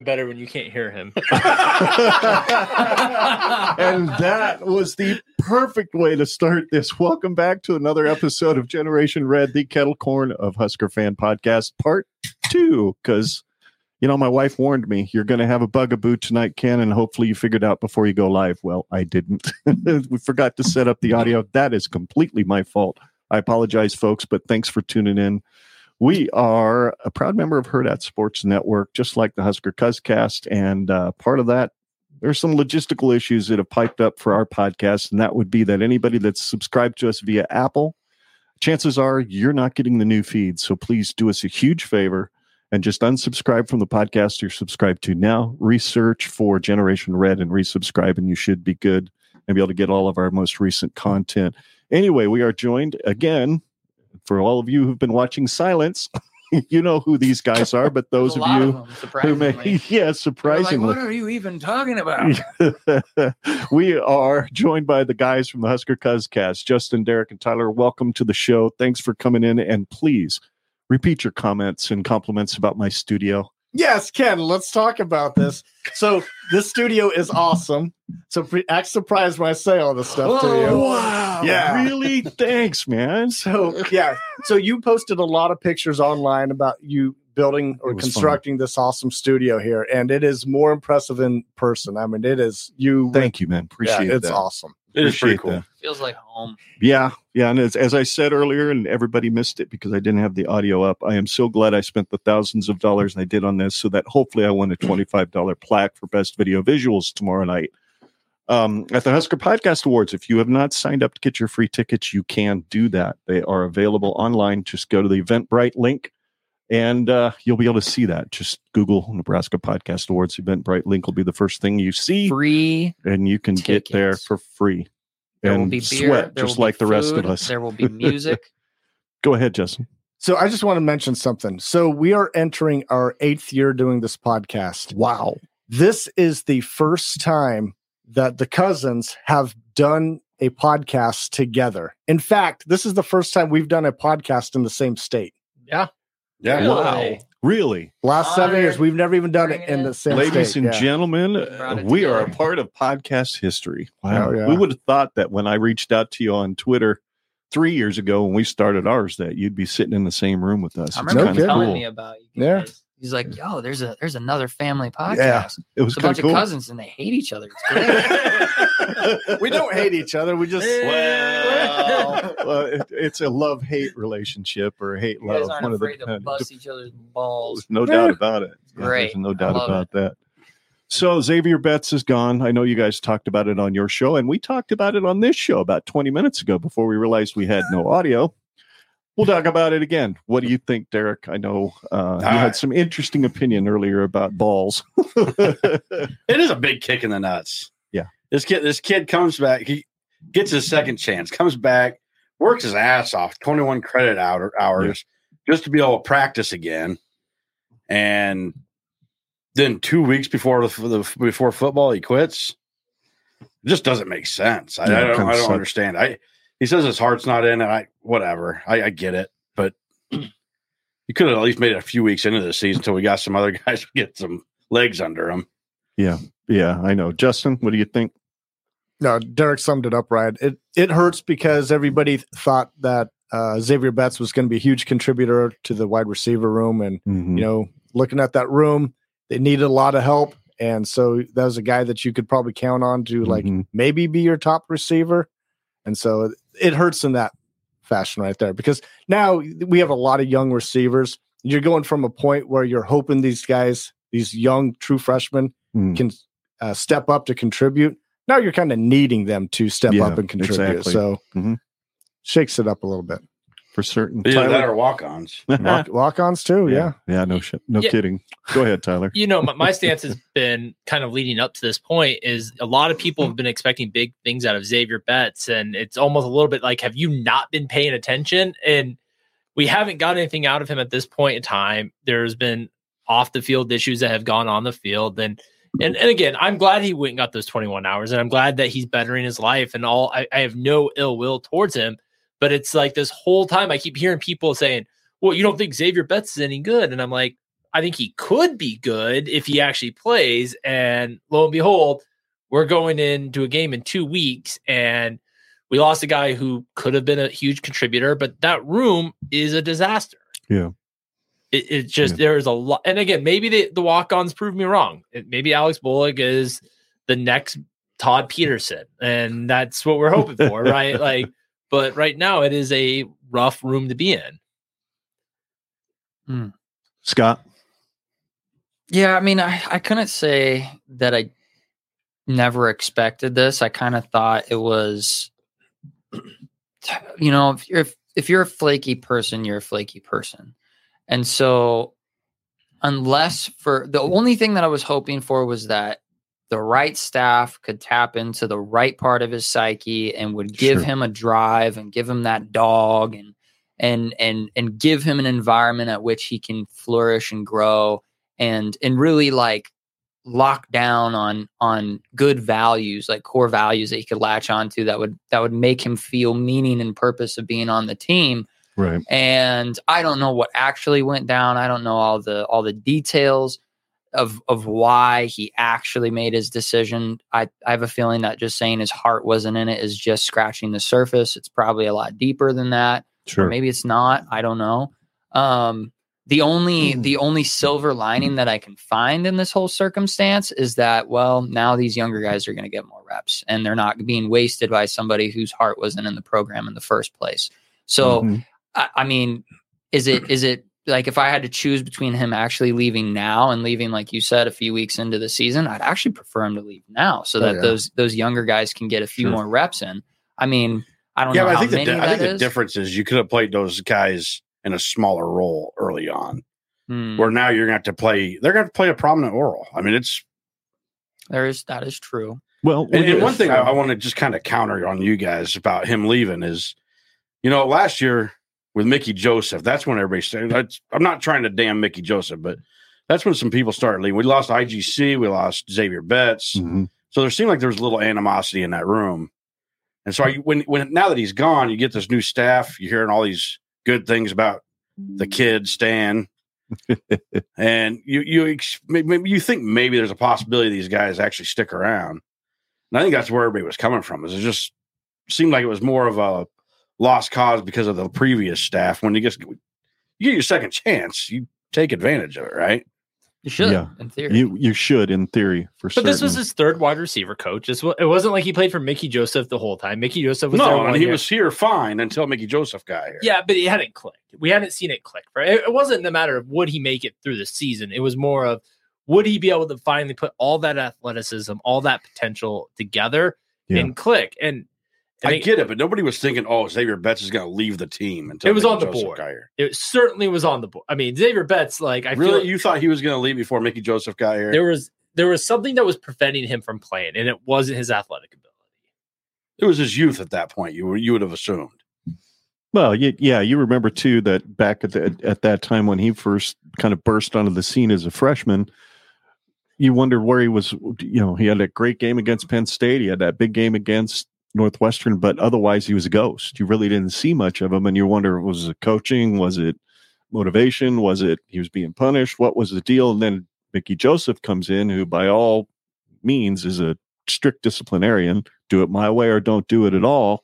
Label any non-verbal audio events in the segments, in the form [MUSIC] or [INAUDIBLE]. better when you can't hear him. [LAUGHS] and that was the perfect way to start this. Welcome back to another episode of Generation Red, the kettle corn of Husker Fan Podcast, part two. Because, you know, my wife warned me, you're going to have a bugaboo tonight, Ken, and hopefully you figured out before you go live. Well, I didn't. [LAUGHS] we forgot to set up the audio. That is completely my fault. I apologize, folks, but thanks for tuning in. We are a proud member of Herd At Sports Network, just like the Husker Cuzcast. And uh, part of that, there's some logistical issues that have piped up for our podcast. And that would be that anybody that's subscribed to us via Apple, chances are you're not getting the new feed. So please do us a huge favor and just unsubscribe from the podcast you're subscribed to now. Research for Generation Red and resubscribe, and you should be good and be able to get all of our most recent content. Anyway, we are joined again for all of you who've been watching Silence, [LAUGHS] you know who these guys are, but those of A lot you them, who surprisingly. may, [LAUGHS] yeah, They're like, surprisingly. what are you even [LAUGHS] talking about? we are [LAUGHS] joined by the guys from the Husker Cuzcast, Justin, Derek, and Tyler. Welcome to the show. Thanks for coming in, and please repeat your comments and compliments about my studio. Yes, Ken, let's talk about this. So, this studio is awesome. So, pre- act surprised when I say all this stuff Oh, to Oh. you. Wow! Yeah. really? Thanks, man. So, yeah. So, you posted a lot of pictures online about you building or It was fun. constructing this awesome studio here, and it is more impressive in person. I mean, it is you. Thank you, man. yeah, Appreciate it. it's awesome. It is pretty Appreciate cool. that. Feels like home. Yeah, yeah, and as, as I said earlier, and everybody missed it because I didn't have the audio up. I am so glad I spent the thousands of dollars I did on this, so that hopefully I won a twenty-five dollar plaque for best video visuals tomorrow night um, at the Husker Podcast Awards. If you have not signed up to get your free tickets, you can do that. They are available online. Just go to the Eventbrite link, and uh, you'll be able to see that. Just Google Nebraska Podcast Awards. Eventbrite link will be the first thing you see, Free. and you can get there tickets. for free. There will and be beer. sweat there just will be like the rest of food, us. There will be [LAUGHS] music. Go ahead, Justin. So, I just want to mention something. So, we are entering our eighth year doing this podcast. Wow. this is the first time that the cousins have done a podcast together. In fact, this is the first time we've done a podcast in the same state. Really? Wow. Really? Last seven Honored. years, we've never even done it in the same Ladies state. and yeah. gentlemen, Brought uh, it we are a together. part of podcast history. Wow. Oh, yeah. We would have thought that when I reached out to you on Twitter three years ago when we started ours, that you'd be sitting in the same room with us. I It's remember No him kinda kidding. telling cool. me about you. Yeah. guys. He's like, yo, there's a there's another family podcast. Yeah. It's It was a kind bunch of cool. of cousins and they hate each other. It's [LAUGHS] great. [LAUGHS] [LAUGHS] we don't hate each other. We just Well. well, it, it's a love hate relationship or hate you love. guys aren't one of the afraid to kind. bust each other's balls. There's no Yeah. doubt about it. Yeah, there's Great. no I doubt love about that. So Xavier Betts is gone. I know you guys talked about it on your show, and we talked about it on this show about 20 minutes ago before we realized we had [LAUGHS] no audio. We'll talk about it again. What do you think, Derek? I know uh, you had right. some interesting opinion earlier about balls. It is a big kick in the nuts. Yeah. This kid this kid comes back, he gets his second chance, comes back, works his ass off, 21 credit hour, hours just to be able to practice again. And then 2 weeks before the, the before football he quits. It just doesn't make sense. I, Yeah, I it don't kinda I don't sucks. understand. I he says his heart's not in it. I whatever. I, I get it, but you could have at least made it a few weeks into the season until we got some other [LAUGHS] guys to get some legs under them. yeah, I know. Justin, what do you think? no. Derek summed it up right. It it hurts because everybody thought that uh, Xavier Betts was going to be a huge contributor to the wide receiver room, and Mhm. Mm-hmm. you know, looking at that room, they needed a lot of help. And so that was a guy that you could probably count on to like Mhm. maybe be your top receiver. And so it hurts in that fashion right there because now we have a lot of young receivers. You're going from a point where you're hoping these guys, these young true freshmen, Mm-hmm. Mm. can uh, step up to contribute. Now you're kind of needing them to step Yeah, up and contribute. exactly. So Mhm. shakes it up a little bit. for certain. Either that Tyler- Oh, or walk-ons. [LAUGHS] Walk, ons too, yeah. yeah, no shit, no Yeah. kidding. Go ahead, Tyler. you know, my, my stance has [LAUGHS] been kind of leading up to this point is a lot of people have been expecting big things out of Xavier Betts, and it's almost a little bit like, have you not been paying attention? And we haven't got anything out of him at this point in time. There's been off the field issues that have gone on the field, and and, and again, I'm glad he went and got those 21 hours, and I'm glad that he's bettering his life, and all. I, I have no ill will towards him, but it's like this whole time I keep hearing people saying, "Well, you don't think Xavier Betts is any good," and I'm like. I think he could be good if he actually plays. And lo and behold, we're going into a game in two weeks, and we lost a guy who could have been a huge contributor, but that room is a disaster. Yeah. It, it just there's a lot, and again, maybe the, the walk-ons prove me wrong. It- maybe Alex Bullock is the next Todd Peterson, and that's what we're hoping for, right? Like, but right now it is a rough room to be in. Scott. Yeah, I mean, I, I couldn't say that I never expected this. I kind of thought it was, you know, if you're if you're a flaky person, you're a flaky person, and so unless for the only thing that I was hoping for was that the right staff could tap into the right part of his psyche and would give Sure. him a drive and give him that dog and and and and give him an environment at which he can flourish and grow and and really like lock down on on good values like core values that he could latch onto that would that would make him feel meaning and purpose of being on the team Right. and i don't know what actually went down i don't know all the all the details of of why he actually made his decision i i have a feeling that just saying his heart wasn't in it is just scratching the surface it's probably a lot deeper than that or Sure. maybe it's not i don't know um the Hmm. only the only silver lining that i can find in this whole circumstance is that well now these younger guys are going to get more reps and they're not being wasted by somebody whose heart wasn't in the program in the first place so Mm-hmm. Mhm. I, I mean is it is it like if i had to choose between him actually leaving now and leaving like you said a few weeks into the season i'd actually prefer him to leave now so Oh, that yeah. those those younger guys can get a few Sure. more reps in i mean i don't Yeah, know but I how think, the, many di- I think that the is. difference is you could have played those guys in a smaller role early on, Hmm. where now you're going to have to play, they're going to play a prominent role. I mean, it's, There is that is true. Well, and, we- and one thing I, I want to just kind of counter on you guys about him leaving is, you know, last year with Mickey Joseph, that's when everybody started. That's, I'm not trying to damn Mickey Joseph, but that's when some people started leaving. We lost IGC, we lost Xavier Betts. Mhm. So there seemed like there was a little animosity in that room. And so I, when when now that he's gone, you get this new staff. You're hearing all these good things about Mm-hmm. the kid Stan, and you you ex- may- maybe you think maybe there's a possibility these guys actually stick around. And I think that's where everybody was coming from. Is it just seemed like it was more of a lost cause because of the previous staff. When you get you get your second chance, you take advantage of it, right? You should, Yeah. in theory. you you should in theory for But certain. this was his third wide receiver coach. This wa- it wasn't like he played for Mickey Joseph the whole time. Mickey Joseph was there no, one and he year. was here fine until Mickey Joseph got here. yeah, but he hadn't clicked. We hadn't seen it click. Right? It, it wasn't a matter of would he make it through the season. It was more of would he be able to finally put all that athleticism, all that potential together Yeah. and click. And, and I it- get it, but nobody was thinking, "Oh, Xavier Betts is going to leave the team." Until It was Mickey on the Joseph board. got here. it certainly was on the board. I mean, Xavier Betts, like I really, feel you thought he was going to leave before Mickey Joseph got here? there was there was something that was preventing him from playing, and it wasn't his athletic ability. it was his youth at that point. You were, you would have assumed. Well, you, yeah, you remember too that back at the, at that time when he first kind of burst onto the scene as a freshman, you wondered where he was. You know, he had a great game against Penn State. He had that big game against Northwestern, but otherwise he was a ghost. You really didn't see much of him, and you wonder was it coaching? Was it motivation? Was it he was being punished? What was the deal? And then Mickey Joseph comes in, who by all means is a strict disciplinarian. Do it my way or don't do it at all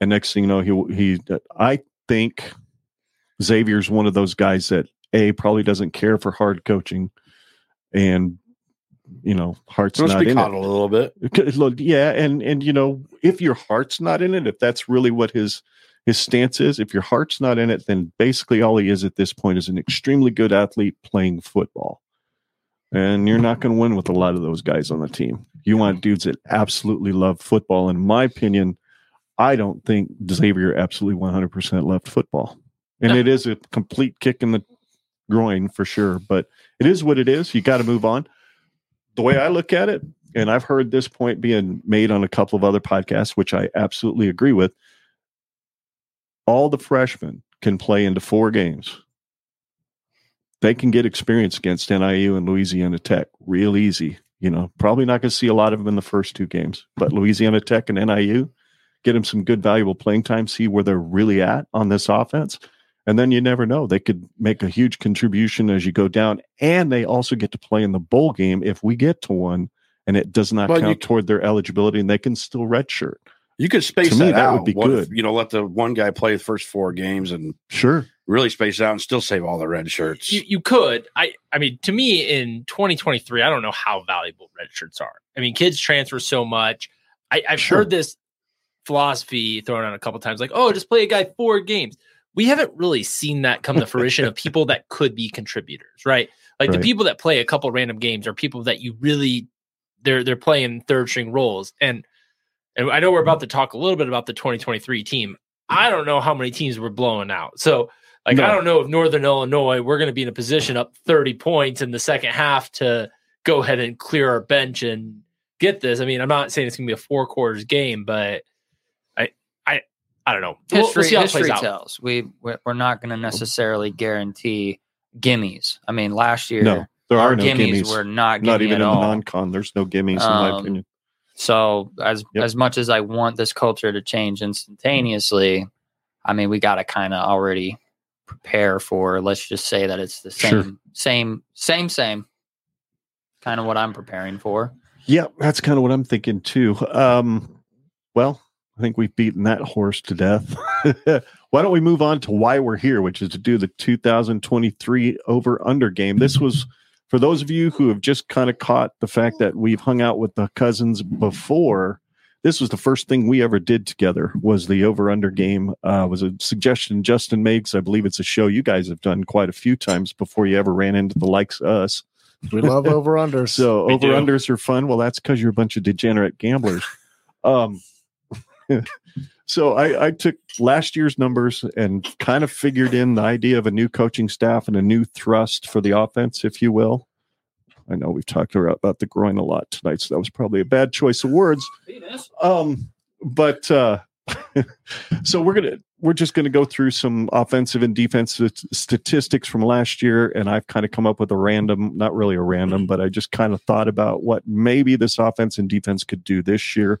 and next thing you know he he i think xavier's one of those guys that a probably doesn't care for hard coaching and you know heart's Let's not be in coddled it a little bit. Okay, look, yeah and and you know if your heart's not in it if that's really what his his stance is if your heart's not in it then basically all he is at this point is an extremely good athlete playing football and you're not going to win with a lot of those guys on the team you want dudes that absolutely love football in my opinion i don't think xavier absolutely 100% loved football and it is a complete kick in the groin for sure but it is what it is you got to move on the way i look at it and I've heard this point being made on a couple of other podcasts, which I absolutely agree with. All the freshmen can play into four games. They can get experience against NIU and Louisiana Tech real easy. You know, probably not going to see a lot of them in the first two games, but Louisiana Tech and NIU, get them some good, valuable playing time, see where they're really at on this offense. And then you never know. They could make a huge contribution as you go down. And they also get to play in the bowl game if we get to one and it does not Well, you count c- toward their eligibility and they can still redshirt. You could space To me, that, that out. would be What if, good. you know, let the one guy play the first four games and Sure. really space it out and still save all the red shirts. You, you could. I I mean, to me in 2023, I don't know how valuable red shirts are. I mean, kids transfer so much. I, I've Sure. heard this philosophy thrown out a couple times, like, oh, just play a guy four games. We haven't really seen that come to fruition [LAUGHS] of people that could be contributors, right? Like the Right. people that play a couple random games are people that you really they're they're playing third string roles. And and I know we're about to talk a little bit about the 2023 team. I don't know how many teams we're blowing out. So like I No. don't know if Northern Illinois we're going to be in a position up 30 points in the second half to go ahead and clear our bench and get this. I mean, I'm not saying it's going to be a four quarters game, but I I I don't know. We'll- we'll History, see how it plays history out. tells. We we're we're not going to necessarily guarantee gimmies. I mean, last year No, there our are no gimmies, gimmies. were not Not gimme even in the at all. non con. There's no gimmies, in Um, my opinion. So as Yep. as much as I want this culture to change instantaneously, I mean we got to kind of already prepare for. Let's just say that it's the same, Sure. same, same, same. Kind of what I'm preparing for. Yeah, that's kind of what I'm thinking too. Um, well, I think we've beaten that horse to death. [LAUGHS] why don't we move on to why we're here, which is to do the 2023 over under game? This was for those of you who have just kind of caught the fact that we've hung out with the cousins before. This was the first thing we ever did together was the over under game. Uh, was a suggestion Justin makes. I believe it's a show you guys have done quite a few times before you ever ran into the likes of us. We love over [LAUGHS] unders. So We over do. unders are fun. Well, that's because you're a bunch of degenerate gamblers. um, [LAUGHS] so I, I took last year's numbers and kind of figured in the idea of a new coaching staff and a new thrust for the offense, if you will. I know we've talked about the groin a lot tonight, so that was probably a bad choice of words um but uh [LAUGHS] so we're gonna we're just gonna go through some offensive and defensive st- statistics from last year and i've kind of come up with a random not really a random but i just kind of thought about what maybe this offense and defense could do this year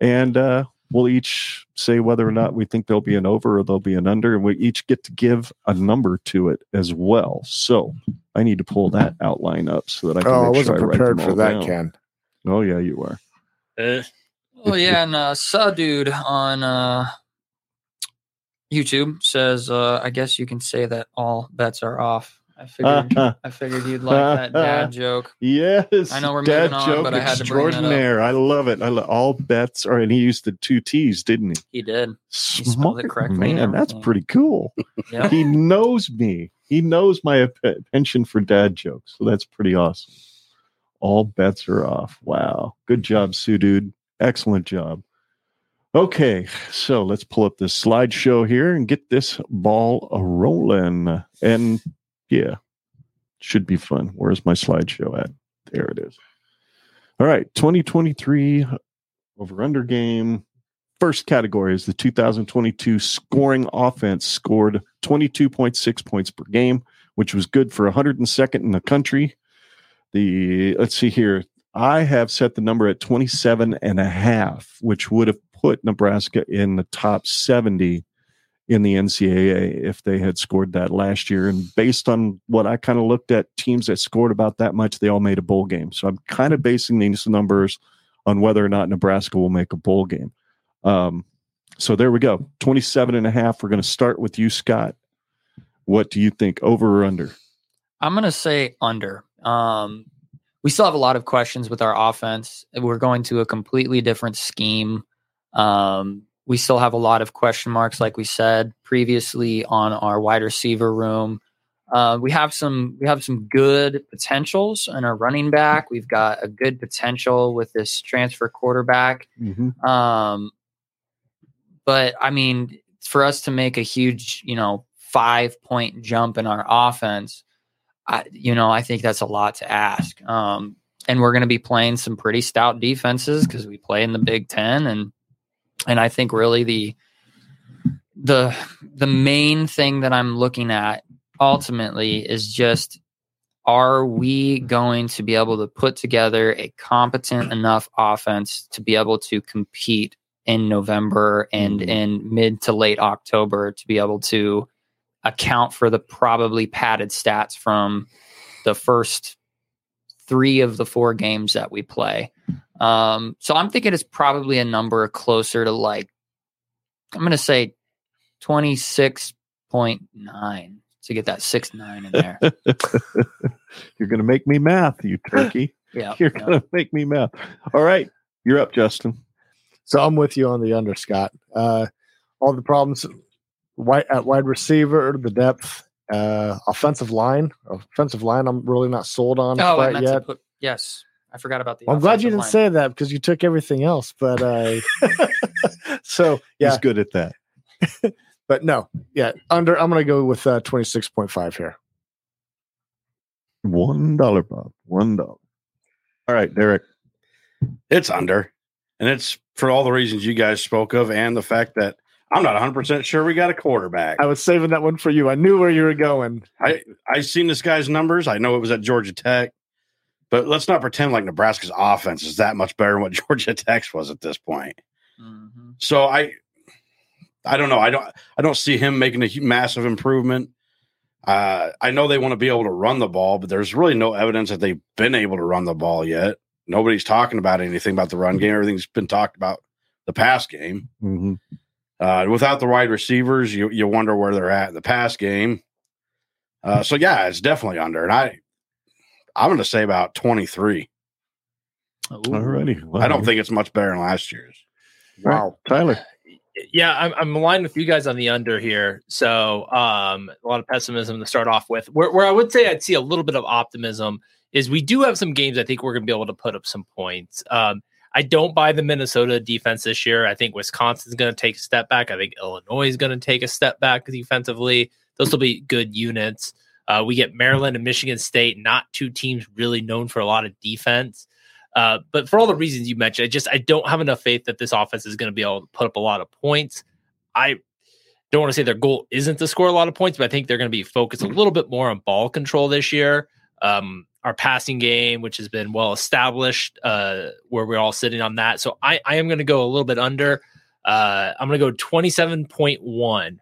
and uh we'll each say whether or not we think there'll be an over or there'll be an under and we each get to give a number to it as well so i need to pull that outline up so that i can oh, I make wasn't sure I write prepared them for all that, down. Ken. oh yeah you are Uh, Oh yeah, and uh, Saw Dude on uh, YouTube says, uh, I guess you can say that all bets are off. I Uh, figured I figured you'd like that dad joke. Yes, I know we're dad moving on, joke but I had to bring that up. extraordinaire. I love it. I lo- all bets are, and he used the two T's, didn't he? He did. spelled Smart it correctly and man, that's everything. pretty cool. Yeah. he knows me. He knows my ap- penchant for dad jokes, so that's pretty awesome. All bets are off. Wow, good job, Sue dude. Excellent job. Okay, so let's pull up this slideshow here and get this ball a rolling. And yeah, should be fun. Where's my slideshow at? There it is. All right, 2023 over under game. First category is the 2022 scoring offense scored 22.6 points per game, which was good for 102nd in the country. The let's see here. I have set the number at 27 and a half, which would have put Nebraska in the top 70 in the NCAA if they had scored that last year. And based on what I kind of looked at, teams that scored about that much, they all made a bowl game. So I'm kind of basing these numbers on whether or not Nebraska will make a bowl game. Um, so there we go. 27 and a half. We're going to start with you, Scott. What do you think? Over or under? I'm gonna say under. Um, we still have a lot of questions with our offense. We're going to a completely different scheme. Um, we still have a lot of question marks, like we said previously, on our wide receiver room. Uh, we have some we have some good potentials in our running back. We've got a good potential with this transfer quarterback. Um, but I mean, for us to make a huge, you know, five point jump in our offense, I, you know, I think that's a lot to ask. Um, and we're going to be playing some pretty stout defenses because we play in the Big Ten, and and I think really the the the main thing that I'm looking at ultimately is just are we going to be able to put together a competent enough offense to be able to compete in November and in mid to late October to be able to account for the probably padded stats from the first three of the four games that we play. Um, so I'm thinking it's probably a number closer to like, I'm going to say 26.9 to get that 6 9 [LAUGHS] in there. You're going to make me math, you turkey. yeah. You're yeah. going to make me math. All right. You're up, Justin. So I'm with you on the under, Scott. Uh, all the problems wide, at wide receiver, the depth, uh, offensive line. Offensive line, I'm really not sold on Oh, I quite meant yet. to put, yes. I forgot about the. I'm glad you didn't offensive line. say that because you took everything else. But uh, so He's yeah, good at that. but no, yeah, under. I'm gonna go with uh, 26.5 here. One dollar, Bob. One dollar. All right, Derek. It's under. And it's for all the reasons you guys spoke of and the fact that I'm not 100% sure we got a quarterback. I was saving that one for you. I knew where you were going. I've seen this guy's numbers. I know it was at Georgia Tech, but let's not pretend like Nebraska's offense is that much better than what [LAUGHS] Georgia Tech's was at this point. Mhm. So I, I don't know. I don't. I don't see him making a hu- massive improvement. Uh, I know they want to be able to run the ball, but there's really no evidence that they've been able to run the ball yet. Nobody's talking about anything about the run game. Everything's been talked about the pass game. Mhm. Uh, without the wide receivers, you you wonder where they're at in the pass game. Uh, so yeah, it's definitely under, and I I'm going to say about 23. Ooh. Mm-hmm. All righty. Well, I don't think it's much better than last year's. all right. Tyler. yeah, I'm, I'm aligned with you guys on the under here. So um, a lot of pessimism to start off with. Where, where I would say I'd see a little bit of optimism is we do have some games I think we're going to be able to put up some points. Um, I don't buy the Minnesota defense this year. I think Wisconsin's going to take a step back. I think Illinois is going to take a step back defensively. Those will be good units. Uh, we get Maryland and Michigan State, not two teams really known for a lot of defense. Uh, but for all the reasons you mentioned, I just I don't have enough faith that this offense is going to be able to put up a lot of points. I don't want to say their goal isn't to score a lot of points, but I think they're going to be focused a little bit more on ball control this year. Um, our passing game, which has been well established, uh, where we're all sitting on that. So I, I am going to go a little bit under. Uh, I'm going to go 27.1.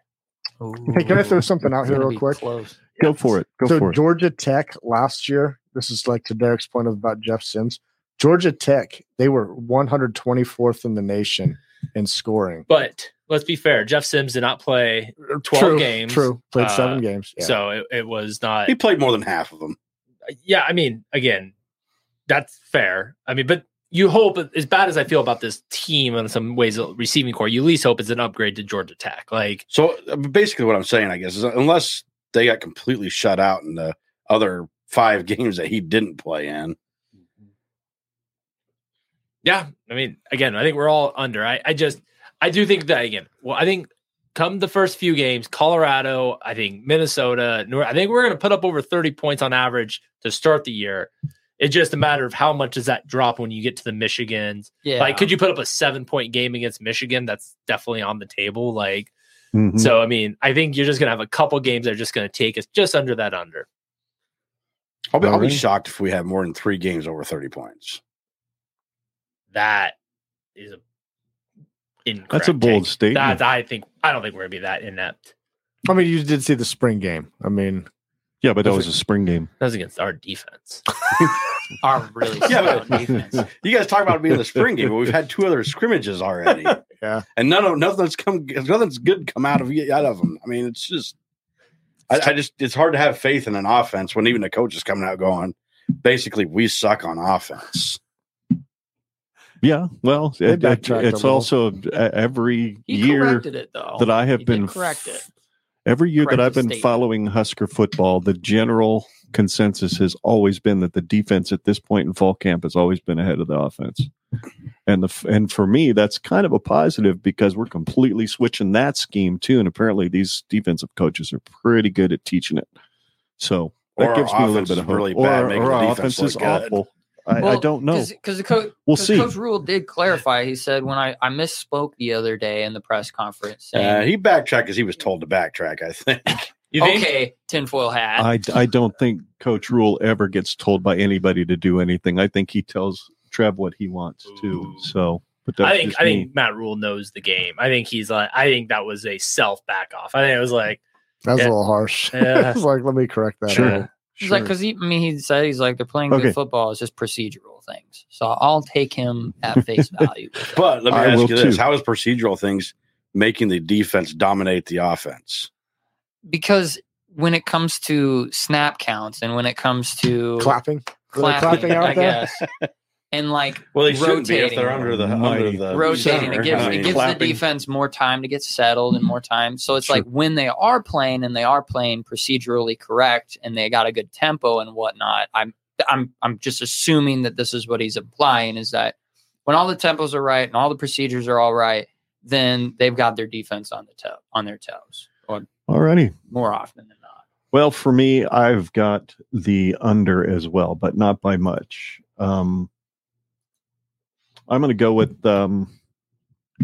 Hey, can I throw something out It's here gonna real be quick? close. Go for it. Go so for it. Georgia Tech last year, this is like to Derek's point about Jeff Sims. Georgia Tech, they were 124th in the nation in scoring. But let's be fair. Jeff Sims did not play, 12 True, games, True. Played uh, seven games. Yeah. so it, it was not. He played more than half of them. Uh, yeah, I mean, again, that's fair. I mean, but you hope, as bad as I feel about this team in some ways, the receiving core, you at least hope it's an upgrade to Georgia Tech. Like, So uh, basically, what I'm saying, I guess, is unless they got completely shut out in the other five [LAUGHS] games that he didn't play in, yeah, I mean, again, I think we're all under. I, I just, I do think that again. Well, I think come the first few games, Colorado, I think Minnesota, Nor- I think we're going to put up over 30 points on average to start the year. It's just a matter of how much does that drop when you get to the Michigans. Yeah. Like, could you put up a seven point game against Michigan? That's definitely on the table. Like, Mhm. So I mean, I think you're just gonna have a couple games that are just gonna take us just under that under. I'll be, I'll be Alright. shocked if we have more than three games over 30 points. That is a incorrect That's a bold take. statement. That I think I don't think we're gonna be that inept. I mean, you did see the spring game. I mean, yeah, but that was a spring game. That's against our defense. Are [LAUGHS] really Yeah, yeah, but- [LAUGHS] defense. You guys talk about it being the spring game, but we've had two other [LAUGHS] scrimmages already. Yeah. and none of nothing's come, nothing's good come out of out of them. I mean, it's just, I, I just, it's hard to have faith in an offense when even the coach is coming out going, basically, we suck on offense. Yeah. Well, They it- it- backtracked a it's little. also uh, every He year corrected it though. that I have He did been correct it. Every year that Correct I've been statement. following Husker football, the general consensus has always been that the defense at this point in fall camp has always been ahead of the offense. And the f- and for me, that's kind of a positive because we're completely switching that scheme too. And apparently, these defensive coaches are pretty good at teaching it. So that Or our gives me a little offense bit is of hope. really or bad, our- making or the our defense offense is look good. awful. I, I don't know. because the coach. We'll 'cause see. Coach Rule did clarify. He said when I I misspoke the other day in the press conference Uh, saying, he backtracked because he was told to backtrack. I think. [LAUGHS] You think? "Okay, tinfoil hat." I, I don't think Coach Rule ever gets told by anybody to do anything. I think he tells Trev what he wants to. Ooh. So, but that's I think just I me. think Matt Rule knows the game. I think he's like I think that was a self back off. I think it was like That was Yeah. a little harsh. [LAUGHS] Yeah. I was like, let me correct that. Sure. out. He's like, because he, I mean, he said he's like they're playing Okay. good football. It's just procedural things. So I'll take him at [LAUGHS] face value. with that. But let me I will ask you this: too. How is procedural things making the defense dominate the offense? because when it comes to snap counts and when it comes to Clapping. Were they clapping out I there? guess, and like Well, they shouldn't be if they're Rotating. under the- under Mighty. the rotating, it gives, I it mean, gives the clapping. defense more time to get settled and more time. So it's Sure. like when they are playing and they are playing procedurally correct and they got a good tempo and whatnot. I'm I'm I'm just assuming that this is what he's implying is that when all the tempos are right and all the procedures are all right, then they've got their defense on the toe on their toes or Alrighty. more often than not. Well, for me, I've got the under as well, but not by much. Um, I'm going to go with um,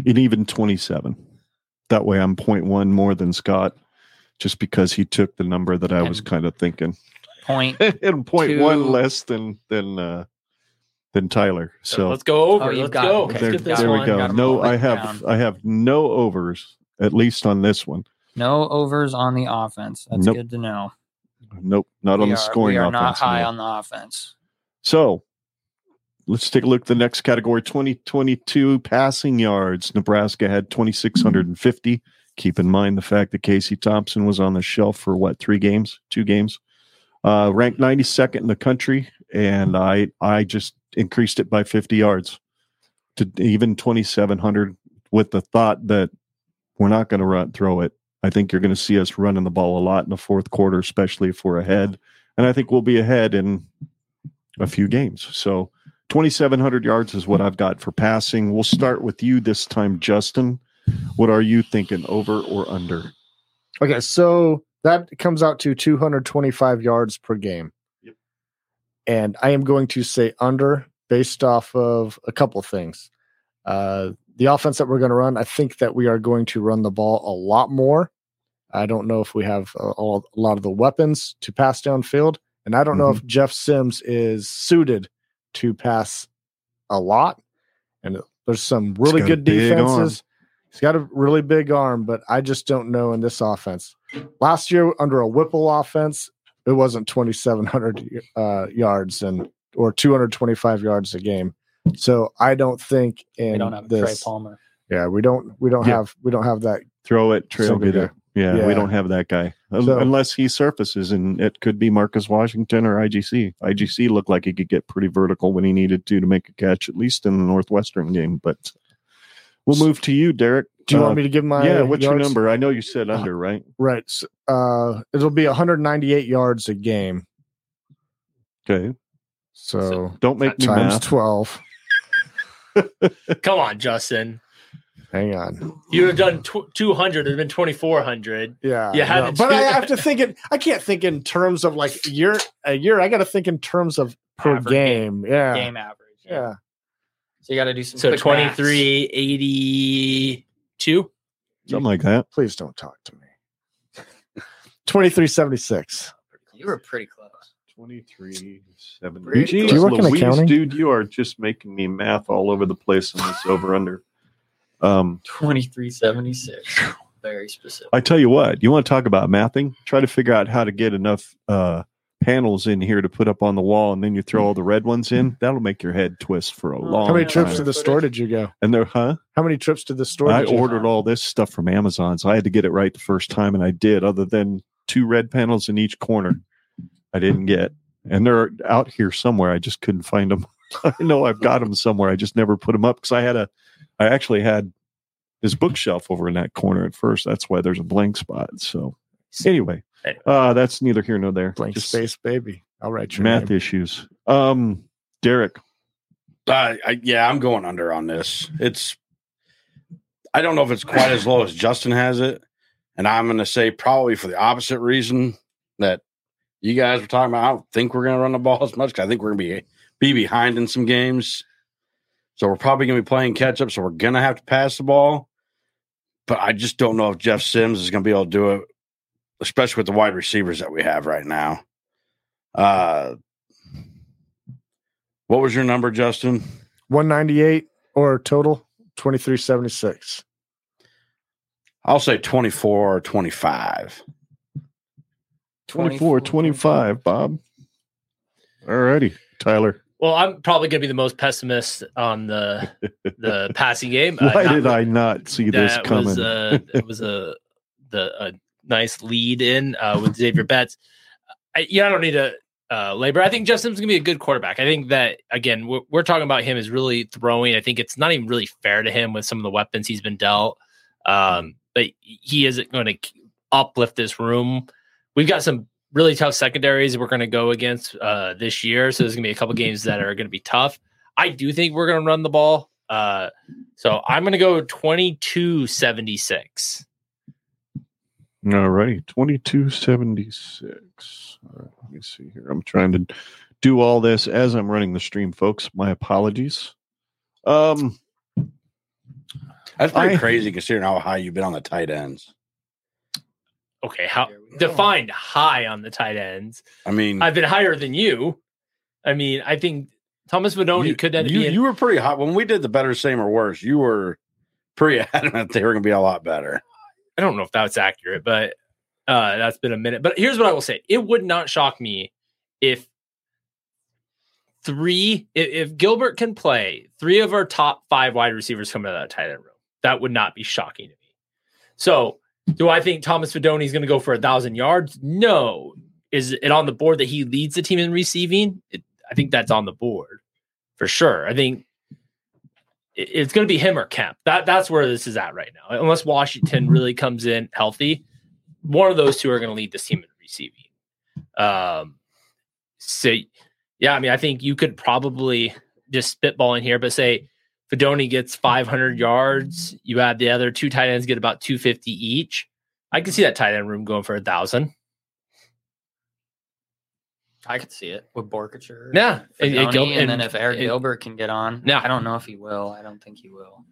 an even 27. That way I'm 0.1 more than Scott just because he took the number that I was And- kind of thinking [LAUGHS] Point and 0.1 Two. less than than uh, than Tyler. So let's go over. Oh, you've let's got- go. okay. Let's there, get this there we one. go. Got 'em No, all I written have down. I have no overs at least on this one. no overs on the offense. That's Nope. good to know. Nope, not on we the are, scoring we are offense. not high no. on the offense. So let's take a look at the next category 2022 passing yards. Nebraska had 2,650. Keep in mind the fact that Casey Thompson was on the shelf for what, three games, two games, uh, ranked 92nd in the country. And I, I just increased it by 50 yards to even 2,700 with the thought that we're not going to run throw it. I think you're going to see us running the ball a lot in the fourth quarter, especially if we're ahead. And I think we'll be ahead in a few games. So 2,700 yards is what I've got for passing. We'll start with you this time, Justin. What are you thinking, over or under? Okay, so that comes out to 225 yards per game. Yep. And I am going to say under based off of a couple things. Uh, the offense that we're going to run, I think that we are going to run the ball a lot more. I don't know if we have a, a lot of the weapons to pass downfield. And I don't know if Jeff Sims is suited to pass a lot. And there's some really got a good big arm. defenses. He's got a really big arm, but I just don't know in this offense. Last year under a Whipple offense, it wasn't 2,700 uh, yards and or 225 yards a game. So I don't think in we don't have Trey this. Palmer. yeah, we don't we don't Yeah. have we don't have that. Throw it, trail Single get it. Yeah, we Yeah. don't have that guy Un- So- unless he surfaces, and it could be Marcus Washington or IGC. IGC looked like he could get pretty vertical when he needed to to make a catch, at least in the Northwestern game. But we'll move to you, Derek. Uh, Do you want me to give my yeah, what's your yards? number? I know you said under, right? Right, s- uh, it'll be 198 yards a game. Okay, So, don't make me times math. 12. Come on, Justin. Hang on. You would have done tw- 200. It'd have been 2,400. You Yeah. I know. haven't- But I have to think it. I can't think in terms of like a year. A year. I got to think in terms of per Average game. Yeah. Game average. Yeah. So you got to do some. So quick maths. 2382. Something like that. Please don't talk to me. 2376. You were pretty close. 23, 70. Pretty Do you work in Louise, accounting? Dude, you are just making me math all over the place on this over under. Um, Twenty three seventy six. Very specific. I tell you what, you want to talk about mathing? Try to figure out how to get enough uh, panels in here to put up on the wall, and then you throw all the red ones in. That'll make your head twist for a How long How many time. trips to the Footage. store did you go? And they're, huh? How many trips to the store? I did you ordered all this stuff from Amazon, so I had to get it right the first time, and I did. Other than two red panels in each corner, I didn't get, and they're out here somewhere. I just couldn't find them. [LAUGHS] I know I've got them somewhere. I just never put them up because I had a, I actually had this bookshelf over in that corner at first. That's why there's a blank spot. So anyway, uh, that's neither here nor there. Blank Just space, baby. I'll write your math name. issues. Um, Derek, Uh, I, yeah, I'm going under on this. It's I don't know if it's quite as low as Justin has it, and I'm going to say probably for the opposite reason that you guys were talking about. I don't think we're going to run the ball as much. 'cause I think we're going to be be behind in some games, so we're probably going to be playing catch up. So we're going to have to pass the ball, but I just don't know if Jeff Sims is going to be able to do it, especially with the wide receivers that we have right now. Uh, what was your number, Justin? 198 or total 2376. I'll say 24 or 25. 24, 25, Bob. All righty, Tyler. Well, I'm probably going to be the most pessimist on the [LAUGHS] the passing game. Uh, Why not did I not see this that coming? Was, uh, [LAUGHS] it was a the a nice lead in uh, with Xavier Betts. I, yeah, I don't need to uh, labor. I think Justin's going to be a good quarterback. I think that again, we're, we're talking about him is really throwing. I think it's not even really fair to him with some of the weapons he's been dealt. Um, but he isn't going to uplift this room. We've got some really tough secondaries we're going to go against uh, this year, so there's going to be a couple games that are going to be tough. I do think we're going to run the ball. Uh, so I'm going to go 2276. All righty, 2276. All right, let me see here. I'm trying to do all this as I'm running the stream, folks. My apologies. Um, That's pretty I- crazy considering how high you've been on the tight ends. Okay, how There we go. defined high on the tight ends? I mean, I've been higher than you. I mean, I think Thomas Vadoni you, could end up you, being. you were pretty hot when we did the better, same, or worse. You were pretty [LAUGHS] adamant they were going to be a lot better. [LAUGHS] I don't know if that's accurate, but uh, that's been a minute. But here's what I will say: it would not shock me if three, if, if Gilbert can play, three of our top five wide receivers come out of that tight end room. That would not be shocking to me. So, do I think Thomas Fedoni is going to go for a thousand yards? No. Is it on the board that he leads the team in receiving? It, I think that's on the board for sure. I think it- it's going to be him or Kemp. That that's where this is at right now. Unless Washington really comes in healthy, one of those two are going to lead this team in receiving. Um, so yeah, I mean, I think you could probably just spitball in here, but say Fedoni gets 500 yards, you add the other two tight ends get about 250 each. I can see that tight end room going for a thousand. I could see it with Borkature. Yeah, And, it- it go- and, then if Eric it- Gilbert can get on, No. I don't know if he will. I don't think he will.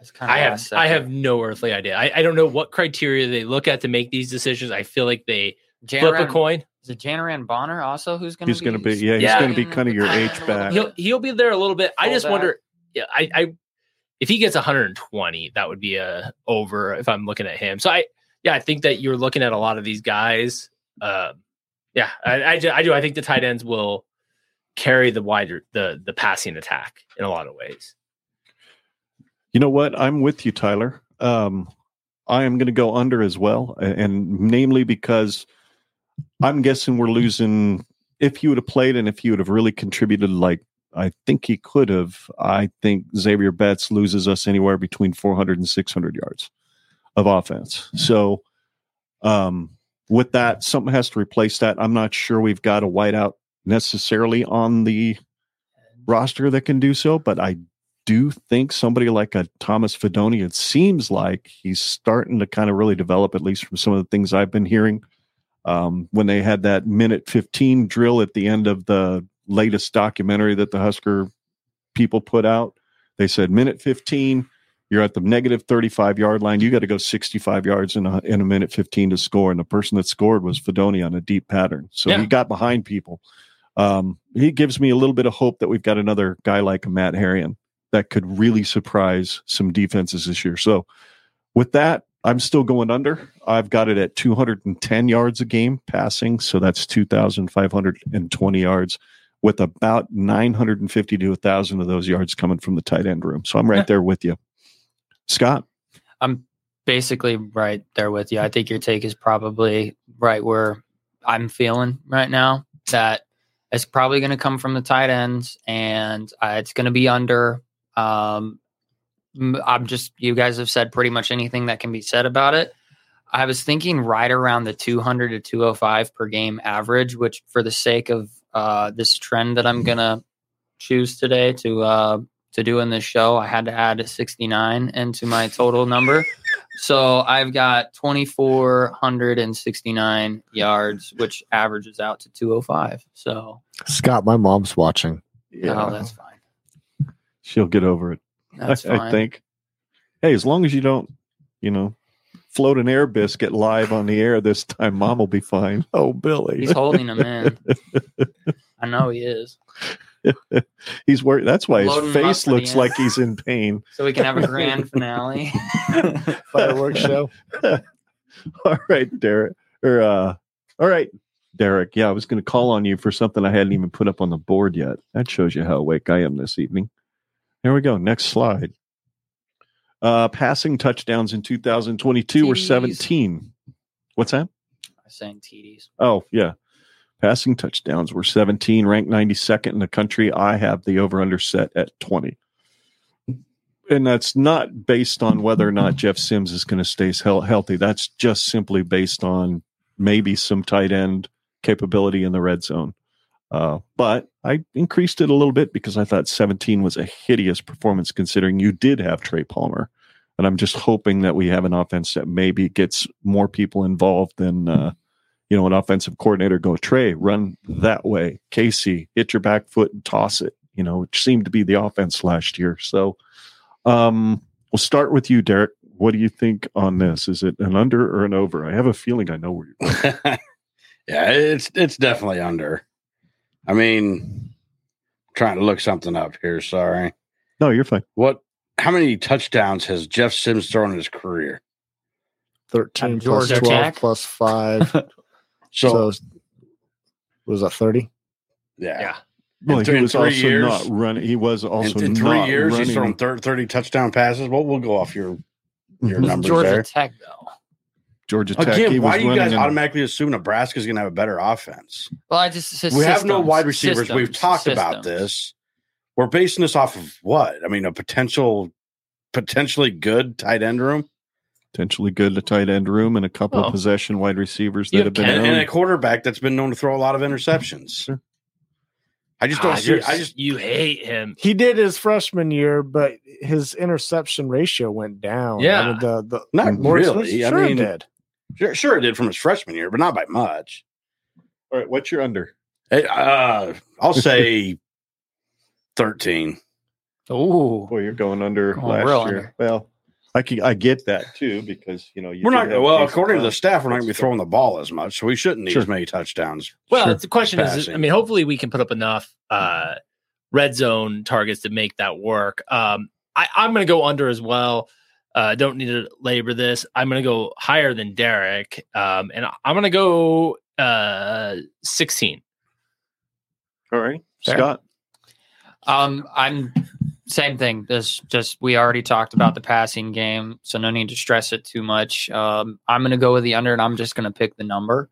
It's kind I have last I have second. no earthly idea. I, I don't know what criteria they look at to make these decisions. I feel like they flip a Janaran, coin. is it Janaran Bonner also who's going to he's going to be, yeah, he's Yeah. going to be kind of your [LAUGHS] I- H back. he'll he'll be there a little bit. I just Fullback. wonder. Yeah, I, I if he gets 120, that would be a over. If I'm looking at him, so I yeah, I think that you're looking at a lot of these guys. Um, yeah, I, I ju- I do. I think the tight ends will carry the wider the the passing attack in a lot of ways. You know what? I'm with you, Tyler. Um, I am going to go under as well, a- and namely because I'm guessing we're losing. If he would have played and if he would have really contributed, like I think he could have, I think Xavier Betts loses us anywhere between 400 and 600 yards of offense. So, um, with that, something has to replace that. I'm not sure we've got a whiteout necessarily on the roster that can do so, but I do think somebody like a Thomas Fedoni, it seems like he's starting to kind of really develop, at least from some of the things I've been hearing. Um, when they had that minute 15 drill at the end of the latest documentary that the Husker people put out, they said, minute 15, you're at the negative 35 yard line. You got to go 65 yards in a, in a minute 15 to score. And the person that scored was Fedoni on a deep pattern. So Yeah. he got behind people. Um, he gives me a little bit of hope that we've got another guy like Matt Harrion that could really surprise some defenses this year. So, with that, I'm still going under. I've got it at 210 yards a game passing. So that's 2,520 yards with about 950 to 1,000 of those yards coming from the tight end room. So I'm right [LAUGHS] Yeah. there with you. Scott, I'm basically right there with you. I think your take is probably right where I'm feeling right now. That it's probably going to come from the tight ends, and uh, it's going to be under. Um, m- I'm just you guys have said pretty much anything that can be said about it. I was thinking right around the 200 to 205 per game average, which for the sake of uh, this trend that I'm gonna choose today to uh, to do in this show, I had to add 69 into my total number. So I've got 2,469 yards, which averages out to 205. So Scott, my mom's watching. yeah. Oh, that's fine. she'll get over it. That's [LAUGHS] I- fine. I think. Hey, as long as you don't, you know, float an air biscuit live on the air this time, mom will be fine. [LAUGHS] Oh, Billy. He's holding them in. I know he is. He's worried. That's why Loading his him up face for the looks end. like he's in pain. [LAUGHS] So we can have a grand finale. [LAUGHS] [LAUGHS] Fireworks show. All right, Derek. Or uh, all right, Derek. Yeah, I was going to call on you for something I hadn't even put up on the board yet. That shows you how awake I am this evening. Here we go. Next slide. Uh, passing touchdowns in 2022 were TDs. 17. What's that? I'm saying TDs. Oh, yeah. Passing touchdowns were 17, ranked 92nd in the country. I have the over under set at 20. And that's not based on whether or not Jeff Sims is going to stay hel- healthy. That's just simply based on maybe some tight end capability in the red zone. Uh, but I increased it a little bit because I thought 17 was a hideous performance considering you did have Trey Palmer. And I'm just hoping that we have an offense that maybe gets more people involved than. Uh, you know, an offensive coordinator go, Trey, run that way. Casey, hit your back foot and toss it, you know, which seemed to be the offense last year. So um, we'll start with you, Derek. What do you think on this? Is it an under or an over? I have a feeling I know where you're yeah, it's it's definitely under. I mean, trying to look something up here. Sorry. No, you're fine. What? How many touchdowns has Jeff Sims thrown in his career? Thirteen I'm plus Georgia twelve Tech. plus five. [LAUGHS] So, so, what was that? Thirty. yeah. Yeah. Well, th- he in was three also years- not running. He was And also in three not years, running. he's thrown thir- 30 touchdown passes. Well, we'll go off your your [LAUGHS] Mhm. It was numbers Georgia there. Tech though. Georgia Tech. he Again, why was do you guys running in- automatically assume Nebraska's going to have a better offense? Well, I just it's we have no systems, wide receivers. We've systems, talked about systems. this. We're basing this off of what? I mean, a potential, potentially good tight end room potentially good to tight end room and a couple Well, of possession wide receivers you that have have been Ken and, known. Oh. and a quarterback that's been known to throw a lot of interceptions. Sure. I just don't Ah, see. you're- I just you hate him. He did his freshman year, but his interception ratio went down. Yeah. I mean, the the not Lawrence was- really. I sure it mean, did. sure, sure it did from his freshman year, but not by much. All right, what's your under? It, uh, [LAUGHS] I'll say thirteen. Ooh, Boy, you're going under Going last real year. under. Well, I can, I get that too because you know you we're did not have well Jason according to the Brown. staff. We're not going to be throwing the ball as much, so we shouldn't need Sure. as many touchdowns. Well, Sure. the question is, I Passing. mean, hopefully we can put up enough uh, red zone targets to make that work. Um, I, I'm going to go under as well. Uh, don't need to labor this. I'm going to go higher than Derek, um, and I- I'm going to go uh, 16. All right, Fair. Scott. Um, I'm same thing. This just we already talked about the passing game, so no need to stress it too much. Um, I'm going to go with the under, and I'm just going to pick the number.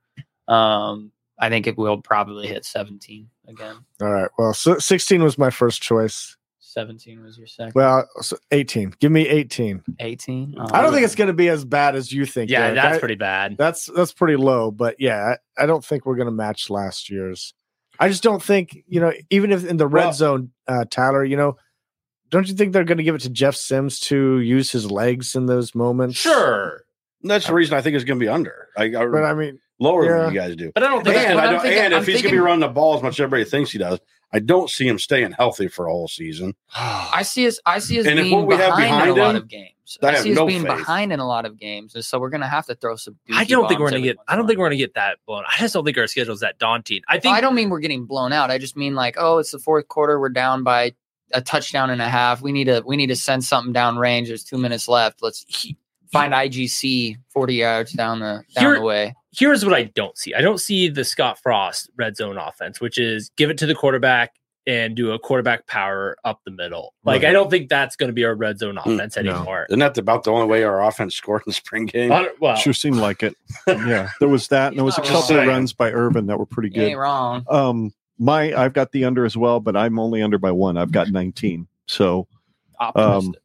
Um, I think it will probably hit 17 again. All right. Well, so sixteen was my first choice. 17 was your second. Well, so eighteen. Give me eighteen. 18. I don't think it's going to be as bad as you think. Yeah, Derek. that's I- pretty bad. That's that's pretty low, but yeah, I, I don't think we're going to match last year's. I just don't think you know, even if in the red Well- zone, uh, Tyler, you know, don't you think they're going to give it to Jeff Sims to use his legs in those moments? Sure, And that's the reason I think it's going to be under. I, I, but I mean, lower yeah. than you guys do. but I don't think. Man, And, what I I'm don't, thinking- and if I'm he's going to thinking- be running the ball as much as everybody thinks he does, I don't see him staying healthy for a whole season. I see us. I see us And if being what we have behind, in behind a lot him, of games. I I, have see us no being faith. behind in a lot of games, and so we're going to have to throw some. I dookie don't think bombs we're going every to get. once I don't in a think while. we're going to get that blown. I just don't think our schedule is that daunting. I Well, think I don't mean we're getting blown out. I just mean like, oh, it's the fourth quarter. We're down by a touchdown and a half. We need to we need to send something down range. There's two minutes left. Let's find IGC 40 yards down the down Here- the way. here's what I don't see. I don't see the Scott Frost red zone offense, which is give it to the quarterback and do a quarterback power up the middle. Like Right. I don't think that's going to be our red zone offense no. anymore. Isn't that about the only way our offense [LAUGHS] scored in the spring game? I don't- Well, Sure seemed like it. Yeah, there was that, and there was a He's not couple of wrong. runs by Urban that were pretty You ain't good. wrong. Um, my I've got the under as well, but I'm only under by one. I've got 19. So, Optimistic.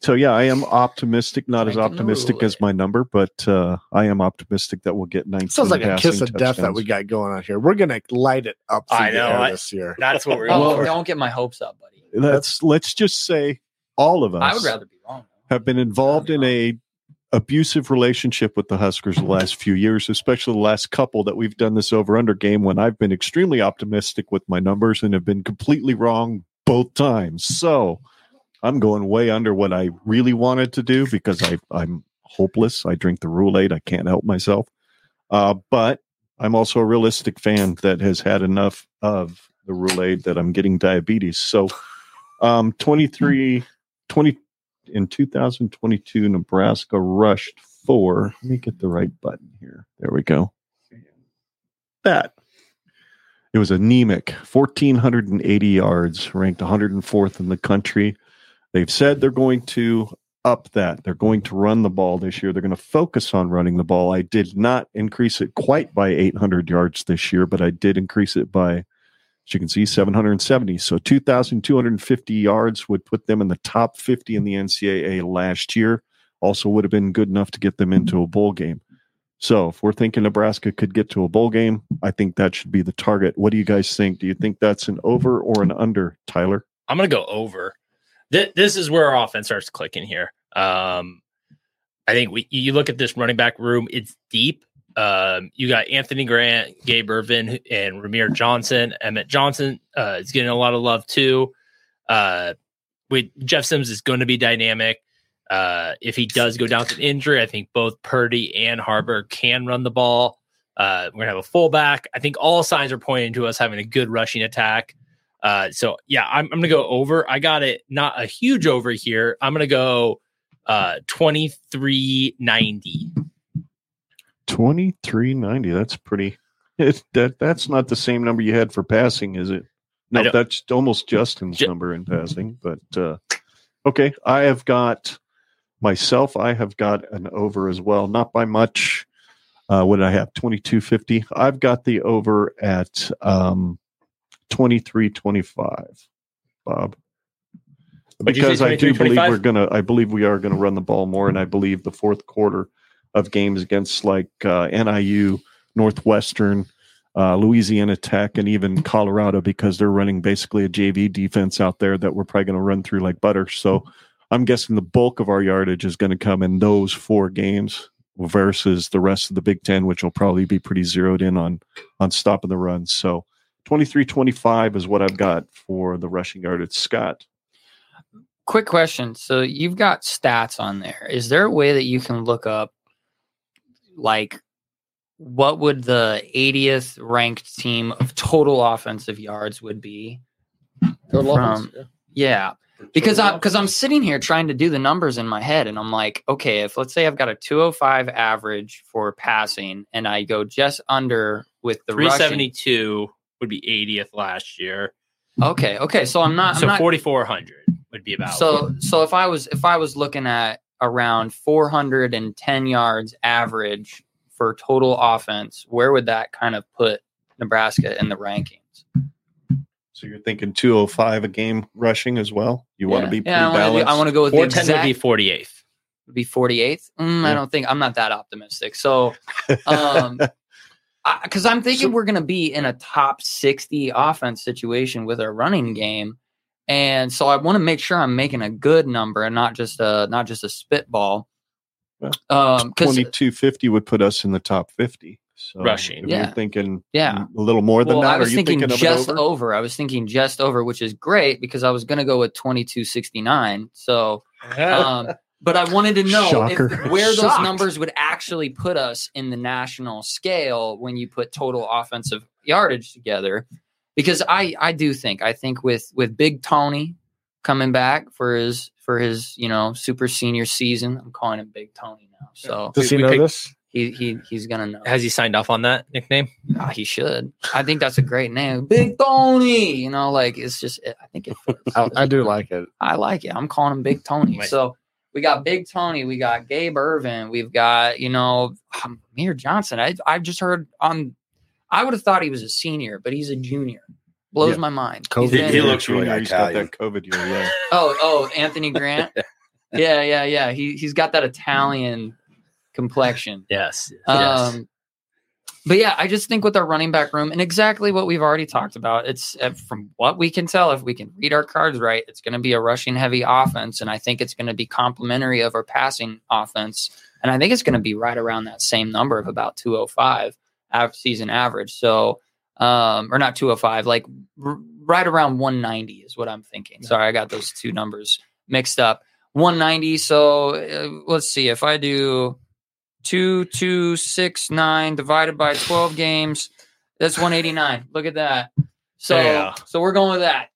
so yeah, I am optimistic. Not as Making the optimistic rule. as my number, but uh, I am optimistic that we'll get 19. sounds like a passing kiss of death that touchdowns. we got going on here. We're going to light it up. through I the know, air I- this year. that's what we're. oh, going for. don't get my hopes up, buddy. Let's let's just say all of us. I would rather be wrong. have been involved in a abusive relationship with the Huskers the last few years, especially the last couple that we've done this over under game when I've been extremely optimistic with my numbers and have been completely wrong both times. So I'm going way under what I really wanted to do because I, I'm hopeless. I drink the roulade. I can't help myself. Uh, but I'm also a realistic fan that has had enough of the roulade that I'm getting diabetes. So um, 23, 20, in 2022, Nebraska rushed for. Let me get the right button here. There we go. that? It was anemic, 1,480 yards, ranked 104th in the country. They've said they're going to up that. They're going to run the ball this year. They're going to focus on running the ball. I did not increase it quite by 800 yards this year, but I did increase it by, as you can see, 770. So 2,250 yards would put them in the top 50 in the NCAA last year. Also, would have been good enough to get them into a bowl game. So, if we're thinking Nebraska could get to a bowl game, I think that should be the target. What do you guys think? Do you think that's an over or an under, Tyler? I'm going to go over. Th- this is where our offense starts clicking here. Um, I think we, you look at this running back room, it's deep. Um, you got Anthony Grant, Gabe Irvin, and Ramir Johnson. Emmett Johnson uh, is getting a lot of love too. Uh, we, Jeff Sims is going to be dynamic. Uh, if he does go down with an injury, I think both Purdy and Harbor can run the ball. Uh, we're gonna have a fullback. I think all signs are pointing to us having a good rushing attack. Uh, so yeah, I'm, I'm gonna go over. I got it, not a huge over here. I'm gonna go uh 2390. 2390. That's pretty. It, that That's not the same number you had for passing, is it? I No, don't- that's almost Justin's Ju- number in passing. But uh, okay, I have got myself, I have got an over as well. Not by much. Uh, what did I have? 2250. I've got the over at um, 2325, Bob. What'd you say, Because I do believe 23-25? we're gonna, I believe we are gonna run the ball more, and I believe the fourth quarter of games against like uh, NIU, Northwestern, uh, Louisiana Tech, and even Colorado because they're running basically a JV defense out there that we're probably going to run through like butter. So I'm guessing the bulk of our yardage is going to come in those four games versus the rest of the Big Ten, which will probably be pretty zeroed in on on stopping the run. So 23-25 is what I've got for the rushing yard. It's Scott. Quick question. So you've got stats on there. Is there a way that you can look up like what would the 80th ranked team of total offensive yards would be? Total offense, From- Yeah. Because I'm because I'm sitting here trying to do the numbers in my head, and I'm like, okay, if let's say I've got a 205 average for passing, and I go just under with the rushing. 372 would be 80th last year. Okay, okay, so I'm not. I'm so not 4400 would be about. so so if I was if I was looking at around 410 yards average for total offense, where would that kind of put Nebraska in the rankings? So you're thinking 205 a game rushing as well? You want to Yeah. be pretty yeah, I wanna be- balanced? I want to go with the 410 exact would be 48th. be 48th. Mm, Yeah. I don't think I'm not that optimistic. So, [LAUGHS] um, because I'm thinking we're going to be in a top 60 offense situation with our running game, and so I want to make sure I'm making a good number and not just a not just a spitball. Well, Um, because 2250 would put us in the top 50. So Rushing. if Yeah. You're thinking yeah. a little more than Well, that. I was Are you thinking, thinking, of an just over? over? I was thinking just over, which is great because I was going to go with 2269. So, Uh, um, but I wanted to know if- Shocker. where those Shocked. numbers would actually put us in the national scale when you put total offensive yardage together. Because I, I do think I think with with Big Tony coming back for his for his you know super senior season, I'm calling him Big Tony now. So Does We- he we know picked- this? he he he's gonna know. Has he signed off on that nickname? Ah, he should. I think that's a great name, Big Tony. You know, like it's just. I think it. fits. I, I do like it. I like it. I'm calling him Big Tony. Right. So we got Big Tony. We got Gabe Irvin. We've got you know um, Amir Johnson. I I've just heard on. I would have thought he was a senior, but he's a junior. Blows Yeah. my mind. He's COVID. He- been- he looks really He's got Italian. that COVID year, [LAUGHS] yeah. [LAUGHS] oh oh Anthony Grant. yeah yeah yeah. He he's got that Italian complexion. Yes. yes. Um, but yeah, I just think with our running back room and exactly what we've already talked about, it's uh, from what we can tell, if we can read our cards right, it's going to be a rushing heavy offense. And I think it's going to be complementary of our passing offense. And I think it's going to be right around that same number of about 205 av- season average. So, um, or not 205, like r- right around 190 is what I'm thinking. Sorry, I got those two numbers mixed up. 190. So uh, let's see if I do two two six nine divided by twelve games. That's one eighty nine. Look at that. So Yeah. so we're going with that.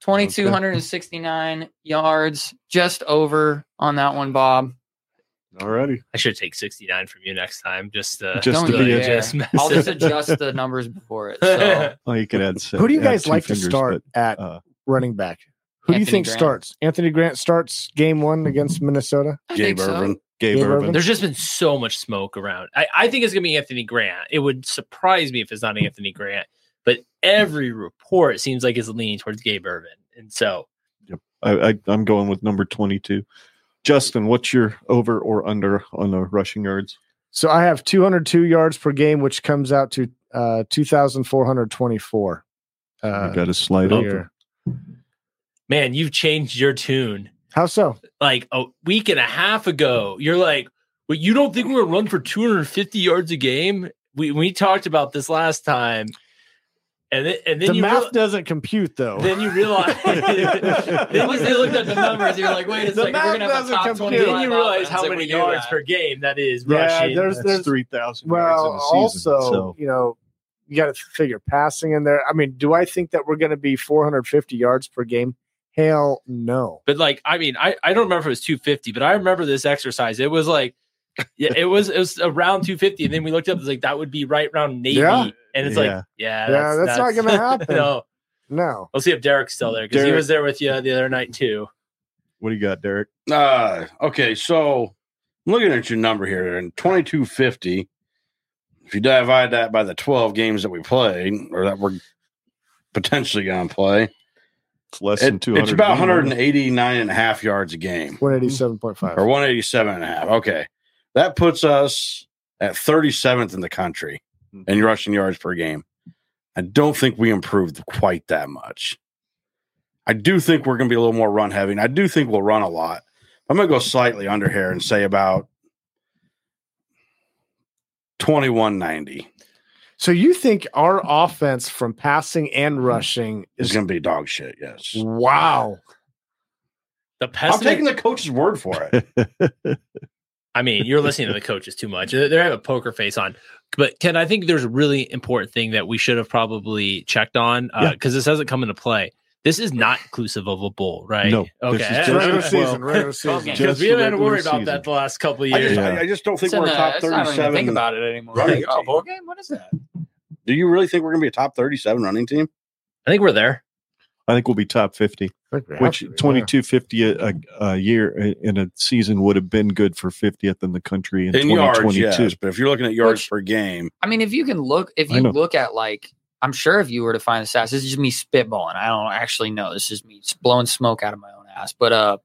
Twenty two hundred and sixty nine yards, just over on that one, Bob. Alrighty. I should take 69 from you next time. Just to, [LAUGHS] Just don't to be go a there. just mess I'll it just up. adjust the numbers before it. [LAUGHS] So Well, you could add six. Who do you add guys two like to fingers, start at uh, running back? Who do you Anthony think Grant. starts? Anthony Grant starts game one against Minnesota. I think Gabe so. Irvin. but Gabe Gabe Irvin. Irvin? There's just been so much smoke around. I, I think it's gonna be Anthony Grant. It would surprise me if it's not Anthony Grant, but every report seems like it's leaning towards Gabe Irvin. And so I, I, I'm going with number 22. Justin, what's your over or under on the rushing yards? So I have 202 yards per game, which comes out to uh, 2,424. you Uh, got a slight over. here. man, you've changed your tune How so? like a week and a half ago. You're like, well, you don't think we're gonna run for 250 yards a game? We we talked about this last time. And then, and then The you math real- doesn't compute, though. then you realize [LAUGHS] [LAUGHS] then once they looked at the numbers, you're like, wait a The second, math we're gonna have a doesn't top compute. 25 Then you realize offense how if many we do yards that. per game that is Yeah, rushing. there's- That's there's- 3,000 yards Well, in a season. also, so you know, you got to figure passing in there. I mean, do I think that we're going to be 450 yards per game? Hell no. But like, I mean, I, I don't remember if it was 250, but I remember this exercise. It was like, yeah, it was it was around 250, and then we looked up. It's like that would be right around Navy, Yeah. and it's Yeah. like, yeah, Yeah, that's not [LAUGHS] gonna happen. no, No. we'll see if Derek's still there because he Derek- was there with you the other night too. what do you got, Derek? Uh, okay, so I'm looking at your number here and 2250. If you divide that by the 12 games that we played or that we're potentially going to play, It's less than it, 200. it's about a game, right? 189 and a half yards a game 187.5. or 187 and a half. Okay, that puts us at 37th in the country in rushing yards per game. I don't think we improved quite that much. I do think we're going to be a little more run heavy, and I do think we'll run a lot. I'm going to go slightly under here and say about 2190 So you think our offense from passing and rushing is is going to be dog shit. Yes, wow. The I'm pessimist. taking the coach's word for [LAUGHS] it. I mean, you're listening to the coaches too much. They they have a poker face on. But Ken, I think there's a really important thing that we should have probably checked on because Yeah. this hasn't come into play. This is not inclusive of a bowl, right? No, Okay. this is That's- just- Regular Well, [LAUGHS] season, regular [LAUGHS] twelve season. games. Because Just we haven't had to regular worry about season. that the last couple of I just, years. I, I just don't think It's in we're the- a top it's not even 37. Think about it anymore. running Like, oh, team. bowl game? What is that? Do you really think we're going to be a top 37 running team? I think we're there. [LAUGHS] I think we'll be top 50, which 2250 a, a, a year i- in a season would have been good for 50th in the country in, In yards, 2022. yes. But if you're looking at yards Which- per game, I mean, if you can look, if I you know. look at like, I'm sure if you were to find the stats, this is just me spitballing. I don't actually know. This is me blowing smoke out of my own ass. But uh,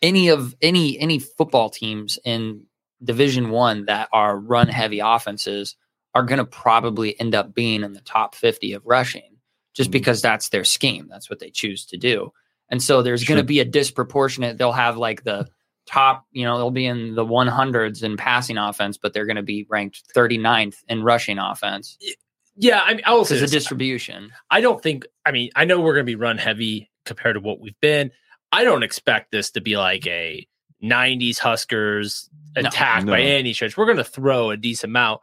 any of any any football teams in Division One that are run heavy offenses are going to probably end up being in the top 50 of rushing, just Mhm. because that's their scheme. That's what they choose to do. And so there's going Sure. to be a disproportionate. They'll have like the top, you know, they'll be in the 100s in passing offense, but they're going to be ranked 39th in rushing offense Yeah, I mean, I will say because the this. distribution. I don't think. I mean, I know we're going to be run heavy compared to what we've been. I don't expect this to be like a '90s Huskers No. attack by No. any stretch. We're going to throw a decent amount.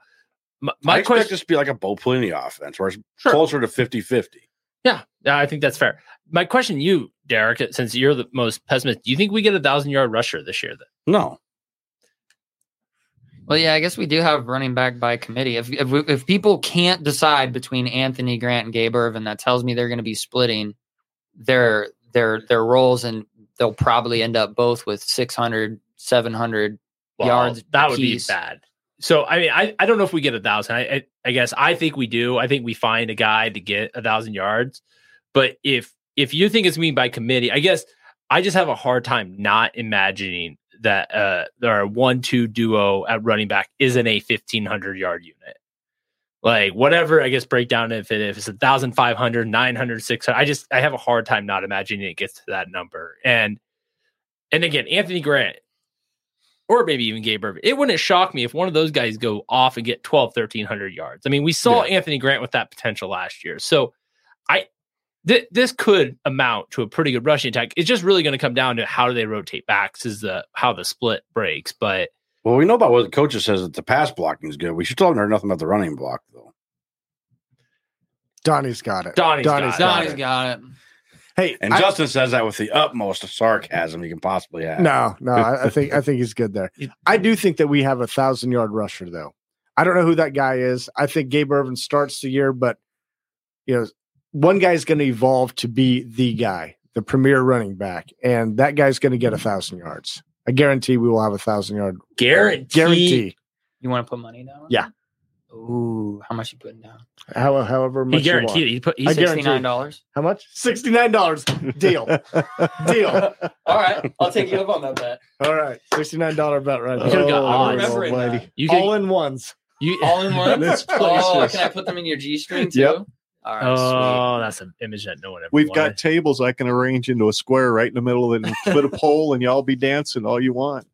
My, I my expect question, this to be like a Bo Pelini offense where it's Sure. closer to 50 50. yeah, yeah, I think that's fair. My question, to you, Derek, since you're the most pessimist, do you think we get a thousand yard rusher this year? Then No. Well, yeah, I guess we do have running back by committee. If if, we, if people can't decide between Anthony Grant and Gabe Irvin, that tells me they're going to be splitting their their their roles, and they'll probably end up both with 600, 700. Yards that would apiece. be bad. So I mean, I, I don't know if we get a thousand. I, I I guess I think we do. I think we find a guy to get a thousand yards. But if if you think it's me by committee, I guess I just have a hard time not imagining that uh our one two duo at running back isn't a fifteen hundred yard unit. Like whatever, I guess breakdown if it if it's a thousand five hundred, nine hundred, six hundred. I just I have a hard time not imagining it gets to that number. And and again, Anthony Grant, or maybe even Gabe Irvin. It wouldn't shock me if one of those guys go off and get 12, 1300 yards. I mean, we saw Anthony Grant with that potential last year. So I th- this could amount to a pretty good rushing attack. It's just really going to come down to how do they rotate backs is the how the split breaks. But Well, we know about what the coaches says that the pass blocking is good. We still haven't heard nothing about the running block, though. Donnie's got it. Donnie's got it. Donnie's Got got it. Hey, And I- Justin says that with the utmost sarcasm you can possibly have. No, no, I, [LAUGHS] I think I think he's good there. I do think that we have a thousand yard rusher though. I don't know who that guy is. I think Gabe Irvin starts the year, but you know, one guy's going to evolve to be the guy, the premier running back, and that guy's going to get a thousand yards. I guarantee we will have a thousand yard Guarantee. guarantee. You want to put money down? on Yeah. that? Ooh, how much you putting down? How, however He much you want. guaranteed it. He put. He I said, guarantee. Sixty nine [LAUGHS] dollars. How much? Sixty nine dollars. [LAUGHS] Deal. [LAUGHS] Deal. All right, I'll take you up on that bet. All right, sixty nine dollar bet right Oh, You could've got all Lord remember it almighty. now. you all could, in ones. you, [LAUGHS] All [LAUGHS] in [LAUGHS] one. This place oh, is- can I put them in your G string too? Yep. All right. sweet. Oh, that's an image that no one ever. We've wanted. got tables I can arrange into a square right in the middle and put a [LAUGHS] pole and y'all be dancing all you want.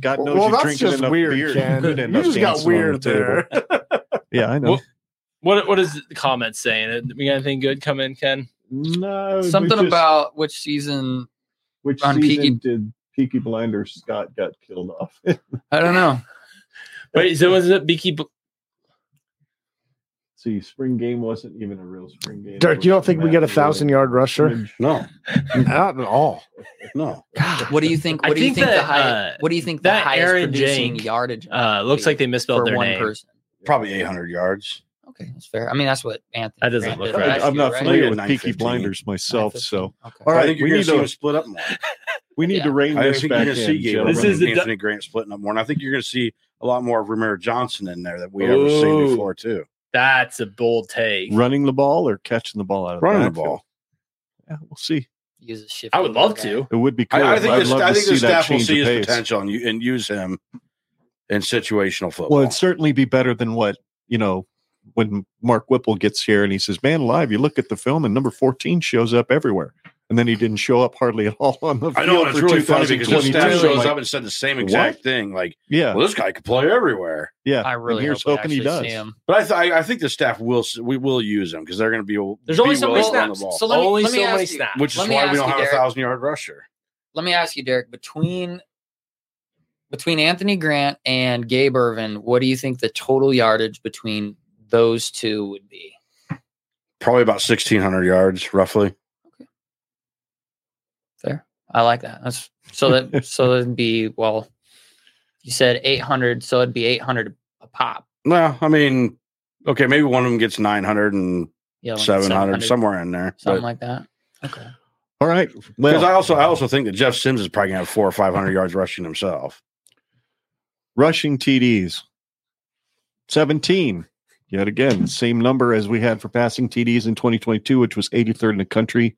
God knows well, you're that's drinking just enough weird, beer. Ken. could end [LAUGHS] You up just got dancing on the weird there. [LAUGHS] table. Uh, yeah, I know. Well, What What is the comment saying? We got anything good come in, Ken? no, we Something just- about which season? which on season Peaky- did Peaky Blinders Scott got killed off? [LAUGHS] I don't know. Wait, so was it Beaky? Bl- See, spring game wasn't even a real spring game. Dirk, you don't think we get a thousand yard rusher? No, Not at all. no. God, what do you think? I What do you think think that, the high, uh, What do you think the that highest Aaron producing Jank, yardage Uh, looks like they misspelled for their one name. person? Probably 800 yards. Okay, that's fair. I mean, that's what Anthony. That doesn't Grant look did right. last I'm year, not right? familiar Yeah, with Peaky 9:15. Blinders myself, so Okay. All All right, right, I think we you're going need to see to- him split up more. we need Yeah. to rein I this think you're back going to see in. Gabe. gentlemen. This is the Anthony Grant splitting up more, and I think you're going to see a lot more of Ramiro Johnson in there that we haven't Ooh. seen before too. That's a bold take. running the ball or catching the ball out of Running the backfield? ball. Yeah, we'll see. Use a shift. I would love to. It would be cool. I, I think I'd the, love I to think see the that staff will change see of his pace. potential and, you, and use him in situational football. Well, it'd certainly be better than what you know when Mark Whipple gets here and he says, "Man, alive!" You look at the film, and number fourteen shows up everywhere, and then he didn't show up hardly at [LAUGHS] all on the field I know and it's for really funny because the 2022. staff Really? shows Like, up and said the same exact What? thing. Like, yeah, well, this guy could play everywhere. yeah. I really here's hope we hoping he actually does. See him. But I, th- I, I think the staff will s- we will use him because they're going to be There's be only so many willing to run the snaps. ball. So let me, Only let me so ask many you, snaps. which is let me why ask we don't you, have a Derek. thousand yard rusher. Let me ask you, Derek. Between between Anthony Grant and Gabe Irvin, what do you think the total yardage between those two would be? Probably about sixteen hundred yards, roughly. I like that. That's so that so that'd be well. You said eight hundred, so it'd be eight hundred a pop. Well, I mean, okay, maybe one of them gets nine hundred and Yeah, like seven 700, hundred somewhere in there. something Because like that. Okay. All right. Well, I also I also think that Jeff Sims is probably going to have four or five hundred yards rushing himself. rushing TDs, seventeen. Yet again, same number as we had for passing TDs in 2022, which was 83rd in the country.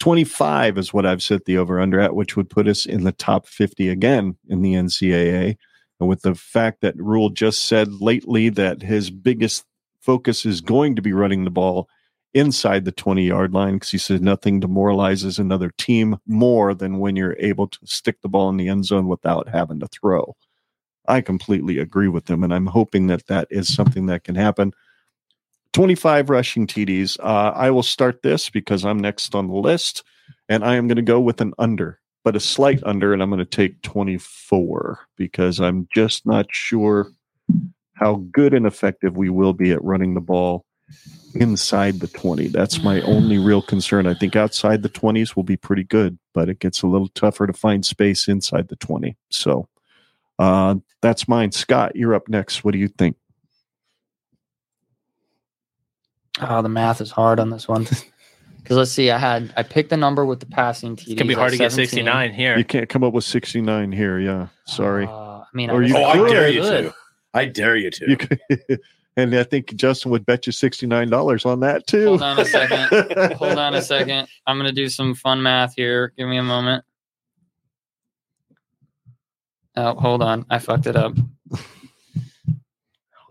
25 is what I've set the over under at, which would put us in the top 50 again in the NCAA. And with the fact that Rule just said lately that his biggest focus is going to be running the ball inside the 20 yard line, because he says nothing demoralizes another team more than when you're able to stick the ball in the end zone without having to throw. I completely agree with them, and I'm hoping that that is something that can happen. 25 rushing TDs. Uh, I will start this because I'm next on the list, and I am going to go with an under, but a slight under, and I'm going to take 24 because I'm just not sure how good and effective we will be at running the ball inside the 20. That's my only real concern. I think outside the 20s will be pretty good, but it gets a little tougher to find space inside the 20. So uh, that's mine. Scott, you're up next. What do you think? Oh, the math is hard on this [LAUGHS] one. Because let's see, I had I picked the number with the passing TD. It's gonna be hard to get 69 You here. Oh, can't come up with 69 here. Yeah. Sorry. Uh, I mean, Or I, you oh, guess- I dare you Good. to! I dare you to! You could, [LAUGHS] and I think Justin would bet you $69 on that too. hold on a second. [LAUGHS] Hold on a second. I'm gonna do some fun math here. Give me a moment. Oh, hold on. I fucked it up. Oh,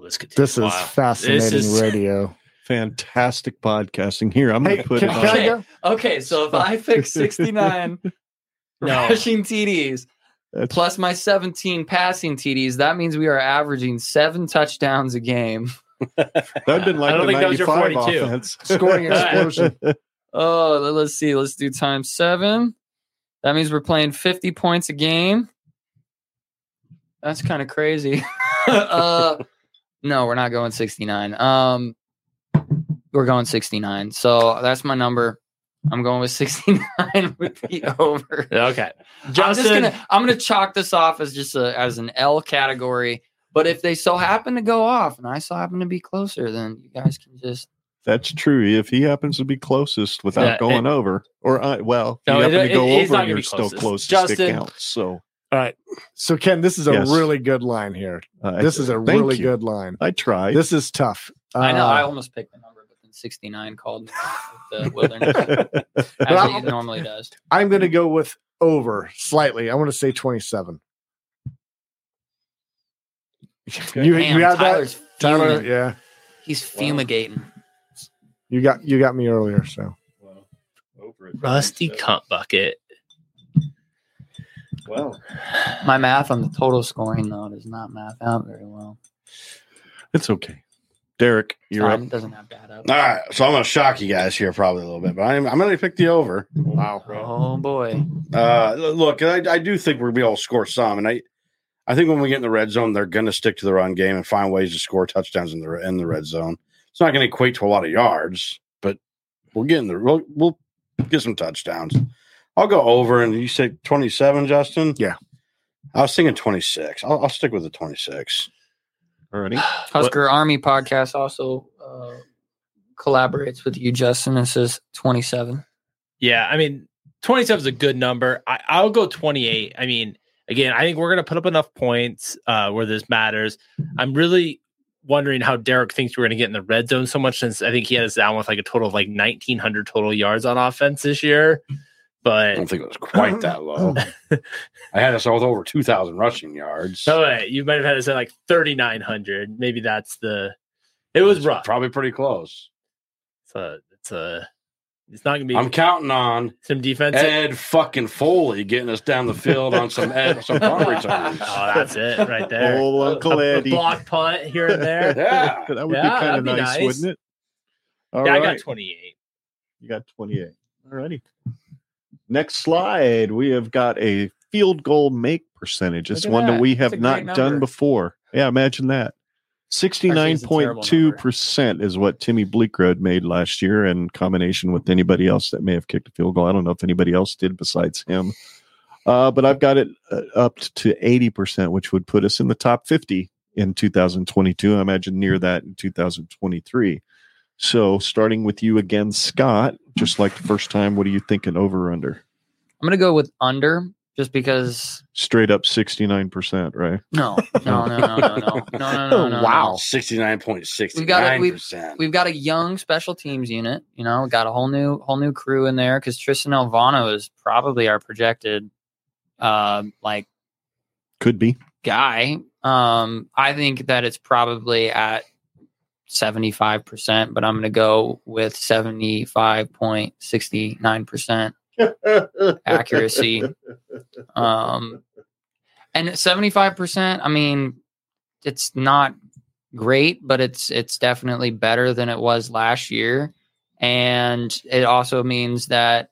this could take This a is while. fascinating This is- radio. Fantastic podcasting. Here, I'm going Hey, to put can, can it on. I go? Okay, so if I pick 69 No. rushing TDs That's- plus my 17 passing TDs, that means we are averaging seven touchdowns a game. That'd been like I don't the think that was your 95 42. [LAUGHS] offense. Scoring explosion. Oh, let- let's see. Let's do times seven. That means we're playing 50 points a game. That's kind of crazy. [LAUGHS] uh, no, we're not going 69. Um, we're going 69. So that's my number. I'm going with 69 [LAUGHS] with the over. Okay. I'm Justin, just gonna I'm gonna chalk this off as just a as an L category. But if they so happen to go off and I so happen to be closer, then you guys can just [LAUGHS] That's true. If he happens to be closest without Yeah, going over, or I, well, if No, you happen it- to go it- it's over, not and gonna you're be still closest. closest. it Justin- counts. So All right. So Ken, this is a Yes. really good line here. uh, This is a thank really you. good line. I tried. [LAUGHS] This is tough. I know Uh, I almost picked the number, but then 69 called me [LAUGHS] with the [LAUGHS] wilderness as it normally does. I'm going to go with over slightly. I want to say 27. You, Damn, you have that, Tyler's Tyler? fuming. Yeah, He's fumigating. you got you got me earlier. So Rusty Cup Bucket. Well, My math on the total scoring though does not math out very well. it's okay. Derek, It's you're fine, up. It doesn't have that up. all right. So I'm going to shock you guys here probably a little bit, but I'm, I'm going to pick the over. Oh boy. Uh, Mm-hmm. look, I, I do think we're going to be able to score some, and I, I think when we get in the red zone, they're going to stick to the run game and find ways to score touchdowns in the in the red zone. It's not going to equate to a lot of yards, but we'll get in the we'll, we'll get some touchdowns. I'll go over, and you say twenty seven, Justin. Yeah. I was thinking twenty six. I'll, I'll stick with the twenty six. Already. Husker Army podcast also uh, collaborates with you, Justin, and says 27. Yeah, I mean, 27 is a good number. I, I'll go 28. I mean, again, I think we're going to put up enough points uh, where this matters. I'm really wondering how Derek thinks we're going to get in the red zone so much since I think he had us down with like a total of like 1,900 total yards on offense this year. I Oh. don't But think it was quite [LAUGHS] that low. I had us all with over two thousand rushing yards. oh, wait, you might have had us at like 3,900. Maybe that's the. It was rough. Probably pretty close. It's a. It's, a, it's not going to be I'm counting on some defense. eh. Ed fucking Foley getting us down the field on some Ed, [LAUGHS] some punt returns. oh, that's it [LAUGHS] right there. Old Uncle a, a Oh, Eddie. block punt here and there. Yeah. [LAUGHS] that would Yeah, be kind that'd of be nice, nice. wouldn't it? All yeah, right, I got 28. you got 28. All righty. Next slide. We have got a field goal make percentage. It's Look at one that, that. we have That's a not great done number. before. Yeah, imagine that. terrible number. 69.2% is what Timmy Bleakroad made last year in combination with anybody else that may have kicked a field goal. I don't know if anybody else did besides him. Uh, but I've got it uh, up to 80%, which would put us in the top 50 in 2022. I imagine near that in 2023. So, starting with you again, Scott, just like the first time, what are you thinking over or under? I'm going to go with under just because. Straight up 69%, right? No, [LAUGHS] no, no, no, no, no, no, no, no, Oh, no. Wow. no. 69.69%. We got it. We've got a young special teams unit. You know, we got a whole new whole new crew in there because Tristan Elvano is probably our projected uh, like Could be. guy. Um, I think that it's probably at 75%, but I'm going to go with 75.69% accuracy. Um, and 75%, I mean, it's not great, but it's it's definitely better than it was last year. And it also means that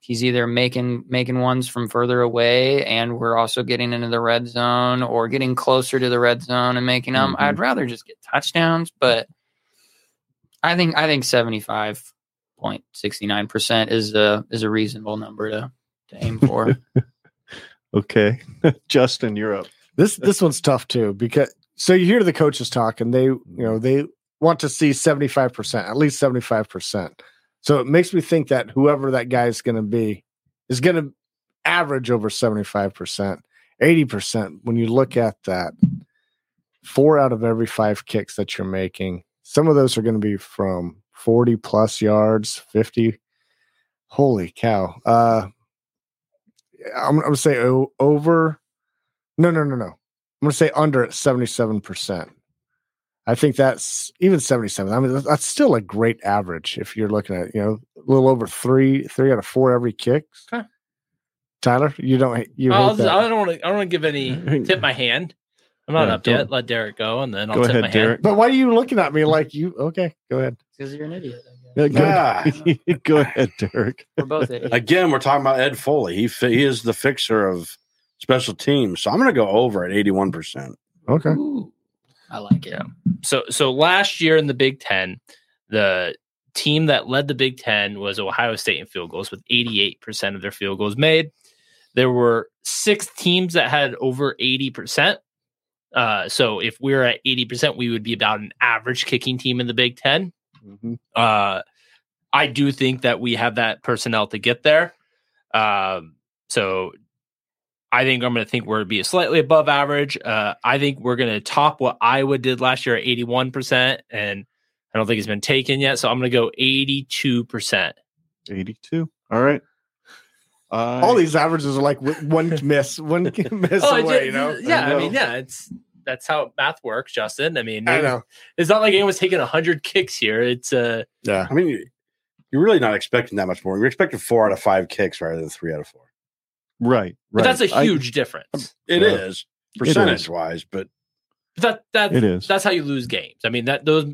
he's either making making ones from further away and we're also getting into the red zone or getting closer to the red zone and making them. Mhm. I'd rather just get touchdowns, but I think I think 75.69% is a is a reasonable number to, to aim for. Okay. [LAUGHS] Justin, you're up. this this one's tough too because so you hear the coaches talk and they you know they want to see 75% at least 75% so it makes me think that whoever that guy is going to be is going to average over 75% 80% when you look at that four out of every five kicks that you're making some of those are going to be from 40 plus yards 50 holy cow uh i'm, I'm going to say o- over no, no, no, no. I'm going to say under at 77%. I think that's even 77. I mean, that's- that's still a great average if you're looking at, you know, a little over three, three out of four every kick. Okay. Tyler, you don't, you hate I'll just, that. I don't want to. I don't want to give any tip my hand. I'm not Yeah, up don't- yet. Let Derek go, and then I'll Go tip my ahead, Derek. but why are you looking at me like you? Okay, go ahead. Because you're an idiot. I guess. Yeah, Ah. go, go ahead, [LAUGHS] Derek. We're both idiots. Again, we're talking about Ed Foley. He fi- he is the fixer of special teams. So I'm going to go over at 81%. Okay. Ooh, I like it. hand. So, so last year in the Big Ten, the team that led the Big Ten was Ohio State in field goals with 88% of their field goals made. There were six teams that had over 80%. Uh, so if we we're at 80%, we would be about an average kicking team in the Big Ten. Mm-hmm. Mhm. Uh, I do think that we have that personnel to get there. Um, so I think I'm going to think we're be slightly above average. Uh, I think we're going to top what Iowa did last year at 81%. And I don't think it's been taken yet. So I'm going to go 82%. 82. All right. I- All these averages are like w- one miss, one [LAUGHS] miss away. you know? Oh, Yeah. I, know. mean, yeah, it's that's how math works, Justin. I mean, I know. it's not like anyone's taking 100 kicks here. It's uh, Yeah. I mean, you- you're really not expecting that much more. You're expecting four out of five kicks rather than three out of four. Right. but Right. that's a I- huge difference. It Yeah. is is. percentage wise, but That that it is. that's how you lose games. I mean, that those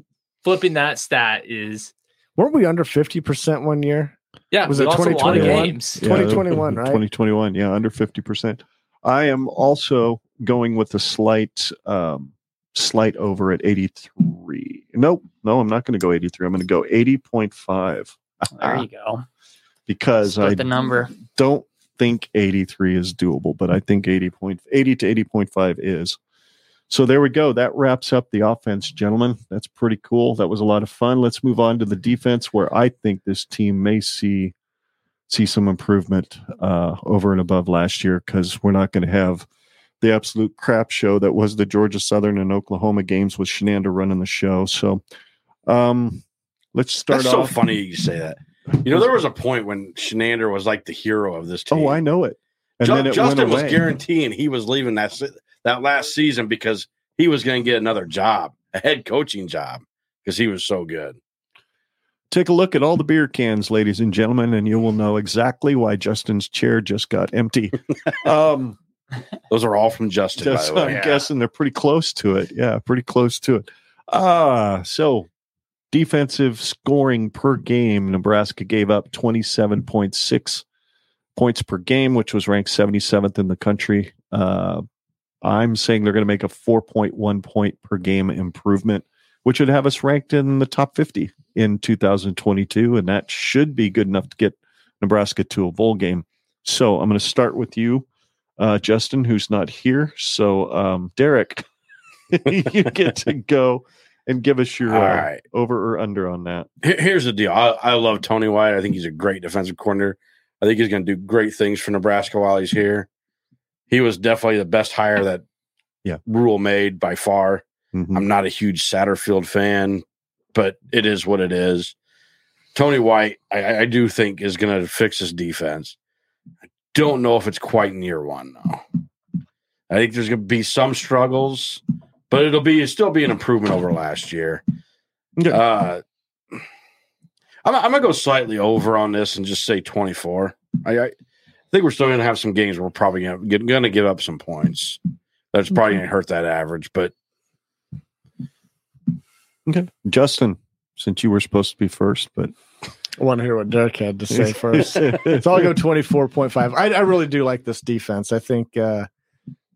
flipping that stat is Weren't we under 50% one year? yeah, Was we it lost a lot of 2021? games. Yeah, 2021, right? 2021. Yeah, under 50%. I am also going with a slight um slight over at 83. Nope. No, I'm not going to go 83. I'm going to go 80.5 There you go. because Split Ah, I the number. don't think 83 is doable, but I think 80 point 80 to 80.5 is. So there we go. That wraps up the offense, gentlemen. That's pretty cool. That was a lot of fun. Let's move on to the defense, where I think this team may see see some improvement uh, over and above last year because we're not going to have the absolute crap show that was the Georgia Southern and Oklahoma games with Shenanda running the show. So um, let's start that's so off. funny you say that. You know, there was a point when Shenander was like the hero of this team. oh, I know it. And Ju- then it Justin went was away. guaranteeing he was leaving that se- that last season because he was going to get another job, a head coaching job, because he was so good. Take a look at all the beer cans, ladies and gentlemen, and you will know exactly why Justin's chair just got [LAUGHS] empty. um, Those are all from Justin, just- by the I'm [LAUGHS] way. guessing they're pretty close to it. Yeah, pretty close to it. Ah, so defensive scoring per game, Nebraska gave up 27.6 points per game, which was ranked 77th in the country. Uh, I'm saying they're going to make a 4.1 point per game improvement, which would have us ranked in the top 50 in 2022, and that should be good enough to get Nebraska to a bowl game. So I'm going to start with you, uh, Justin, who's not here. So um, Derek, [LAUGHS] you get to go and give us your All uh, right. over or under on that. Here- here's the deal. I, I love Tony White. I think he's a great defensive coordinator. I think he's going to do great things for Nebraska while he's here. He was definitely the best hire that Yeah. Rule made by far. Mm-hmm. Mhm. I'm not a huge Satterfield fan, but it is what it is. Tony White, I- I, I do think, is going to fix his defense. I don't know if it's quite in year one, though. I think there's going to be some struggles, but it'll be still be an improvement over last year. Yeah. Uh, I'm, I'm going to go slightly over on this and just say 24. I, I think we're still going to have some games. Where we're probably going to give up some points. That's probably going to hurt that average, but Justin, since you were supposed to be first, but I want to hear what Derek had [LAUGHS] to [LAUGHS] say first. so I'll go 24.5. I, I really do like this defense. I think uh,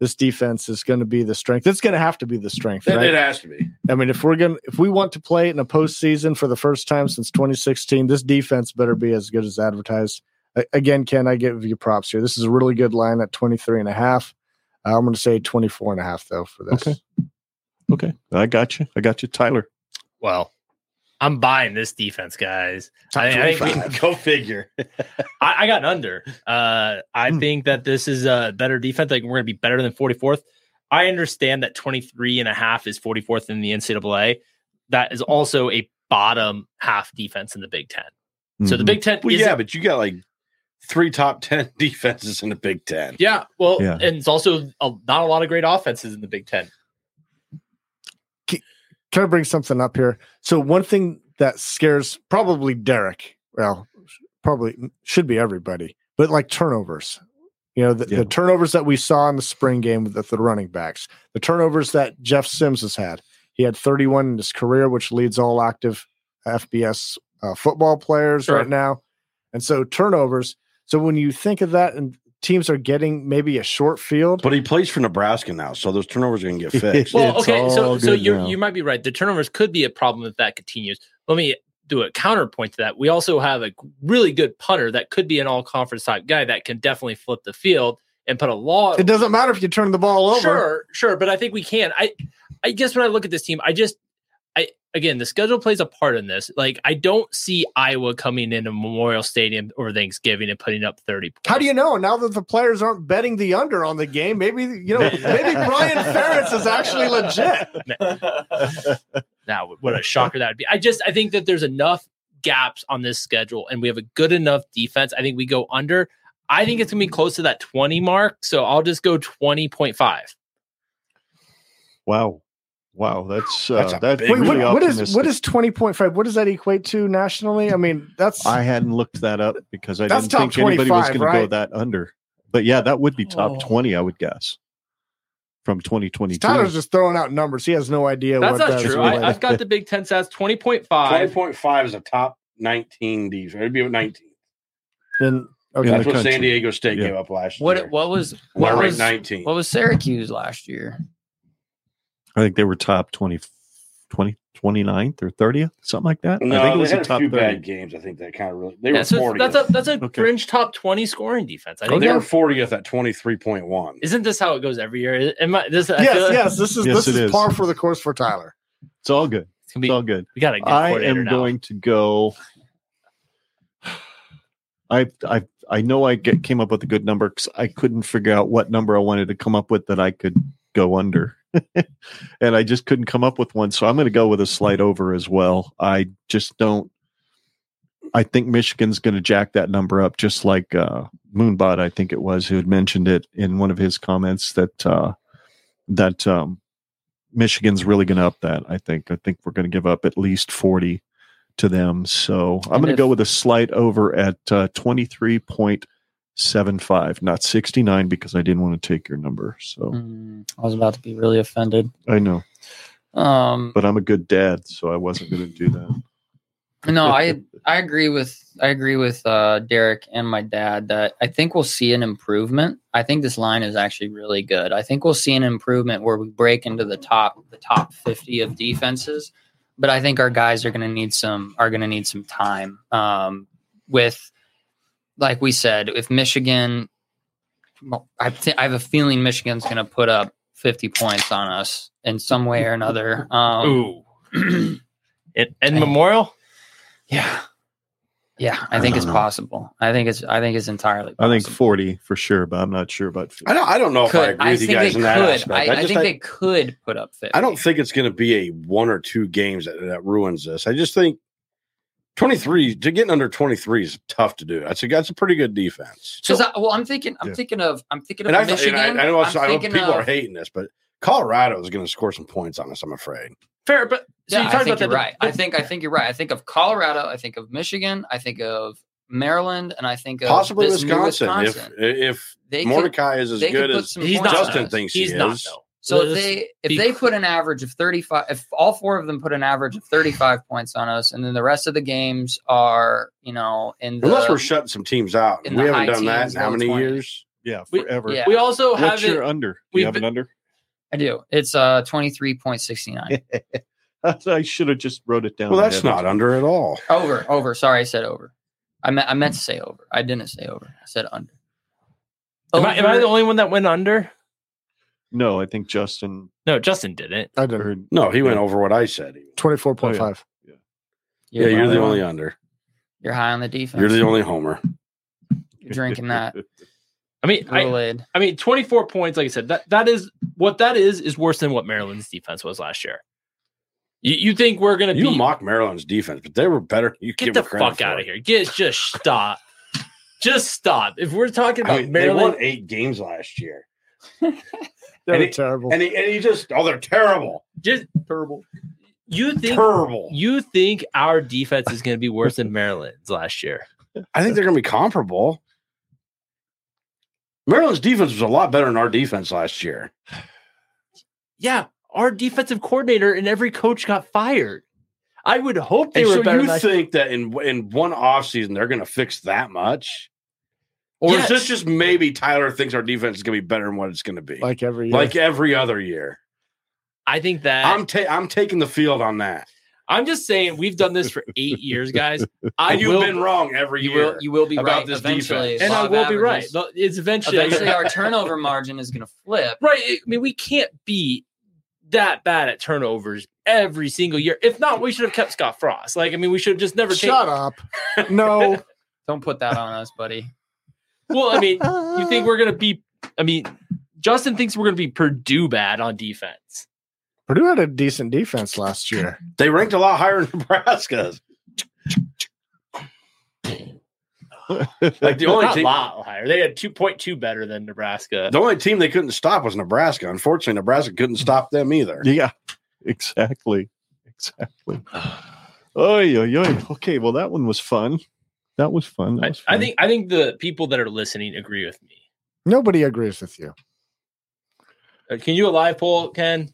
this defense is going to be the strength. It's going to have to be the strength. it, Right? it has to be. I mean, if we're going to if we want to play in a postseason for the first time since 2016, this defense better be as good as advertised. A- Again, Ken, I give you props here. This is a really good line at 23 and a half. Uh, I'm going to say 24 and a half though for this. Okay. okay, I got you. I got you, Tyler. Well, I'm buying this defense, guys. I think, I think we, [LAUGHS] go figure. I, I got an under. Uh, I Hmm. think that this is a better defense. Like we're going to be better than 44th. I understand that 23 and a half is 44th in the NCAA. That is also a bottom half defense in the Big 10 Mm-hmm. So the Big Ten, Well, is yeah, but you got like three top [LAUGHS] 10 defenses in the Big Ten. yeah. Well, Yeah. and it's also a, not a lot of great offenses in the Big Ten. Can I bring something up here? So one thing that scares probably Derek, well, probably mm, should be everybody, but like turnovers. You know, the, Yeah. the turnovers that we saw in the spring game with the, the running backs, the turnovers that Jeff Sims has had. He had 31 in his career, which leads all active FBS uh, football players Sure. right now. And so turnovers. So when you think of that and teams are getting maybe a short field, But he plays for Nebraska now, so those turnovers are going [LAUGHS] to get fixed. Well, It's okay, so all so good you now. you might be right. The turnovers could be a problem if that continues. Let me do a counterpoint to that. We also have a really good punter that could be an all conference type guy that can definitely flip the field and put a lot. It doesn't matter if you turn the ball over. Sure, sure, but I think we can. I, I guess when I look at this team, I just, I again, the schedule plays a part in this. Like, I don't see Iowa coming into Memorial Stadium over Thanksgiving and putting up thirty. Points. How do you know now that the players aren't betting the under on the game? Maybe you [LAUGHS] know, maybe Brian Ferentz is actually legit. Mm-hmm. Now, what a shocker that would be. I just, I think that there's enough gaps on this schedule, and we have a good enough defense. I think we go under. I think it's gonna be close to that twenty mark, so I'll just go twenty point five. Wow. Wow, that's uh, That's that's, a big Wait, really what, what is optimistic. what is twenty point five? What does that equate to nationally? I mean, that's I hadn't looked that up because I That's didn't top think anybody was 25, going to go right? that under. But yeah, that would be top Oh. 20, I would guess, from 2022. Tyler's just throwing out numbers. He has no idea. That's what not that is true. related. I, I've got the Big Ten stats twenty point five. Twenty point five is a top nineteen defense. It'd be nineteen. Then- okay. In That's the what San country. Diego State Yeah. gave up last year. What what was We're what ranked was, nineteen. what was Syracuse last year? I think they were top 20, 20, 29th or 30th, something like that. no, I think it was they a had top a few 30. bad games. I think that kind of really they Yeah, were so forty. that's a that's a Okay. fringe top twenty scoring defense. Oh, I think they that- were fortieth at twenty three point one. isn't this how it goes every year? Am I this? I feel yes, like yes. This is Yes, this it is, is. par for the course for Tyler. It's all good. It's gonna It's all be. good. We got to get. I am going to go. I I I know I get, came up with a good number because I couldn't figure out what number I wanted to come up with that I could go under, [LAUGHS] and I just couldn't come up with one. So I'm going to go with a slight over as well. I just don't. I think Michigan's going to jack that number up, just like uh, Moonbot. I think it was who had mentioned it in one of his comments that uh, that um, Michigan's really going to up that. I think. I think we're going to give up at least forty to them. So I'm And going to if- go with a slight over at uh, twenty three point seven five, not sixty nine, because I didn't want to take your number. So Hmm, I was about to be really offended. I know, Um, but I'm a good dad, so I wasn't going to do that. no, I I agree with I agree with uh, Derek and my dad that I think we'll see an improvement. I think this line is actually really good. I think we'll see an improvement where we break into the top the top fifty of defenses, but I think our guys are going to need some are going to need some time. Um, with like we said, if Michigan, well, I th- I have a feeling Michigan's going to put up fifty points on us in some way or another. Um, Ooh. [CLEARS THROAT] and, and Memorial. yeah. Yeah, I I think don't it's know. possible. I think it's I think it's entirely I possible. think forty for sure, but I'm not sure about. 50. I don't. I don't know if I agree with you guys they in that could. aspect. I, I just think they could put up 50. I don't think it's going to be a one or two games that, that ruins this. I just think 23 to getting under 23 is tough to do. That's a that's a pretty good defense. Because I, well, I'm thinking I'm Yeah. thinking of I'm thinking of And I, Michigan. and I, I know, I'm so I know thinking people of- are hating this, but Colorado is going to score some points on us. I'm afraid. Fair, but so yeah, you I talked think about you're that. right. I think I think you're right. I think of Colorado. I think of Michigan. I think of Maryland, and I think of Possibly this new Wisconsin, Wisconsin. if they if could, Mordecai is as they could good put as some He's points not. on Justin us. thinks He's he not is. though. So if Let's they be if they clear. put an average of 35 if all four of them put an average of 35 points on us and then the rest of the games are, you know, in the Unless we're shutting some teams out, in we the haven't high done that in teens, how low many 20s. years? yeah, We- forever. yeah. We also What's have it. your under? Do we've you have an under? I do. It's uh 23.69. [LAUGHS] I should have just wrote it down. Well, I that's haven't. not under at all. [LAUGHS] over, over. Sorry, I said over. I meant I meant to say over. I didn't say over. I said under. Am I, am I Over- the only one that went under? [LAUGHS] No, I think Justin. No, Justin didn't. I did Heard, Oh, No, he went over what I said. twenty four point five. Yeah, you're the high- only under. You're high on the defense. You're the only homer. You're [LAUGHS] drinking that I mean, I, Kool-Aid. I mean, 24 points. Like I said, that that is what that is is worse than what Maryland's defense was last year. You, you think we're gonna You beat- mock Maryland's defense, but they were better. You Get give the them credit fuck out for of it. here. Get just stop. [LAUGHS] just stop. If we're talking I about mean, they Maryland, won eight games last year, They're And it- terrible. and he, and he just oh, they're terrible, just terrible. you think terrible. you think our defense is gonna be worse than Maryland's last year? I think they're going to be comparable. Maryland's defense was a lot better than our defense last year. Yeah, our defensive coordinator and every coach got fired. I would hope they And were so better. you than last- think that in in one offseason they're going to fix that much? Or is Yes. this just maybe Tyler thinks our defense is going to be better than what it's going to be? Like Like, every year. every other year. I think that I'm ta- I'm taking the field on that. I'm just saying we've done this for [LAUGHS] eight years, guys. I and you've will, been wrong every You year. will you will be about right this eventually. defense. and Law I of will be right. averages. No, It's eventually, Eventually, our turnover margin is going to flip. right. I mean, we can't be that bad at turnovers every single year. If not, we should have kept Scott Frost. Like, I mean, we should have just never [LAUGHS] Shut up. No. Don't put that on us, buddy. Well, I mean, you [LAUGHS] think we're gonna be? I mean, Justin thinks we're gonna be Purdue bad on defense. Purdue had a decent defense last year. They ranked a lot higher in [LAUGHS] Nebraska's. Like the only Not a team, lot higher. They had two point two better than Nebraska. the only team they couldn't stop was Nebraska. Unfortunately, Nebraska couldn't stop them either. Yeah, exactly. Exactly. Oh, [SIGHS] oy, oy. Okay, well, that one was fun. That was fun. That I, was I fun. think I think the people that are listening agree with me. Nobody agrees with [LAUGHS] you. Uh, Can you a live poll, Ken?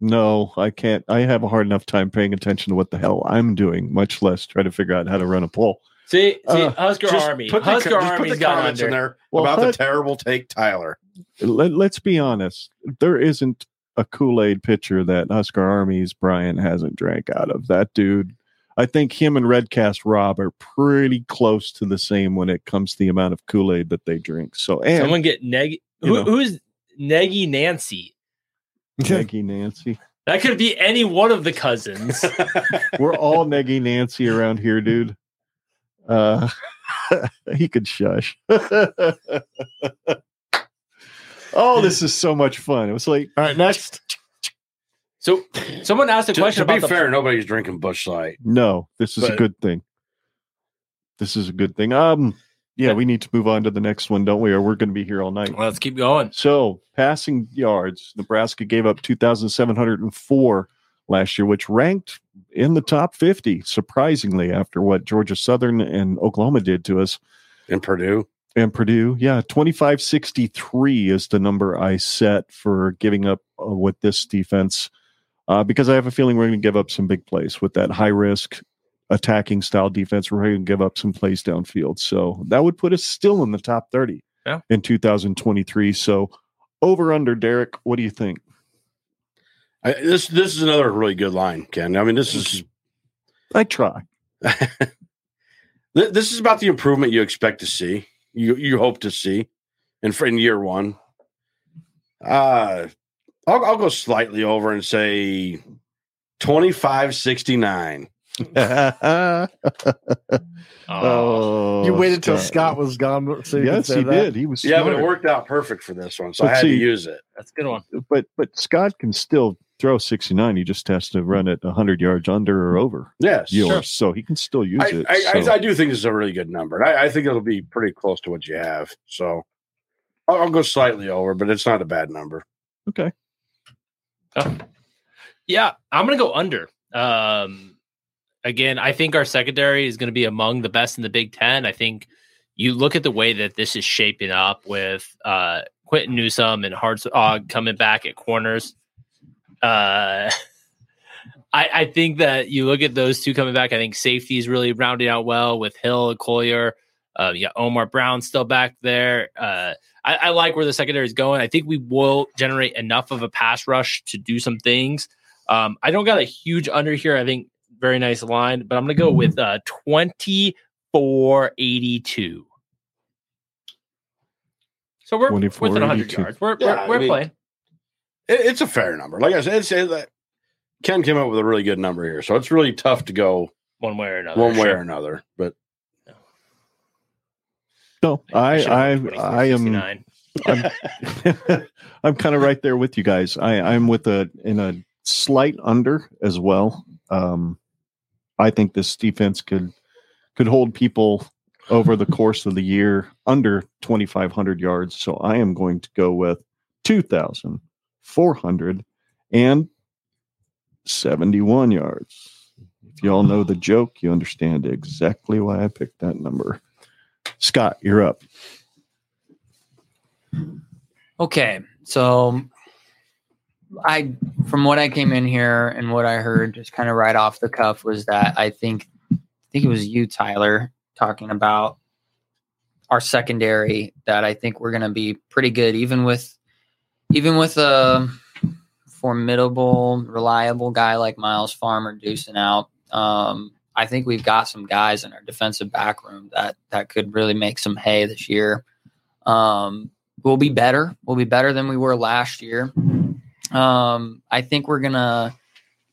No, I can't. I have a hard enough time paying attention to what the hell I'm doing, much less try to figure out how to run a poll. See, see Uh, Husker Army. put the, Husker just put Army's the got comments in under. there Well, about the Hus- terrible take, Tyler. Let, let's be honest. There isn't a Kool Aid pitcher that Husker Army's Brian hasn't drank out of. That dude, I think him and Redcast Rob are pretty close to the same when it comes to the amount of Kool Aid that they drink. So, and Someone get neg. You Who, know. Who's Neggy Nancy? [LAUGHS] Neggy Nancy. That could be any one of the [LAUGHS] cousins. We're all Neggy Nancy around here, dude. Uh, [LAUGHS] he could shush. [LAUGHS] oh, this is so much fun. It was like, All right, next. so someone asked a to, question to be about the fair, nobody's drinking Bush Light. no, this is a But- good thing. This is a good thing. Um, yeah, we need to move on to the next one, don't we? Or we're going to be here all night. Let's keep going. So, passing yards, Nebraska gave up 2,704 last year, which ranked in the top 50, surprisingly, after what Georgia Southern and Oklahoma did to us. in Purdue. And Purdue, yeah, 2563 is the number I set for giving up uh, with this defense uh, because I have a feeling we're going to give up some big plays with that high risk attacking style defense. We're going to give up some plays downfield. So that would put us still in the top 30 Yeah. in 2023. So over under, Derek, what do you think? I, this this is another really good line, Ken. I mean, this is I [LAUGHS] try. Th- This is about the improvement you expect to see, you you hope to see, in fr- in year one. Uh I'll, I'll go slightly over and say twenty five sixty nine. oh, you waited till Scott was gone. So you could yes, say he that. did. He was Yeah, but it smart. worked out perfect for this one, so I But had to see- use it. that's a good one. but but Scott can still throw 69. He just has to run it 100 yards under or over Yes, yours, sure. so he can still use I, it. I, so. I, I do think this is a really good number. and I, I think it'll be pretty close to what you have. So I'll, I'll go slightly over, but it's not a bad number. okay, Yeah, I'm gonna go under. Um, again, I think our secondary is gonna be among the best in the Big Ten. I think you look at the way that this is shaping up with uh Quentin Newsom and Hartzog coming back at corners. Uh, [LAUGHS] I I think that you look at those two coming back. I think safety is really rounding out well with Hill and Collier. Uh, yeah, Omar Brown still back there. Uh, I, I like where the secondary is going. I think we will generate enough of a pass rush to do some things. Um, I don't got a huge under here. I think very nice line, but I'm gonna go with uh 2482. So we're within 100 24.82. yards. We're, Yeah, we're, we're I mean- playing. It, it's a fair number. Like I said, it's, it, Ken came up with a really good number here, so it's really tough to go one way or another. one way sure. or another. But no, I should've I went I am 24.69. [LAUGHS] I'm kind of right there with you guys. I I'm with a in a slight under as well. Um, I think this defense could could hold people over the course of the year under 2,500 yards. So I am going to go with 2,471 yards. If y'all know the joke, you understand exactly why I picked that number. Scott, you're up. Okay, so I, from what I came in here and what I heard, just kind of right off the cuff, was that I think, I think it was you, Tyler, talking about our secondary. That I think we're going to be pretty good, even with, even with a formidable, reliable guy like Miles Farmer deucing out, um, I think we've got some guys in our defensive back room that that could really make some hay this year. Um, we'll be better. We'll be better than we were last year. Um, I think we're gonna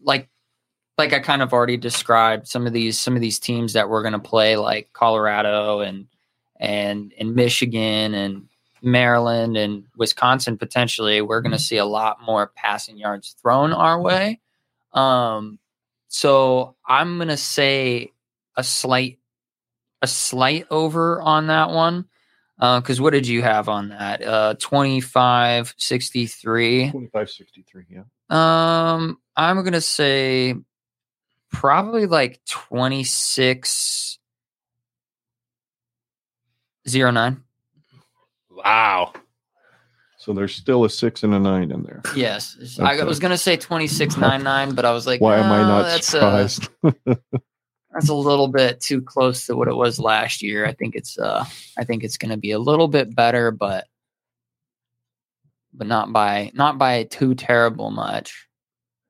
like like I kind of already described some of these some of these teams that we're gonna play like Colorado and and and Michigan and Maryland and Wisconsin potentially, we're going to see a lot more passing yards thrown our way. Um, so I'm going to say a slight, a slight over on that one. Because what did you have on that? Uh, 25 63. 2563, yeah. Um, I'm going to say probably like 26 09. Wow. So there's still a six and a nine [LAUGHS] in there. Yes, Okay. I was gonna say twenty six nine nine, but I was like, Why am I "No, oh, not that's A, surprised? [LAUGHS] that's a little bit too close to what it was last year. I think it's uh, I think it's gonna be a little bit better, but but not by not by too terrible much.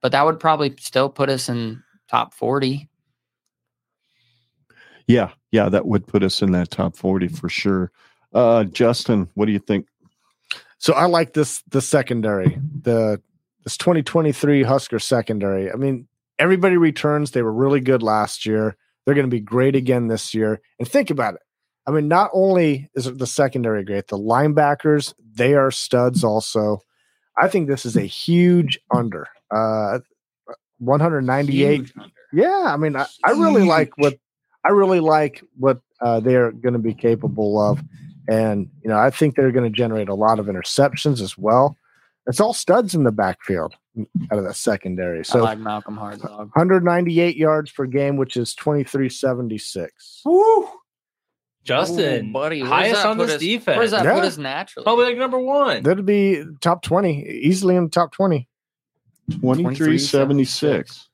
But that would probably still put us in top forty. yeah, yeah, that would put us in that top 40 for sure. Uh, Justin, what do you think? So I like this the secondary, the this 2023 Husker secondary. I mean, everybody returns. They were really good last year. They're going to be great again this year. And think about it. I mean, not only is it the secondary great, the linebackers, they are studs also. I think this is a huge under. Uh 198 Huge under. yeah, I mean, I, I really like what I really like what uh, they're going to be capable of, and you know, I think they're going to generate a lot of interceptions as well. It's all studs in the backfield mm, out of that secondary. I So like Malcolm Hardog. 198 yards per game, which is 2376. Justin, Ooh, buddy, where's highest that on put this us- defense. Where does that Yeah. put us naturally? Probably like number one. That'd be top 20, easily in the top 20. 2376.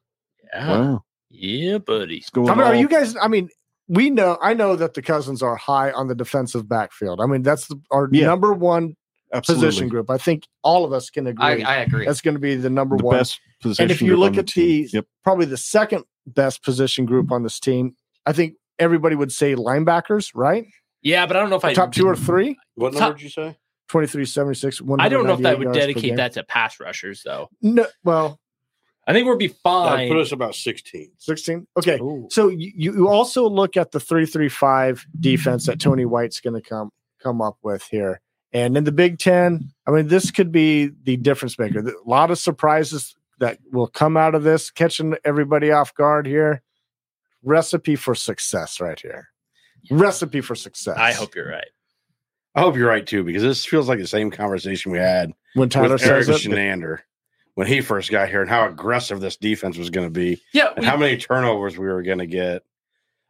yeah. Wow. yeah, buddy. It's going I mean, are all- you guys? I mean, we know. I know that the cousins are high on the defensive backfield. I mean, that's the, our Yeah. number one Absolutely. position group. I think all of us can agree. I, I agree. That's going to be the number the one. best position. you group look on the at team. the- yep, Probably the second best position Mm-hmm. group on this team. I think everybody would say linebackers, right? Yeah, but I don't know if I Top two or three? What Top- number did you say? 23, 76, I don't know if that 198 would yards per dedicate game. that to pass rushers though. No, well, I think we'll be That fine. put us about 16. 16. Okay. Ooh. So you, you also look at the 335 defense that Tony White's going to come come up with here. And in the Big 10, I mean this could be the difference maker. A lot of surprises that will come out of this catching everybody off guard here. Recipe for success right here. Recipe for success. I hope you're right. I hope you're right too, because this feels like the same conversation we had when Tyler with Eric says it. Shenander when he first got here and how aggressive this defense was going to be Yeah, and how many turnovers we were going to get.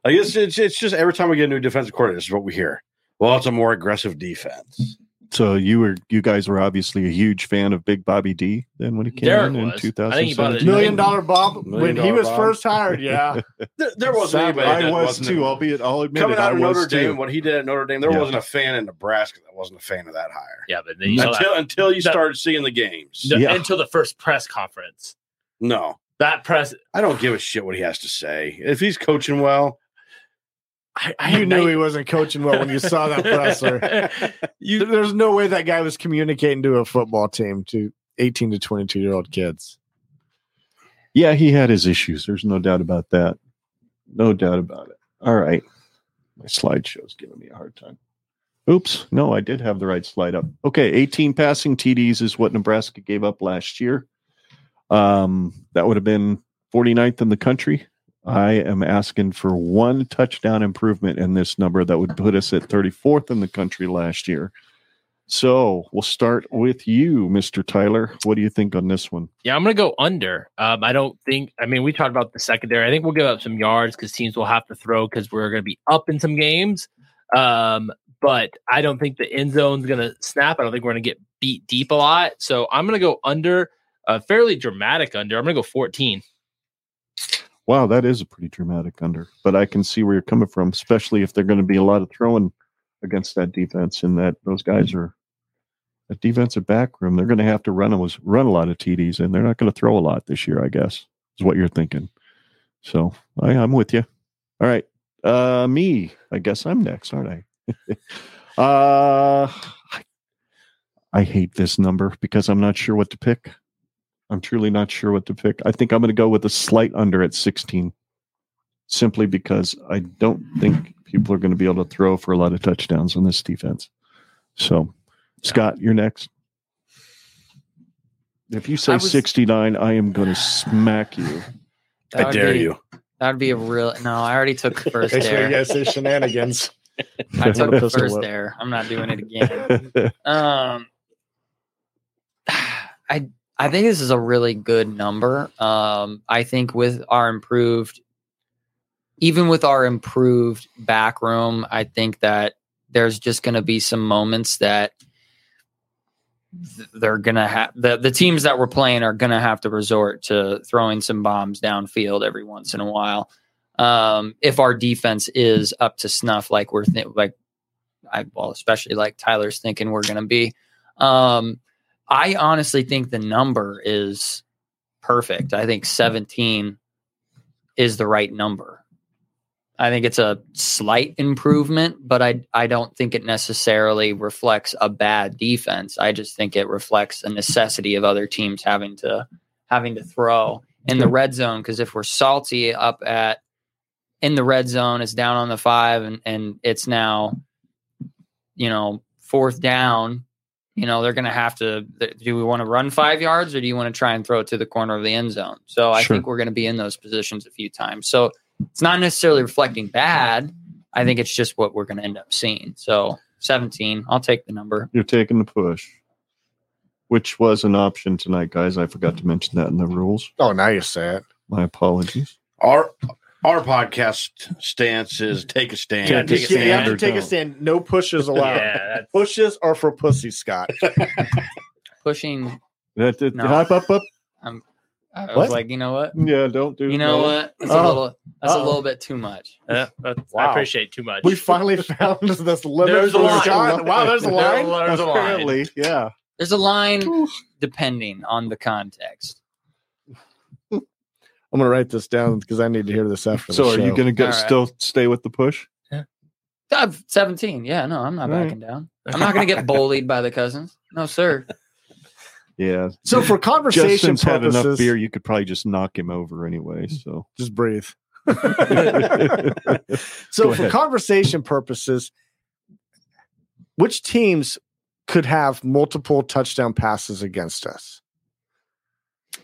Like it's, it's it's just every time we get a new defensive coordinator, this is what we hear. Well, it's a more aggressive defense. So you were you guys were obviously a huge fan of Big Bobby D then when he came Derek in in was. I think he bought 2017. it. Million dollar Bob Million when he dollar was Bob. first hired. Yeah. There, [LAUGHS] there wasn't Sadly, anybody. I that was wasn't too, a- albeit I'll admit coming it. out I of was Notre too. Dame, what he did at Notre Dame, there Yeah. wasn't a fan in Nebraska that wasn't a fan of that hire yeah, but then you saw until that, until you that- started seeing the games. the- Yeah. until the first press conference. No, That press, I don't give a shit what he has to say. If he's coaching well, I, I you had knew night- he wasn't coaching well when you [LAUGHS] saw that presser. There- you There's no way that guy was communicating to a football team to 18 to 22 year old kids. Yeah, he had his issues. There's no doubt about that. No doubt about it. All right. My slideshow's giving me a hard time. Oops. No, I did have the right slide up. Okay. 18 passing TDs is what Nebraska gave up last year. Um, that would have been 49th in the country. I am asking for one touchdown improvement in this number that would put us at 34th in the country last year. So we'll start with you, Mr. Tyler. What do you think on this one? Yeah, I'm gonna go under. Um, I don't think. I mean, we talked about the secondary. I think we'll give up some yards because teams will have to throw because we're gonna be up in some games. Um, but I don't think the end zone's gonna snap. I don't think we're gonna get beat deep a lot. So I'm gonna go under. A fairly dramatic under. I'm gonna go 14. Wow, that is a pretty dramatic under, but I can see where you're coming from, especially if they're going to be a lot of throwing against that defense, and that those guys are a defensive back room. They're going to have to run was run a lot of TDs, and they're not going to throw a lot this year. I guess is what you're thinking. So I, I'm with you. All right, uh, me. I guess I'm next, aren't I? [LAUGHS] uh, I- I hate this number because I'm not sure what to pick. I'm truly not sure what to pick. I think I'm going to go with a slight under at 16, simply because I don't think people are going to be able to throw for a lot of touchdowns on this defense. So, Scott, you're next. If you say I was- 69, I am going to smack you. I would dare be- you. That'd be a real. No, I already took first That's where you there. guys say shenanigans. I took Pistol first whip. there. I'm not doing it again. [LAUGHS] Um, [SIGHS] I I think this is a really good number. Um, I think with our improved, even with our improved back room, I think that there's just going to be some moments that th- they're gonna have the, the teams that we're playing are gonna have to resort to throwing some bombs downfield every once in a while um if our defense is up to snuff like we're th- like I well, especially like Tyler's thinking we're going to be. Um, I honestly think the number is perfect. I think 17 is the right number. I think it's a slight improvement, but I I don't think it necessarily reflects a bad defense. I just think it reflects a necessity of other teams having to having to throw in the red zone because if we're salty up at in the red zone, it's down on the five and and it's now you know, fourth down, you know, they're going to have to th- do we want to run five yards or do you want to try and throw it to the corner of the end zone? So I Sure. think we're going to be in those positions a few times. So it's not necessarily reflecting bad. I think it's just what we're going to end up seeing. So 17, I'll take the number. You're taking the push, which was an option tonight, guys. I forgot to mention that in the rules. Oh, now you say it. My apologies. Our our podcast stance is take a stand. Yeah, Just take a get- you stand have to or take a don't. stand. No pushes allowed. Yeah, Pushes are for pussy, Scott. Pushing, That, that, No. Hop up, up. I was What? like, you know what? Yeah, don't do You know no. what? That's a Oh. little, that's a Uh-oh. little bit too much. Yeah, that's- I Wow. appreciate too much. We finally [LAUGHS] found this limit. There's a for line. Scott. Wow, there's a line. There's a line. Apparently, yeah. There's a line Whew. depending on the context. I'm gonna write this down because I need to hear this after. So the are you show. going to go All right. still stay with the push? Uh, 17. Yeah, no, I'm not All right. backing down. I'm not going to get bullied by the cousins. No, sir. Yeah. So for conversation Justin's had enough purposes, beer, you could probably just knock him over anyway. [LAUGHS] So just breathe. [LAUGHS] Go so for ahead. conversation purposes, which teams could have multiple touchdown passes against us?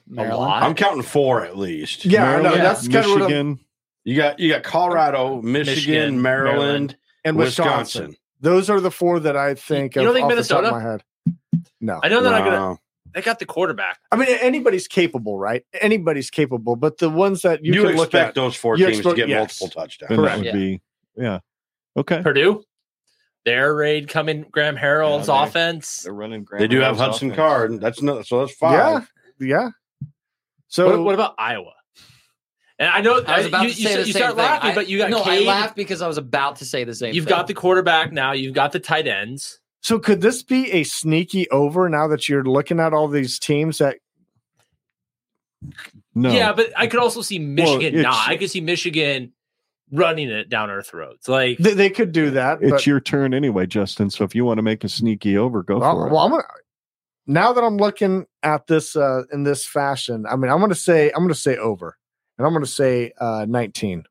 Maryland. I'm counting four at least. Yeah, I know. Maryland, That's kind of what I'm- Michigan. You got you got Colorado, Michigan, Michigan, Maryland, Maryland. And Wisconsin. Wisconsin. Those are the four that I think. You don't of think off the top of Minnesota? my head. No, I know they're not gonna. Wow. They got the quarterback. I mean anybody's capable, right? Anybody's capable, but the ones that You, you, can look expect at. those four You teams expect- to get yes. multiple touchdowns. Then that Correct. would Yeah. be yeah. Okay. Purdue, their raid coming. Graham Harrell's Yeah, they- offense. They're running. They do have Hudson Card. That's another. So that's five. Yeah, yeah. So What, what about Iowa? And I know uh, I was about you, to you say said- the you same started thing. laughing, I- but you got no, Cade. I laughed because I was about to say the same. You've thing. got the quarterback now. You've got the tight ends. So could this be a sneaky over now that you're looking at all these teams that No. Yeah, but I could also see Michigan it's- not. I could see Michigan running it down Earth roads. Like they, they could do that? It's but- your turn anyway, Justin. So if you want to make a sneaky over, go well, for it. well, I'm gonna, now that I'm looking at this uh, in this fashion, I mean, I'm going to say I'm going to say over, and I'm going to say uh, 19.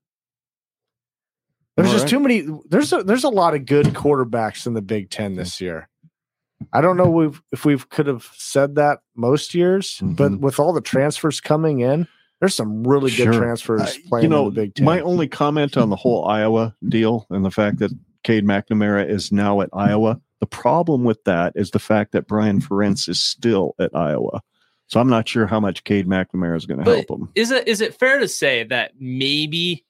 There's All just right. too many. There's a, there's a lot of good quarterbacks in the Big Ten this year. I don't know we've, if we've could have said that most years, but Mhm. with all the transfers coming in, there's some really good Sure. transfers I- Uh, playing you know, in the Big Ten. My only comment on the whole Iowa deal and the fact that Cade McNamara is now at Iowa. The problem with that is the fact that Brian Ferentz is still at Iowa. So I'm not sure how much Cade McNamara is going to But- help him. is it is it fair to say that maybe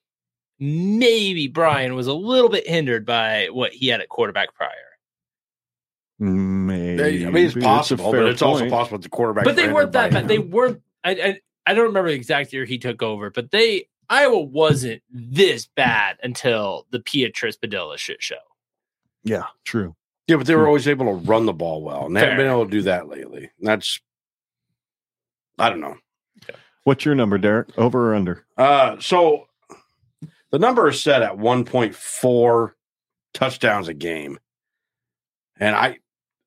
maybe Brian was a little bit hindered by what he had at quarterback prior? Maybe. They- I mean, it's a possible, fair but it's also point. possible that the quarterback. but they ran weren't that everybody. bad. They weren't. I, I I don't remember the exact year he took over, but they Iowa wasn't this bad until the Beatrice Padilla shit show. Yeah, true. Yeah, but they were always able to run the ball well, and they haven't Fair. been able to do that lately. And That's I don't know. What's your number, Derek? Over or under? Uh, so the number is set at 1.4 touchdowns a game. And I,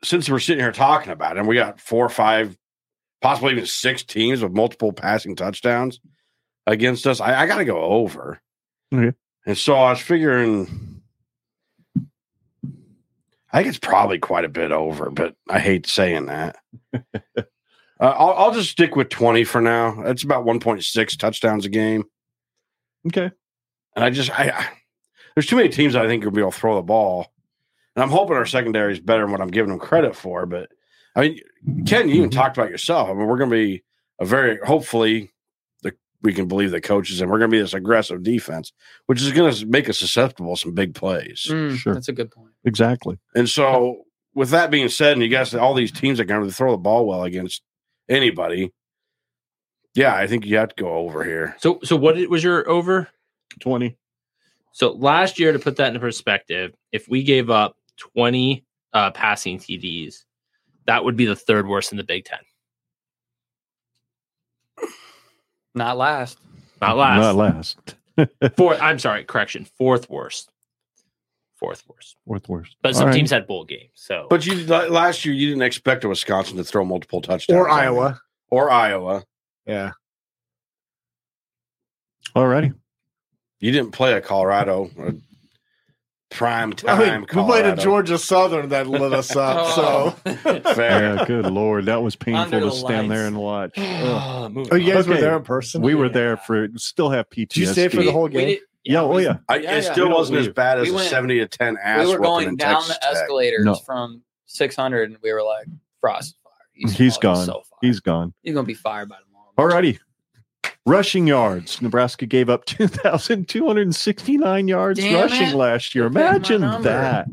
since we're sitting here talking about it, and we got four or five, possibly even six teams with multiple passing touchdowns against us, I, I got to go over. Okay. And so I was figuring, I think it's probably quite a bit over, but I hate saying that. Uh, I'll, I'll just stick with 20 for now. That's about 1.6 touchdowns a game. Okay. And I just, I, I there's too many teams I think will be able to throw the ball. And I'm hoping our secondary is better than what I'm giving them credit for. But I mean, Ken, you even talked about yourself. I mean, we're going to be a very, hopefully, the, we can believe the coaches, and we're going to be this aggressive defense, which is going to make us susceptible to some big plays. Mm, Sure. That's a good point. Exactly. And so, with that being said, and you guys, all these teams are going to throw the ball well against anybody. Yeah, I think you have to go over here. So, so what it- was your over? 20. So last year, to put that into perspective, if we gave up 20 uh, passing TDs, that would be the third worst in the Big Ten. Not last. Not last. Not last. Fourth. I'm sorry. Correction. Fourth worst. Fourth worst. Fourth worst. But some All right. teams had bowl games. So, [SIGHS] But you la- last year, you didn't expect a Wisconsin to throw multiple touchdowns or on you. Iowa. or Iowa. Yeah. All righty. You didn't play a Colorado a prime time. I mean, we played a Colorado. Georgia Southern that lit us up. Oh. So, so [LAUGHS] Fair. Yeah, good lord. That was painful Under to the stand there lights. and [LAUGHS] watch. Ugh. Ugh, moving [LAUGHS] oh, you on. guys were Okay. there in person. We were there for still have PTSD. Did you stay for the whole game? Yeah, oh we- yeah. I, Yeah, it yeah. still We don't wasn't as leave. bad as We a went- seventy to ten ass. we were whooping in going down Texas the Tech. escalators No. from 600, and we were like, "Frost, is fire. He's gone. So fired. He's gone. You're gonna be fired by tomorrow." Alrighty. Rushing yards. Nebraska gave up [LAUGHS] 2,269 yards Damn rushing it. last year. Look at my Imagine number. that.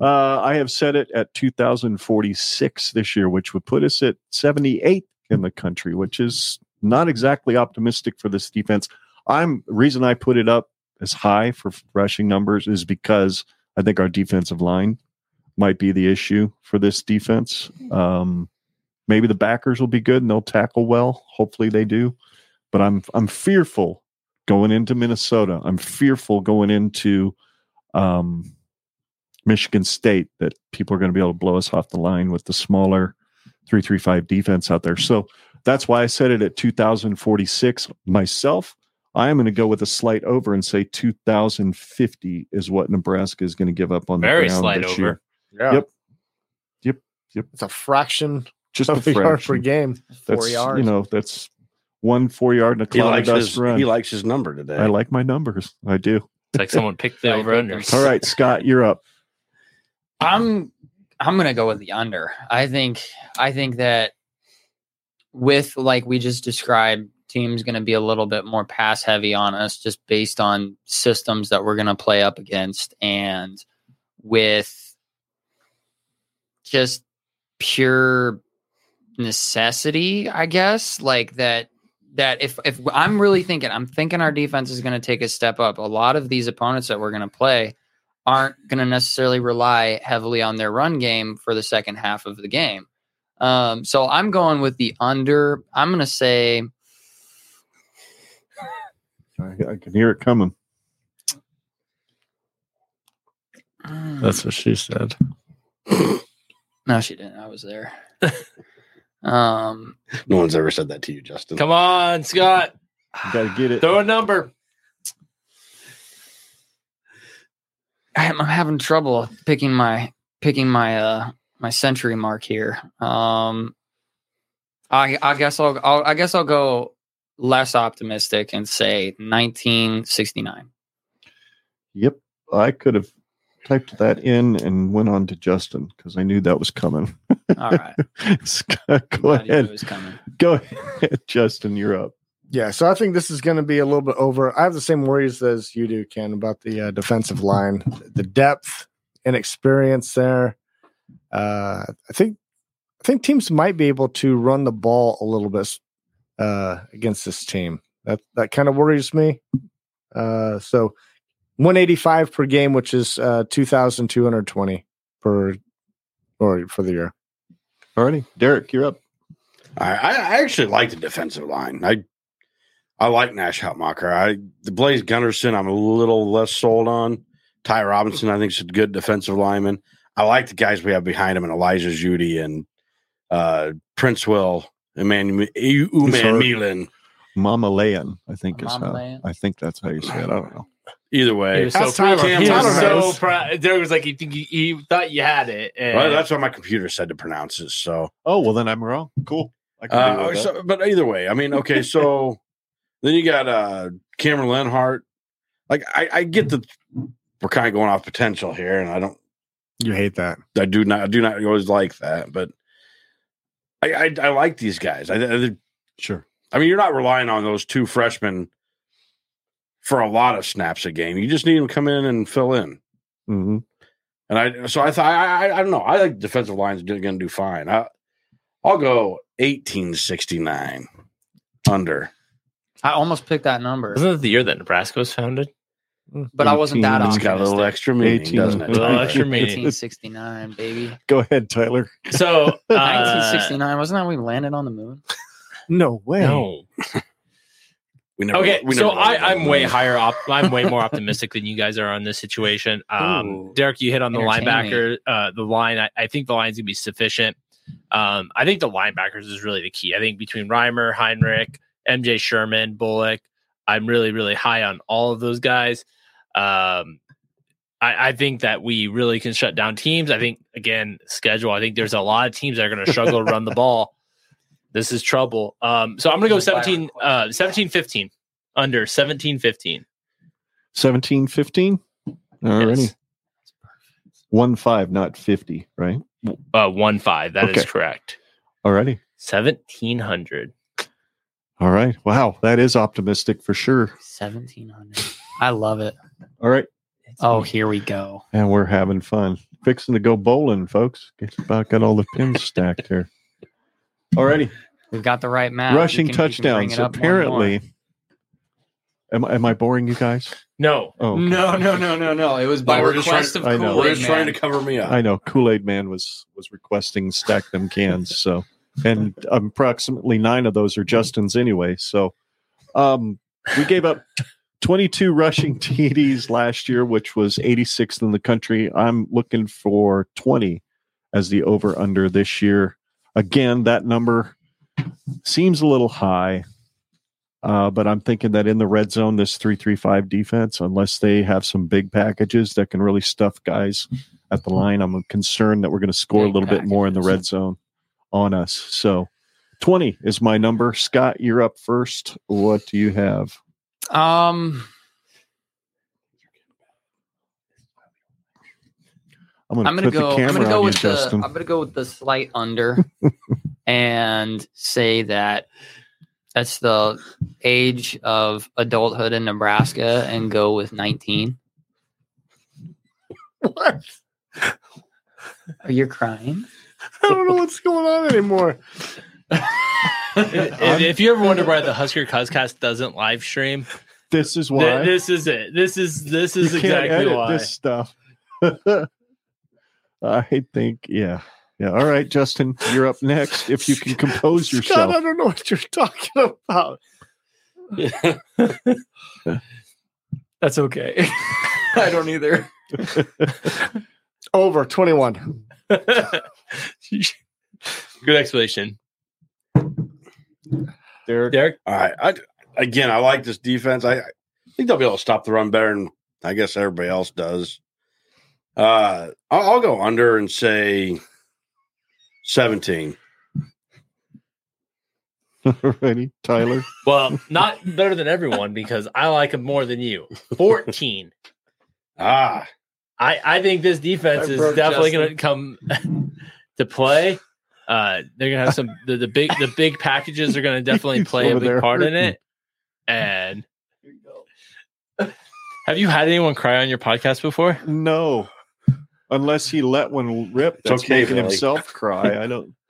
Uh, I have set it at 2,046 this year, which would put us at 78 in the country, which is not exactly optimistic for this defense. I'm reason I put it up as high for f- rushing numbers is because I think our defensive line might be the issue for this defense. Um, maybe the backers will be good and they'll tackle well. Hopefully they do, but I'm I'm fearful going into Minnesota. I'm fearful going into um, Michigan State that people are going to be able to blow us off the line with the smaller three three five defense out there. So that's why I said it at two thousand forty six myself. I am going to go with a slight over and say 2,050 is what Nebraska is going to give up on the Very ground slight this over. year. Yeah. Yep. Yep. Yep. It's a fraction Just Oh, of a a yard per fraction. game. four That's, yards. You know, that's one four yard and a He cloud of likes dust his run. he likes his number today. I like my numbers. I do. It's like someone picked the I over did under. [LAUGHS] that. All right, Scott, you're up. I'm I'm gonna go with the under. I think I think that with like we just described, teams gonna be a little bit more pass heavy on us just based on systems that we're gonna play up against and with just pure necessity, I guess, like that that if if I'm really thinking, I'm thinking our defense is going to take a step up. A lot of these opponents that we're going to play aren't going to necessarily rely heavily on their run game for the second half of the game. Um, so I'm going with the under. I'm going to say I, I can hear it coming. what she said. [CLEARS THROAT] no, she didn't. I was there. [LAUGHS] um, no one's ever said that to you, Justin. Come on, [SIGHS] Scott. [SIGHS] You got to get it. Throw a number. I'm, I'm having trouble picking my picking my uh my century mark here. Um, I I guess I'll, I'll I guess I'll go less optimistic and say 1969. Yep. I could have typed that in and went on to Justin because I knew that was coming. [LAUGHS] All [LAUGHS] right, Scott, go I knew it ahead. was coming. Go ahead, [LAUGHS] Justin. You're up. Yeah, so I think this is going to be a little bit over. I have the same worries as you do, Ken, about the uh, defensive line, the depth and experience there. Uh, I think I think teams might be able to run the ball a little bit uh, against this team. That that kind of worries me. Uh, so, 185 per game, which is uh, 2,220 per or for the year. Alrighty, Derek, you're up. I, I I actually like the defensive line. I I like Nash Hutmacher. I the Blaze Gunnerson. I'm a little less sold on. Ty Robinson, I think, is a good defensive lineman. I like the guys we have behind him, and Elijah Judy and uh, Prince Will, Emmanuel U- Uman hurt. Milan. Mama Leon, I think is how Mamalayan. I think that's how you say it. I don't know. Either way, He was so, That's Tyler. proud. He He was was Tyler. so proud. Derek was like, he, think he, he thought you had it. And well, that's what my computer said to pronounce it. So, Oh well, then I'm wrong. Cool. I can deal uh, with that. so- but either way, I mean, [LAUGHS] okay, so then you got uh, Cameron Lenhart. Like, I, I get that we're kind of going off potential here, and I don't You hate that. I do not I do not always like that, but I I, I like these guys. I, I sure. I mean, you're not relying on those two freshmen for a lot of snaps a game. You just need them to come in and fill in. Mm-hmm. And I so I thought I I, I don't know. I think defensive lines are going to do fine. I, I'll go 1869 under. I almost picked that number, Isn't it the year that Nebraska was founded? but I wasn't that 18. It's off. got a little extra meaning, 18. doesn't it? A [LAUGHS] little extra meaning. 1869, baby. Go ahead, Tyler. So, [LAUGHS] uh, 1969. Wasn't that when we landed on the moon? No way. No. We never, Okay, we so never learned I, I'm that. way higher up. I'm way more optimistic than you guys are on this situation. Um, Ooh. Derek, you hit on the Entertain me. linebacker, uh, the line. I, I think the line's gonna be sufficient. Um, I think the linebackers is really the key. I think between Reimer, Heinrich, MJ Sherman, Bullock, I'm really, really high on all of those guys. Um, I, I think that we really can shut down teams. I think again, schedule. I think there's a lot of teams that are going to struggle to run the ball. This is trouble. Um, so I'm going to go 17, uh, 17, 15 under 17, 15. Seventeen, fifteen. Alrighty, Yes. one five, not fifty. Right. Uh, one five. That is Okay. correct. Alrighty. 1700. All right. Wow, that is optimistic for sure. 1700. I love it. All right, Oh, here we go. and we're having fun. Fixing to go bowling, folks. Get about got all the pins stacked here. Alrighty. We've got the right map. Ah, We rushing can- we can bring touchdowns. it up one more. Apparently, am, am I boring you guys? No. [LAUGHS] Oh, Mm. No, no, no, no, no. It was by No, we're just request I of know. Kool-Aid We're just Man. trying to cover me up. I know Kool Aid Man was was requesting stack them cans. So, and approximately nine of those are Justin's anyway. So, um, we gave up 22 rushing [LAUGHS] TDs last year, which was 86th in the country. I'm looking for 20 as the over under this year. Again, that number seems a little high. Uh, but I'm thinking that in the red zone, this 335 defense, unless they have some big packages that can really stuff guys at the line, I'm concerned that we're going to score a Big little bit more in the red zone on us. So 20 is my number. Scott, you're up first. What do you have? Um, I'm going I'm to gonna put go. the I'm camera gonna go on you, with the. Justin. I'm gonna go with the slight [LAUGHS] under, and say that that's the age of adulthood in Nebraska, and go with [LAUGHS] 19. What? Are you crying? [LAUGHS] I don't know what's going on anymore. if, if you ever wonder why the Husker Cuzcast doesn't live stream, this is th- why. this is it. This is this is you can't exactly edit why. this stuff. [LAUGHS] I think, yeah. Yeah. All right, Justin, you're up next. If you can [LAUGHS] compose Scott, I yourself. don't know what you're talking about. [LAUGHS] That's okay. I don't either. Over 21. [LAUGHS] Good explanation, Derek, Derek. All right. I, again, I like this defense. I, I think they'll be able to stop the run better than I guess everybody else does. Uh, I'll, I'll go under and say 17. [LAUGHS] already. Tyler. Well, not better than everyone because I like him more than [LAUGHS] you. Fourteen. Ah, I, I think this defense I is broke definitely going to Justin. come [LAUGHS] to play. Uh, they're going to have some the, the big the big packages are going to definitely He's play a over big there part in hurting. it. And have you had anyone cry on your podcast before? No. Unless he let one rip, that's okay, making Billy. himself cry. I don't. [LAUGHS]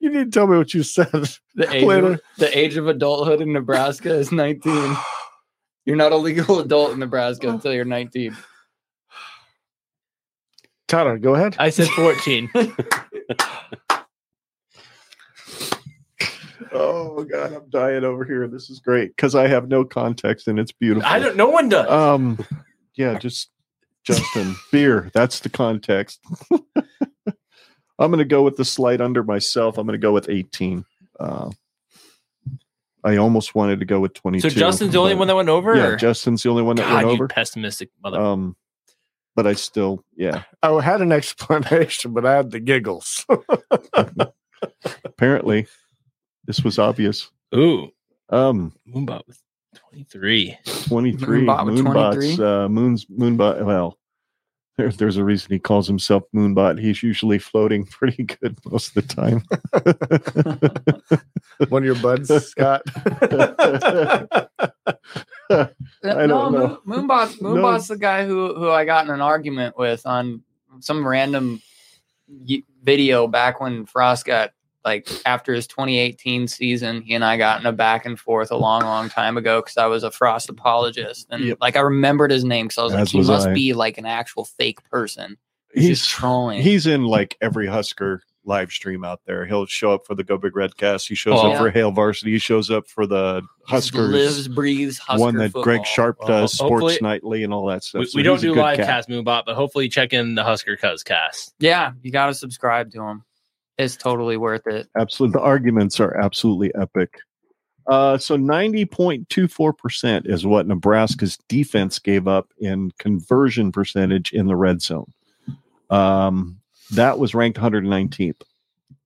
You need to tell me what you said. [LAUGHS] The age, Later. of, the age of adulthood in Nebraska is 19. Oh. You're not a legal adult in Nebraska until you're 19. Tyler, go ahead. I said [LAUGHS] 14. Oh god, I'm dying over here. This is great because I have no context and it's beautiful. I don't. No one does. Um, yeah, just Justin beer. That's the context. [LAUGHS] I'm going to go with the slight under myself. I'm going to go with 18. Uh, I almost wanted to go with 22. so Justin's the only but- one that went over. Yeah, or- Justin's the only one that God, went you over. pessimistic mother. Um, but I still, yeah. I had an explanation, but I had the giggles. [LAUGHS] Apparently, this was obvious. Ooh, Um, Moombot with 23. 23 Moonbot with moonbots 23? uh moon's moonbot well there, there's a reason he calls himself moonbot he's usually floating [LAUGHS] pretty good most of the time One of your buds, Scott. [LAUGHS] I don't know. Uh, Moon, [LAUGHS] Moonbot's No. Moonbot's the guy who who I got in an argument with on some random y- video back when Frost got like after his 2018 season, he and I got in a back and forth a long, long time ago because I was a Frost apologist and Yep. like I remembered his name because I was As like, he was must I. be like an actual fake person. He's, just he's trolling. he's in like every husker live stream out there he'll show up for the go big red cast he shows Oh, up yeah. for hale varsity he shows up for the He just huskers lives, breathes Husker one that greg football. sharp Well, does hopefully- sports nightly and all that stuff we, So we don't he's a do good live cat. cast Moonbot, but hopefully check in the Husker Cuz cast. Yeah, you got to subscribe to him. It's totally worth it. absolutely the arguments are absolutely epic uh, so 90.24% is what nebraska's defense gave up in conversion percentage in the red zone um, that was ranked 119th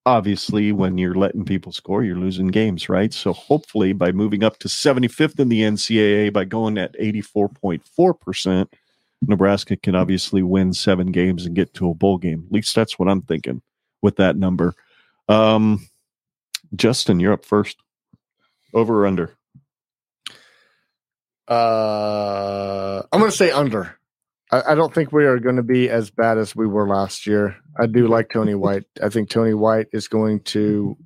obviously when you're letting people score you're losing games right so hopefully by moving up to 75th in the ncaa by going at 84.4% nebraska can obviously win seven games and get to a bowl game at least that's what i'm thinking with that number um, Justin, you're up first. Over or under? Uh, I'm going to say under. I, I don't think we are going to be as bad as we were last year. I do like Tony White. I think Tony White is going to,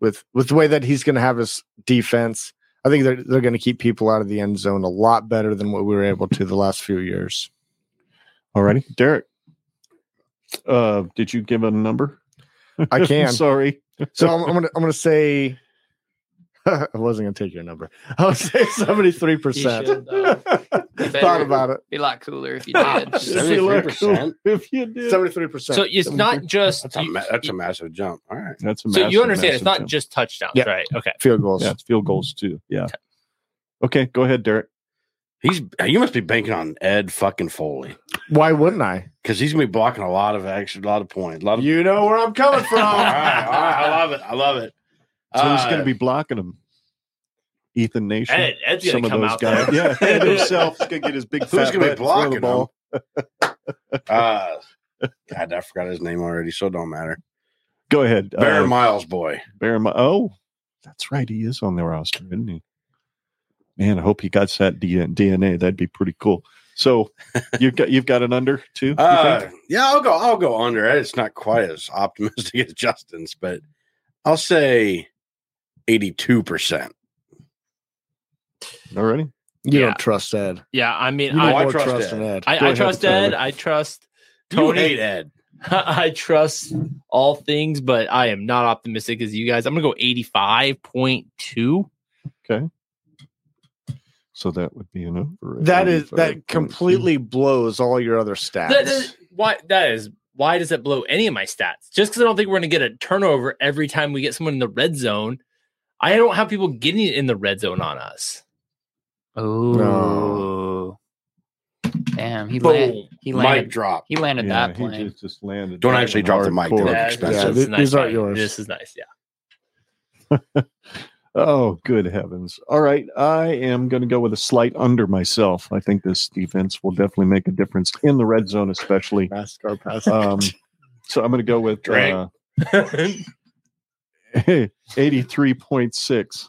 with with the way that he's going to have his defense, I think they're they're going to keep people out of the end zone a lot better than what we were able to the last few years. Alrighty, Derek. Uh, did you give a number? [LAUGHS] I can. [LAUGHS] Sorry. So I'm, I'm gonna I'm gonna say [LAUGHS] I wasn't gonna take your number. I [LAUGHS] would say seventy three percent. Thought better. about it. Be a lot [LAUGHS] cooler if you did. If you look- 73%. If you did, Seventy three percent. So it's not just. That's a, ma- that's a massive jump. All right. that's a so massive, you understand it's not massive jump. just touchdowns, Yeah. right? Okay. field goals. yeah, it's field goals too. Yeah. Okay, go ahead, Derek. He's you must be banking on Ed fucking Foley Why wouldn't I? because he's gonna be blocking a lot of action, a lot of points, a lot of. You know where I'm coming [LAUGHS] all from. right, all right, I love it. I love it. So who's Uh, going to be blocking him? Ethan Nation. Ed, Ed's going Some to of come those out guys. there. Yeah, [LAUGHS] Ed himself is going to get his big Who's fat gonna be butt and throw the blocking him? ball. [LAUGHS] Uh, God, I forgot his name already, so it don't matter. Go ahead, Baron uh, Miles boy. Bear my oh, that's right. He is on the roster, isn't he? Man, I hope he got that D- DNA. That'd be pretty cool. So you've got you've got an under too. you Uh, think? yeah, I'll go. I'll go under. It's not quite as optimistic [LAUGHS] as Justin's, but I'll say eighty-two percent. Already. You Yeah. don't trust Ed. Yeah, I mean, You don't know, I, I more trust in Ed. Go I, I ahead, trust Tyler. Ed. I trust [LAUGHS] You Tony. hate Ed. I trust all things, but I am not optimistic as you guys. I'm gonna go 85.2. So that would be an over. at That is 85.2. that completely blows all your other stats. That is why that is why does that blow any of my stats? Just because I don't think we're gonna get a turnover every time we get someone in the red zone. I don't have people getting in the red zone on us. Oh. No. Damn, he Boom. landed. He Mic landed. drop. He landed Yeah, that he plane. just, just landed. Don't that actually one drop the mic, hardcore. Derek. Yeah, expensive. Yeah, this is th- these aren't buddy. yours. This is nice. Yeah. Oh, good heavens. All right. I am going to go with a slight under myself. I think this defense will definitely make a difference in the red zone, especially. NASCAR pass. Um, so I'm going to go with Drink. uh, [LAUGHS] 83.6.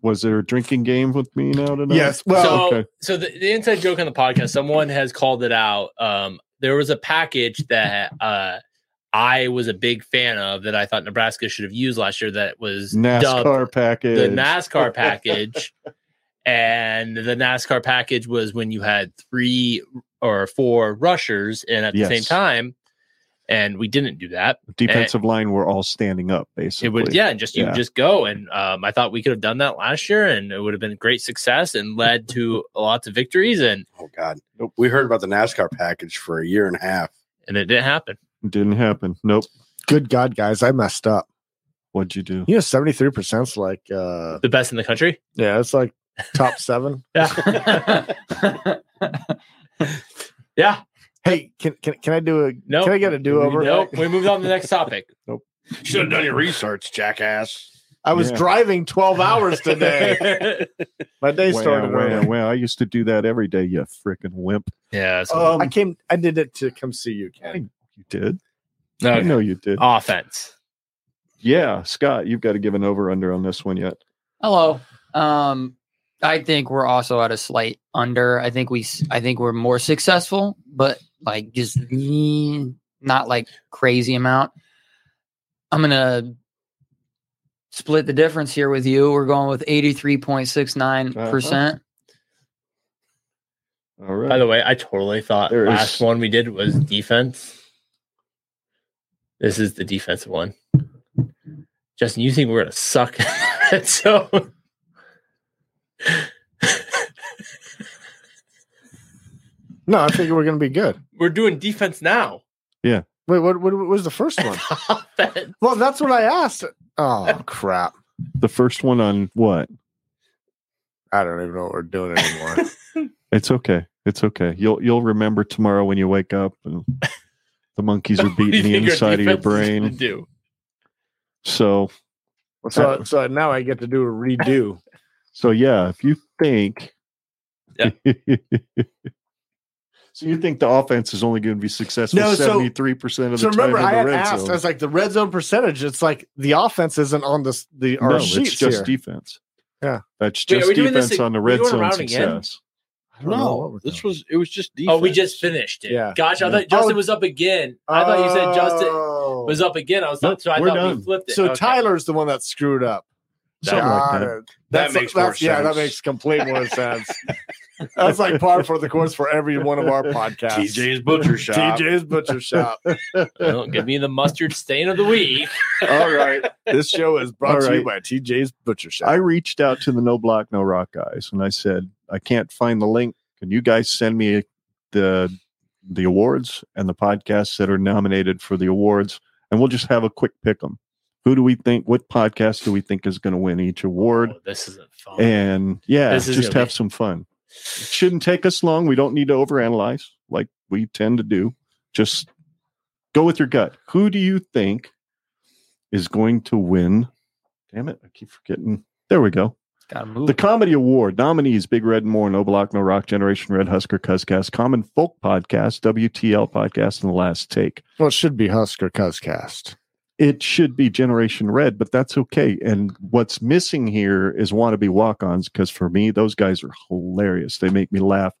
Was there a drinking game with me now tonight? Yes, well- so, okay. so the, the inside joke on the podcast, someone has called it out. Um, there was a package that uh, I was a big fan of that I thought Nebraska should have used last year that was dubbed NASCAR package. the [LAUGHS] NASCAR package. and the NASCAR package was when you had three or four rushers and at the Yes. same time. and we didn't do that. Defensive line, we're all standing up basically. It would, yeah, and just you Yeah. just go. And um, I thought we could have done that last year, and it would have been a great success and led to lots of victories, and Oh God, we heard about the NASCAR package for a year and a half. and it didn't happen. Didn't happen. Nope. Good God, guys, I messed up. What'd you do? You know, seventy three percent's like, uh The best in the country. yeah, it's like [LAUGHS] top seven. Yeah. Hey, can can can I do a? Nope. Can I get a do over? Nope. We moved on to the next [LAUGHS] topic. Should have done your research, jackass. I was Yeah. driving [LAUGHS] twelve hours today. My day Wow, started wow, early. wow. I used to do that every day, you freaking wimp. yeah. So Um, I came. I did it to come see you, Ken. you did. I okay. Uh, know you did. offense. Yeah, Scott, you've got to give an over under on this one yet. Hello. Um, I think we're also at a slight under. I think we. s- I think we're more successful, but like just mm, not like crazy amount. I'm gonna split the difference here with you. We're going with 83.69 Uh-huh. percent. All right. By the way, I totally thought There is- last one we did was defense. This is the defensive one. Justin, you think we're gonna suck? [LAUGHS] so No, I figured we're gonna be good. we're doing defense now. Wait, what, what, what was the first one? [LAUGHS] Offense. [LAUGHS] well, that's what I asked. [LAUGHS] Oh crap! the first one on what? I don't even know what we're doing anymore. It's okay. It's okay. You'll you'll remember tomorrow when you wake up and [LAUGHS] the monkeys are What do [LAUGHS] you beating the think our inside of your defense is gonna brain. Do So [LAUGHS] so, so now I get to do a redo. so yeah, if you think Yeah. [LAUGHS] So you think the offense is only going to be successful No, so- 73% of [LAUGHS] So the time remember, in I the had red asked. zone? I was like, the red zone percentage. It's like the offense isn't on this the our no, sheets it's just here. defense. Yeah. That's Wait, are just we doing this defense ag- on the we red doing a zone round again? success. I don't know what No, we're this doing. was it was just defense. Oh, we just finished it. Yeah. Gosh, I thought Oh. Justin was up again. I thought you said Justin Oh. was up again. I was Nope, so I we're thought done. we flipped it. So Okay. Tyler's the one that screwed up. Something like Got that. it. That's, makes more that's, yeah, that sense. makes complete more sense. that's like par for the course for every one of our podcasts. TJ's butcher shop. TJ's butcher shop. [LAUGHS] Well, give me the mustard stain of the [LAUGHS] week. All right, this show is brought All to you right. by TJ's butcher shop. I reached out to the No Block No Rock guys and I said, I can't find the link. Can you guys send me the the awards and the podcasts that are nominated for the awards? And we'll just have a quick pick 'em. Who do we think? What podcast do we think is going to win each award? Oh, this isn't fun. And yeah, This is just gonna have be- some fun. It shouldn't take us long. We don't need to overanalyze like we tend to do. Just go with your gut. Who do you think is going to win? Damn it, I keep forgetting. There we go. Gotta move. The Comedy Award nominees Big Red and More, No Block, No Rock, Generation Red, Husker, Cuzcast, Common Folk Podcast, WTL Podcast, and The Last Take. well, it should be Husker Cuzcast. It should be Generation Red, but that's okay. And what's missing here is wannabe walk ons because for me, those guys are hilarious. They make me laugh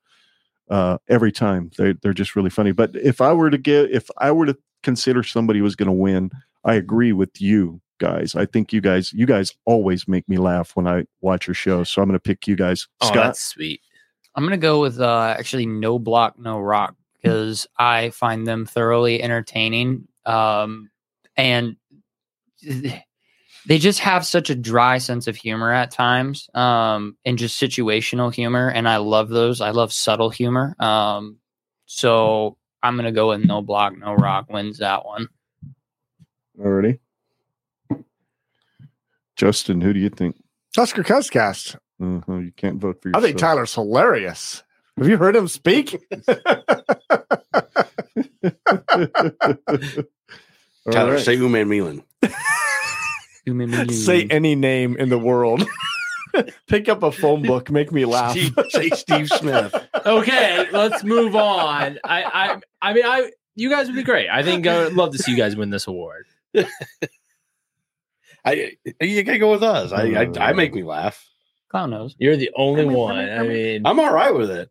uh, every time. They, they're just really funny. But if I were to give, if I were to consider somebody was going to win, I agree with you guys. I think you guys, you guys always make me laugh when I watch your show. So I'm going to pick you guys. oh, Scott? that's sweet. I'm gonna go with uh, actually no block, no rock Hmm. because I find them thoroughly entertaining, um, and they just have such a dry sense of humor at times, um, and just situational humor, and I love those. I love subtle humor, um, so Hmm. I'm gonna go with no block, no rock wins that one. already. Justin, who do you think? Husker Cuzcast. Mhm, you can't vote for I yourself. think Tyler's hilarious. Have you heard him speak? All Tyler, right. say Uman Milan. [LAUGHS] Say any name in the world. Pick up a phone book. Make me laugh. [LAUGHS] Steve- say Steve Smith. Okay, let's move on. I, I, I mean, I, you guys would be great. I think I would love to see you guys win this award. [LAUGHS] I you gotta go with us. I, I I make me laugh. clown knows. You're the only one. I mean, I'm all right with it.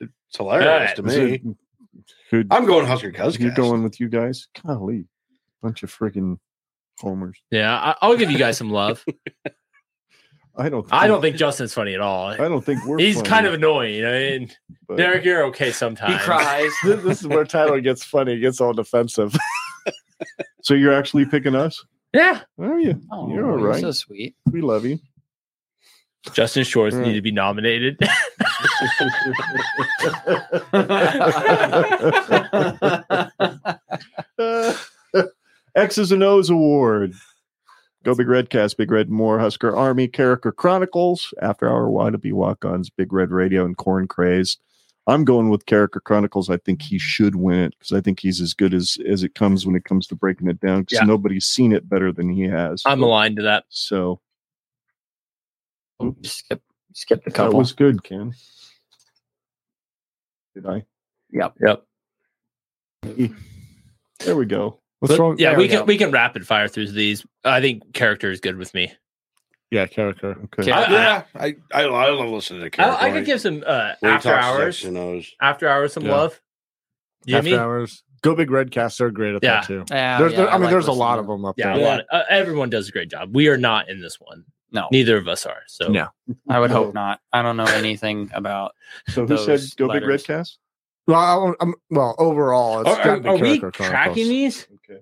It's hilarious Alright. to Is me. it- Who, I'm going Husker Cuzcast. you're going with you guys? Golly, bunch of friggin' homers. yeah, I, I'll give you guys some love. I don't. Think, I don't think Justin's funny at all. I don't think we're. He's funny, kind of annoying, you know. And but- Derek, you're okay He sometimes. cries. This, this is where Tyler gets funny. He gets all defensive. So you're actually picking us? Yeah, Are you? Oh, You're all you're right. So sweet. We love you. Justin Shores Yeah. need to be nominated. Uh, [LAUGHS] X's and O's Award. Go Big Red Cast, Big Red More, Husker Army, Character Chronicles, After Hour Wannabe Walk Ons, Big Red Radio, and Corn Craze. I'm going with Character Chronicles. I think he should win it because I think he's as good as as it comes when it comes to breaking it down because Yeah. nobody's seen it better than he has. I'm aligned to that. So Skip, skip the that couple. was good, Ken. Did I? Yep. [LAUGHS] There we go. What's But- wrong? Yeah, there we go. can we can rapid fire through these. I think character is good with me. Yeah, character. Okay. Yeah. I- yeah, I, I I love listening to Carol. I, I could give some uh, When he after talks hours. sex, he knows. After hours, some Yeah. love. Jimmy. After hours. Go Big Red Cast. They're great at Yeah. that too. Yeah, There's, yeah, there, I mean, like there's a listening lot to of them up Yeah, there. a lot. uh, everyone does a great job. We are not in this one. No, Neither of us are. So No. I would hope not. I don't know anything about. So who said Those Go Big Red letters. Cast? Well, I don't- I'm, well, overall, it's Are, got to are, be are we Character tracking Chronicles. these? Okay.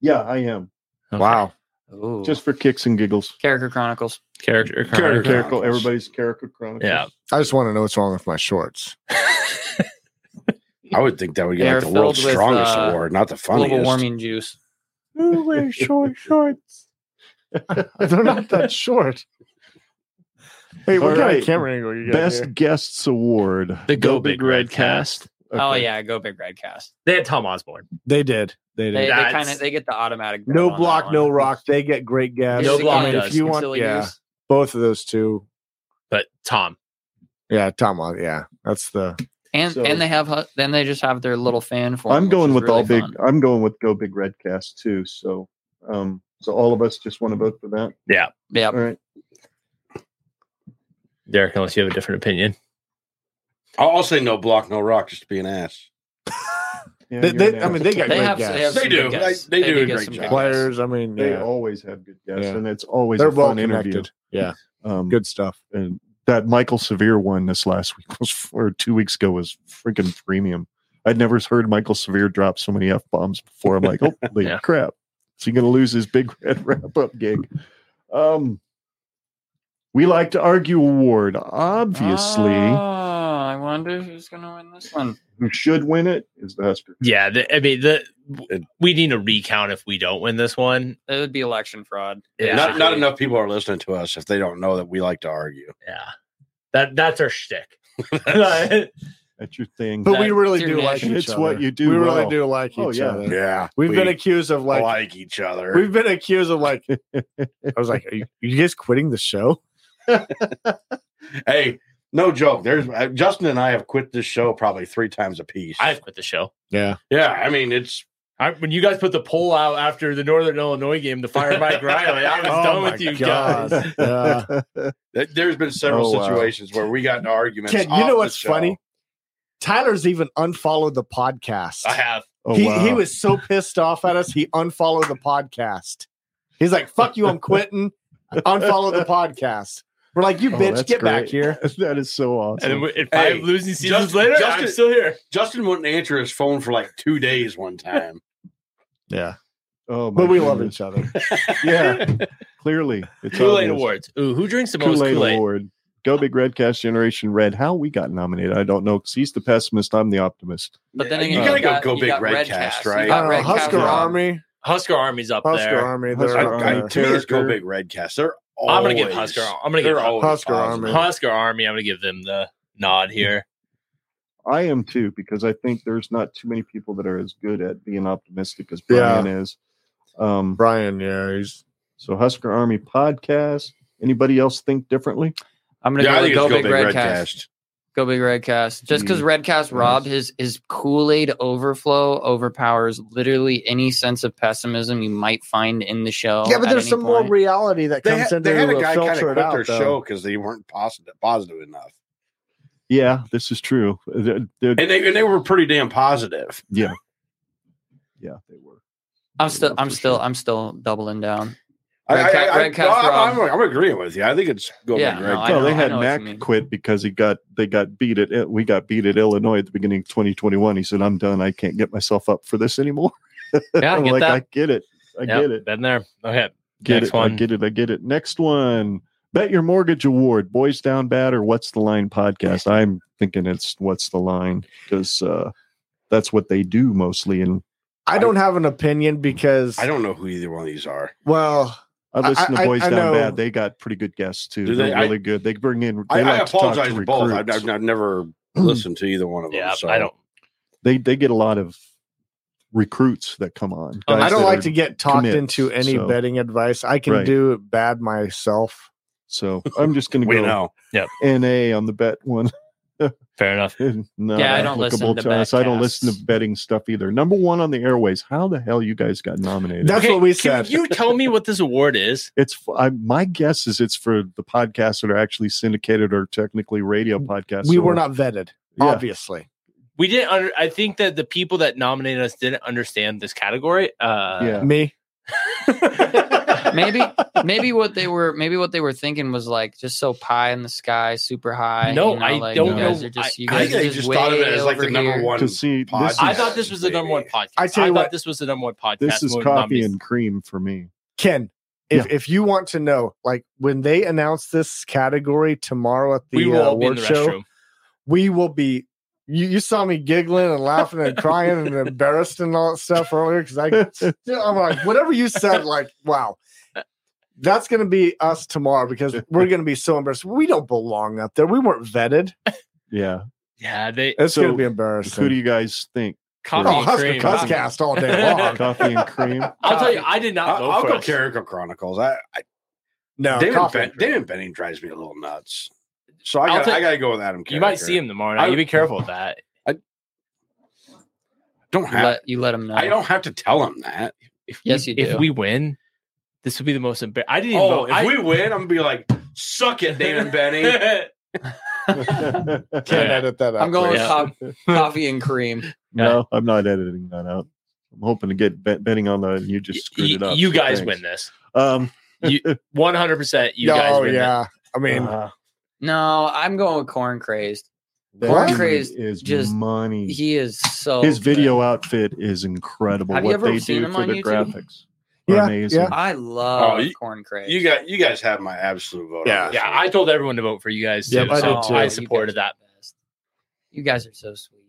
Yeah, I am. Wow. Ooh. Just for kicks and giggles. Character Chronicles. Character. Character. Chronicles. Carico, everybody's Carico Chronicles. [LAUGHS] Yeah. I just want to know what's wrong with my shorts. I would think that would get They're like the world's filled with, strongest uh, award, not the Global funniest. warming juice. Who wears [LAUGHS] short shorts? They're not that short. Hey, All what kind right. of camera angle you got Best here? Guests Award. The Go, Big, Red cast. Oh Okay. yeah, go big red cast. They had Tom Osborne. They did. They They, did. they That's- kind of they get the automatic. vote no on block, that no one. rock. They get great gas. No Just to block give I you mean, does. if you some want, silly yeah, news. both of those two. But Tom. Yeah, Tom. uh, Yeah, that's the. and So- and they have hu- then they just have their little fan form. I'm which going is with really all big. fun. I'm going with Go Big Red cast too. So, um, so all of us just want to vote for that. Yeah, All right. Derek, unless you have a different opinion. I'll, I'll say no block, no rock, just to be an ass. Yeah, They, you're they- an I ass. mean, they got they great have, gas. they have some They do. good guys. They- they do a get great some job. good guys. players. I mean, they yeah. always have good guests, Yeah. and it's always they're a well fun connected. interview. Yeah, [LAUGHS] Um, good stuff. and that Michael Severe one this last week was [LAUGHS] or two weeks ago was freaking premium. I'd never heard Michael Severe drop so many f bombs before. [LAUGHS] I'm like, holy Yeah. crap! Is he going to lose his big [LAUGHS] red wrap up gig? Um, we like to argue award. Obviously, Oh, Ah. I wonder who's going to win this one. who should win it is the Husker. Yeah. The, I mean, the we need a recount if we don't win this one. It would be election fraud. Yeah. Not not enough people are listening to us if they don't know that we like to argue. Yeah. That that's our [LAUGHS] shtick. yeah. That's your thing. But we That- really it's your do like nation. each it's other. what you do. we well. really do like Oh, each yeah. other. Yeah, We've we been accused of like, like each other. we've been accused of [LAUGHS] like I was like, are you, you guys quitting the show? hey, no joke. There's uh, Justin and I have quit this show probably three times apiece. I've quit the show. Yeah. yeah, I mean it's I, when you guys put the poll out after the Northern Illinois game to fire Mike Riley, I was [LAUGHS] Oh done my with you [LAUGHS] God. guys. Yeah. th- there's been several Oh, wow. situations where we got into arguments. Ken, off you know the what's show. funny? Tyler's even unfollowed the podcast. I have. Oh, he, wow. he was so pissed off at us, he unfollowed the podcast. He's like, fuck you, I'm quitting. Unfollow the podcast. We're like, you Oh, bitch, that's get back great. [LAUGHS] here. [LAUGHS] that is so And awesome. then if Hey, I'm losing seasons Justin- later, I'm Justin- still here. Justin wouldn't answer his phone for like two days one [LAUGHS] time. Yeah. oh, my But we love goodness. each other. [LAUGHS] [LAUGHS] Yeah, clearly. It's Kool Aid obvious. Awards. Ooh, who drinks the most Kool Aid Kool Aid? Award. Go Big Red Cast Generation Red. How we got nominated, I don't know. Because he's the pessimist, I'm the optimist. But then Yeah, again, you gotta got- go go you big got red red cast, cast, right? you I got don't know, red Husker cast. Army. Husker Army's up Husker there. Army. Husker They're I, up I, there. to me, it's go Character. big red cast. They're I'm gonna give always- Husker. I'm gonna give they're always Husker positive. Army. Husker Army. I'm gonna give them the nod here. I am too, because I think there's not too many people that are as good at being optimistic as Yeah. Brian is. Um, Brian, yeah, he's so Husker Army podcast. Anybody else think differently? I'm going to Yeah, I go, think with it's go, big, red, cast. cast. Go big red cast. Just because Mm. red cast robbed his his Kool Aid overflow overpowers literally any sense of pessimism you might find in the show. yeah, but at there's any some point. more reality that They comes had, in there they had a to guy kind of filter quit it out. their though. show because they weren't positive positive enough, Yeah, this is true. They're- they're- and they and they were pretty damn positive. yeah, yeah, they were. I'm still, Yeah, I'm for still, sure. I'm still doubling down. I, Red I, Cap- I, Red Cap no, I'm, throb. I'm, I'm agreeing with you. I think it's go Yeah, yeah, Greg. no, I No, know- they had know what you Mac mean. quit because he got they got beat at we got beat at Illinois at the beginning of 2021. He said, "I'm done. I can't get myself up for this anymore." [LAUGHS] Yeah, I I'm get like that. I get it. I Yep, get it. Been there. Okay. Get Next it. I one. get it. I get it. Next one. Bet your mortgage award. Boys down bad or what's the line podcast? I'm thinking it's what's the line because uh, that's what they do mostly. And I don't have an opinion because I don't know who either one of these are. Well, I listen I- to I- Boys I Down know. Bad. They got pretty good guests too. Do they? They're I- really good. They bring in. They I, I like to talk to apologize to, both. I've, recruits. I've, I've never Hmm. listened to either one of them. Yeah, so. I don't. they they get a lot of recruits that come on. Oh, I guys don't that like are- to get talked commits, into any so- betting advice. I can Right. do it bad myself. [LAUGHS] So I'm just going to We go [LAUGHS] know. NA on the bet one. [LAUGHS] Fair enough. Not Yeah, I don't listen applicable to us. I don't listen to betcasts. betting stuff either. Number one on the airways. How the hell you guys got nominated? That's what we Can said. you tell me what this award is? it's f- I, my guess is it's for the podcasts that are actually syndicated or technically radio podcasts. we So- were not vetted, Yeah. obviously. We didn't. Under, I think that the people that nominated us didn't understand this category. Uh, Yeah. Me, yeah. maybe maybe what they were maybe what they were thinking was like just so pie in the sky, super high. No, you know, I like, don't you guys know. Are just, you I- I guys think are they just, thought of it as like the number one. To see, this I is, thought this was the number one podcast. I I, tell you thought what- this was the number one podcast. this is when coffee nominees- and cream for me. Ken. If, if you want to know, like when they announce this category tomorrow at the we will uh, all be in award the show, restroom. we will be. You, you saw me giggling and laughing and [LAUGHS] crying and embarrassed and all that stuff earlier because I, I'm like, whatever you said, like, wow, that's going to be us tomorrow because we're going to be so embarrassed. We don't belong up there. We weren't vetted. Yeah. Yeah, they It's So, going to be who do embarrassing. you guys [LAUGHS] think? coffee Oh, and Husker cream. Cuss Cast all day [LAUGHS] long. Coffee and [LAUGHS] cream. [LAUGHS] I'll tell you, I did not I'll, vote I'll for go us. Carrico Chronicles. I, I, No, David, coffee. ben, David Benning drives me a little nuts. So I I'll got take- I got to go with Adam. You might Carrico. see him tomorrow. I- night. You be careful with that. Don't You have. let, you let them uh, know. I don't have to tell him that. If Yes, we, you do. If we win, this would be the most embarrassing. I didn't. Even Oh, vote. [LAUGHS] if I- we win, I'm gonna be like, suck it, David Benning. [LAUGHS] Can't Yeah. edit that out. I'm going Yeah. with co- coffee and cream. No, I'm not editing that out. I'm hoping to get bet- betting on the. You just screwed Y- it up. you so guys thanks. win this. Um, You one hundred percent. You oh, guys win. yeah. I I mean, mean, No, I'm going with corn crazed. that dude Crazed is just- money. He is so Hmm. His good. video outfit is incredible. Have you what ever they seen do him for on the YouTube? graphics, are yeah, amazing. yeah. I love Oh, you- corn crazed. You got you guys have my absolute vote. on Yeah. this Yeah, one. I told everyone to vote for you guys. Too, Yep, so I did too. I Oh, you supported guys are that. the best. You guys are so sweet.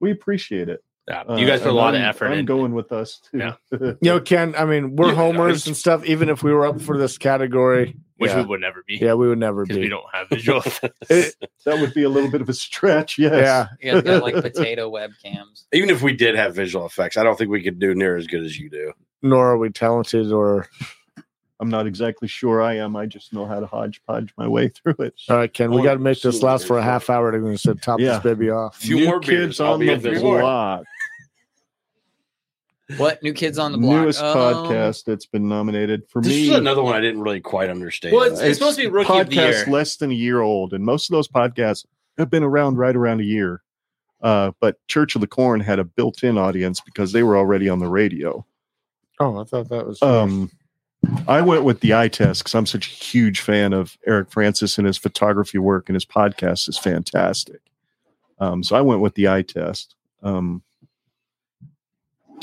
We appreciate it. Yeah, Uh, you guys put a and lot of I'm- effort I'm in. going with us too. [LAUGHS] Yeah. You know, Ken, I mean, we're Yeah, homers it's- and stuff. Even if we were up for this category, which yeah, we would never be yeah, we would never because be. we don't have [LAUGHS] visual. effects. It- that would be a little bit of a stretch. Yes. Yeah. You guys got like potato webcams. Even if we did have visual effects, I don't think we could do near as good as you do. nor are we talented or I'm not exactly sure I am. I just know how to hodgepodge my way [LAUGHS] through it. all right ken we Oh, got to make this absolutely. last for a half hour to we said top Yeah. this baby off Few New more kids beers, I'll on be the at this block. What new kids on the block? Newest Um, podcast that's been nominated for This me. is another one I didn't really quite understand. well, it's, it's supposed to be rookie podcast of the year. less than a year old, and most of those podcasts have been around right around a year. Uh, but Church of the Corn had a built-in audience because they were already on the radio. oh i thought that was Um, I went with the eye test because I'm such a huge fan of Eric Francis and his photography work, and his podcast is fantastic. Um, so I went with the eye test. Um,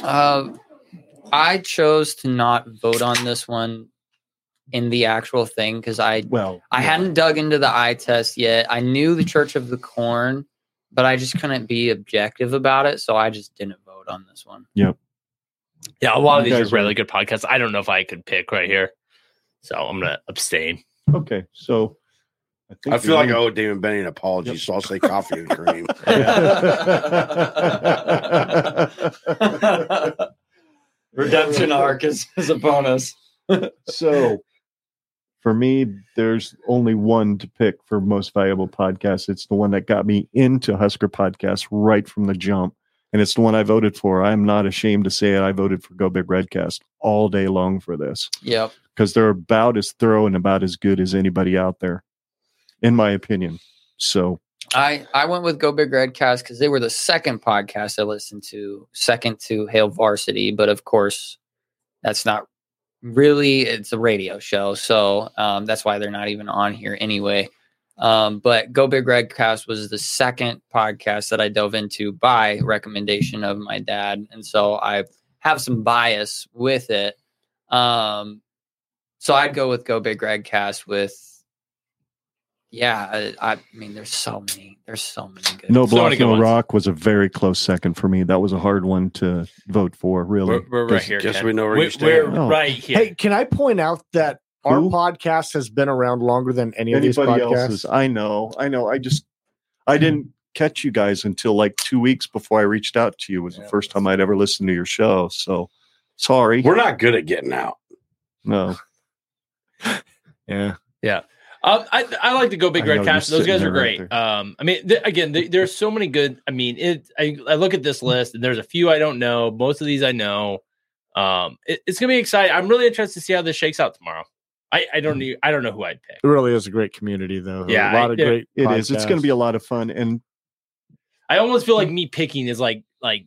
Uh, I chose to not vote on this one in the actual thing because I well, I hadn't dug into the eye test yet. I knew the Church of the Corn, but I just couldn't be objective about it, so I just didn't vote on this one. Yeah, a lot of You these are guys win. really good podcasts. I don't know if I could pick right here, so I'm gonna abstain. okay. So I, think I feel like I we- owe Damon Benny an apology, Yep. so I'll say coffee and [LAUGHS] cream. [LAUGHS] Redemption arc is, is a [LAUGHS] bonus. so for me there's only one to pick for most valuable podcast it's the one that got me into husker podcast right from the jump and it's the one i voted for i'm not ashamed to say it i voted for go big redcast all day long for this Yep. because they're about as thorough and about as good as anybody out there in my opinion so I, I went with Go Big Redcast because they were the second podcast I listened to, second to Hail Varsity. But of course, that's not really it's a radio show, so um, that's why they're not even on here anyway. Um, but Go Big Red Cast was the second podcast that I dove into by recommendation of my dad, and so I have some bias with it. Um, so I'd go with Go Big Red Cast with. Yeah, I, I mean, there's so many. There's so many good. No So Block, many good No ones. Rock was a very close second for me. That was a hard one to vote for, really. We're, we're right Just- here. just Ken. we know where you we're, stand. we're Oh. right here. Hey, can I point out that our Who? podcast has been around longer than any of these Anybody podcasts? else's? I know. I know. I just, I didn't catch you guys until like two weeks before I reached out to you. It was the first time I'd ever listened to your show. So sorry. We're not good at getting out. no. Yeah. Um, I, I like to go big I know, red you're cast. Those sitting guys are there right great. Um, I mean, th- again, th- there's so many good. I mean, it. I, I look at this list and there's a few I don't know. Most of these I know. Um, it- it's gonna be exciting. I'm really interested to see how this shakes out tomorrow. I, I Hmm. don't need, I don't know who I'd pick. It really is a great community, though. Yeah, a lot of it- great. It is. It's going to be podcasts. a lot of fun. And I almost feel Mm. like me picking is like like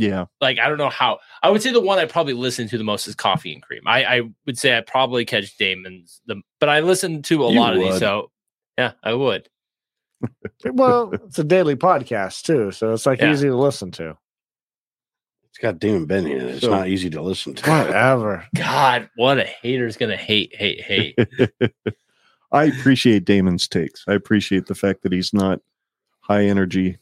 yeah, like I don't know how. I would say the one I probably listen to the most is Coffee and Cream. I I would say I probably catch Damon's the, but I listen to a You lot of would. these. So yeah, I would. well, it's a daily podcast too, so it's like Yeah. easy to listen to. It's got Damon Benny in it. It's not easy to listen to. Whatever. God, what a hater's gonna hate, hate, [LAUGHS] hate. I appreciate Damon's takes. I appreciate the fact that he's not high energy,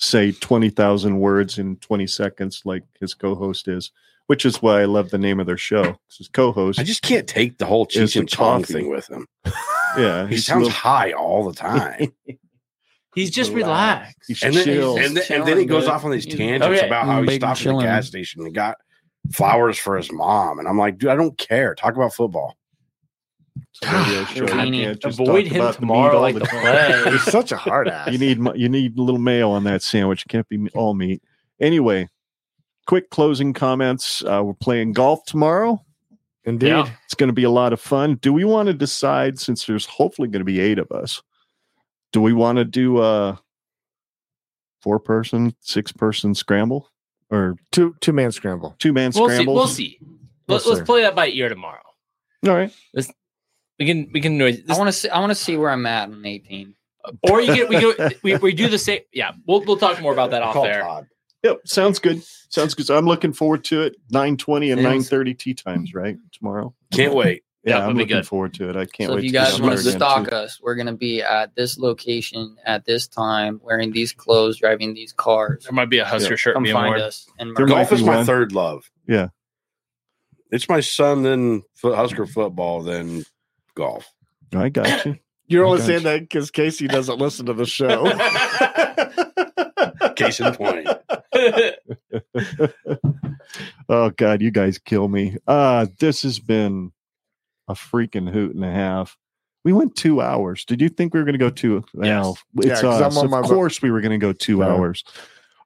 say 20,000 words in 20 seconds like his co host is, which is why I love the name of their show. 'cause His co host. I just can't take the whole It's Cheech the and Chong coffee. thing with him. Yeah. He he's sounds little- high all [LAUGHS] the time. He's just Relax. relaxed. he's and, then, chill. Oh, and, then, and then he Chilling, goes dude. off on these He's- tangents Okay. about how he Big stopped at chilling. the gas station and got flowers for his mom. And I'm like, dude, I don't care. Talk about football. [SIGHS] radio show. You Houdini. can't just Avoid talk him about the meat tomorrow all like the the time. [LAUGHS] plague. He's such a [LAUGHS] hard ass. [LAUGHS] You need mu- you need a little mayo on that sandwich. It can't be all meat. Anyway, quick closing comments. Uh, we're playing golf tomorrow. Indeed. Yeah. It's going to be a lot of fun. Do we want to decide since there's hopefully going to be eight of us? Do we want to do a four person, six person scramble or Two two man scramble. two man We'll see. scramble? We'll see. Let, Yes, let's sir. play that by ear tomorrow. All right. We can we can noise I want to see. I want to see where I'm at in 18. or you get we [LAUGHS] go we, we do the same. Yeah, we'll we'll talk more about that off Call there. Todd. Yep. Sounds good. Sounds good. So I'm looking forward to it. Nine twenty and Sounds- nine thirty tea times, right? Tomorrow. Can't wait. Yeah, Yeah, that'll I'm be looking good. forward to it. I can't so wait. if you to get guys out want there to again, stalk too. us, we're going to be at this location at this time, wearing these clothes, driving these cars. There might be a Husker Yeah. shirt Come being find worn. us. And There Golf might is be my one. third love. Yeah. It's my son, then fo- Husker football, then golf. I got you. You're Oh, only gosh. saying that because Casey doesn't listen to the show. [LAUGHS] Case in point. oh God, you guys kill me. Uh this has been a freaking hoot and a half. We went two hours. Did you think we were going to go two? Well, Yeah, it's 'cause I'm us. on Of my- course, we were going to go two Yeah. hours.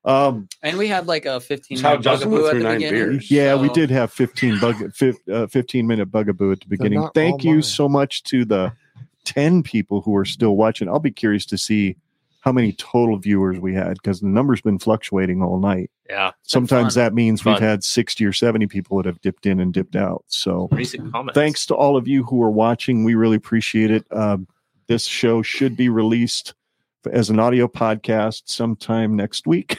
Um, And we had like a 15 That's how minute Justin went bugaboo at through the nine beginning. beers. yeah, we so- did have fifteen bug, fif, uh, fifteen minute bugaboo at the beginning. not Thank all you mine. so much to the ten people who are still watching. I'll be curious to see how many total viewers we had because the number's been fluctuating all night. [LAUGHS] yeah, sometimes fun. that means we've Fun. had 60 or 70 people that have dipped in and dipped out so recent comments. thanks to all of you who are watching we really appreciate it um, this show should be released as an audio podcast sometime next week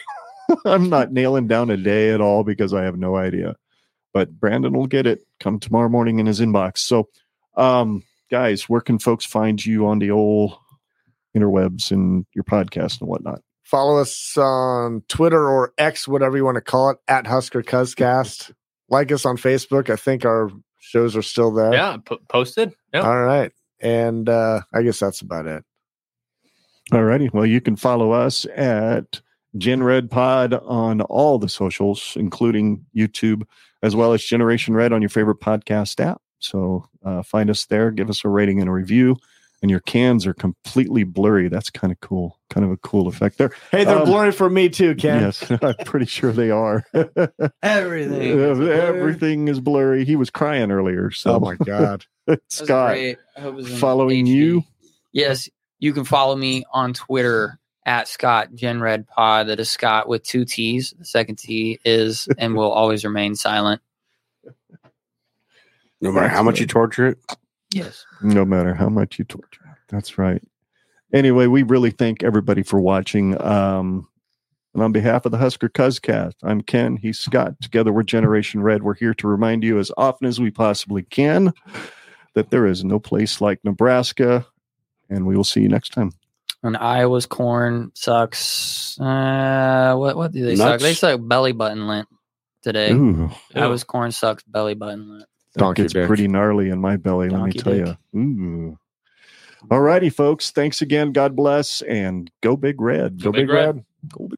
[LAUGHS] i'm not nailing down a day at all because i have no idea but brandon will get it come tomorrow morning in his inbox so um guys where can folks find you on the old interwebs and your podcast and whatnot Follow us on Twitter or X, whatever you want to call it, at Husker Cuzcast. Like us on Facebook. I think our shows are still there. Yeah, po- posted. Yeah. All right. And uh, I guess that's about it. All righty. Well, you can follow us at Gen Red Pod on all the socials, including YouTube, as well as Generation Red on your favorite podcast app. So uh, find us there, give us a rating and a review. And your cans are completely blurry. That's kind of cool. Kind of a cool effect there. Hey, they're Um, blurry for me too, Ken. Yes, [LAUGHS] I'm pretty sure they are. [LAUGHS] Everything. Everything is blurry. He was crying earlier. So [LAUGHS] Oh [LAUGHS] my God. That was Scott, great. I hope it was in following HD. you? Yes, you can follow me on Twitter at Scott Genred Pod. That is Scott with two T's. The second T is and will always remain silent. No matter how much you torture it, Yes. no matter how much you torture. That's right. Anyway, we really thank everybody for watching. Um, and on behalf of the Husker Cuzcast, I'm Ken. He's Scott. Together, we're Generation Red. We're here to remind you as often as we possibly can that there is no place like Nebraska. And we will see you next time. And Iowa's corn sucks. Uh, what what do they suck? Nuts? They suck belly button lint today. Ooh, Iowa's corn sucks belly button lint. that Donkey gets dick. pretty gnarly in my belly. let me Donkey tell dick. you. Ooh. All righty, folks. Thanks again. God bless, and go big red. Go Big Red. Go big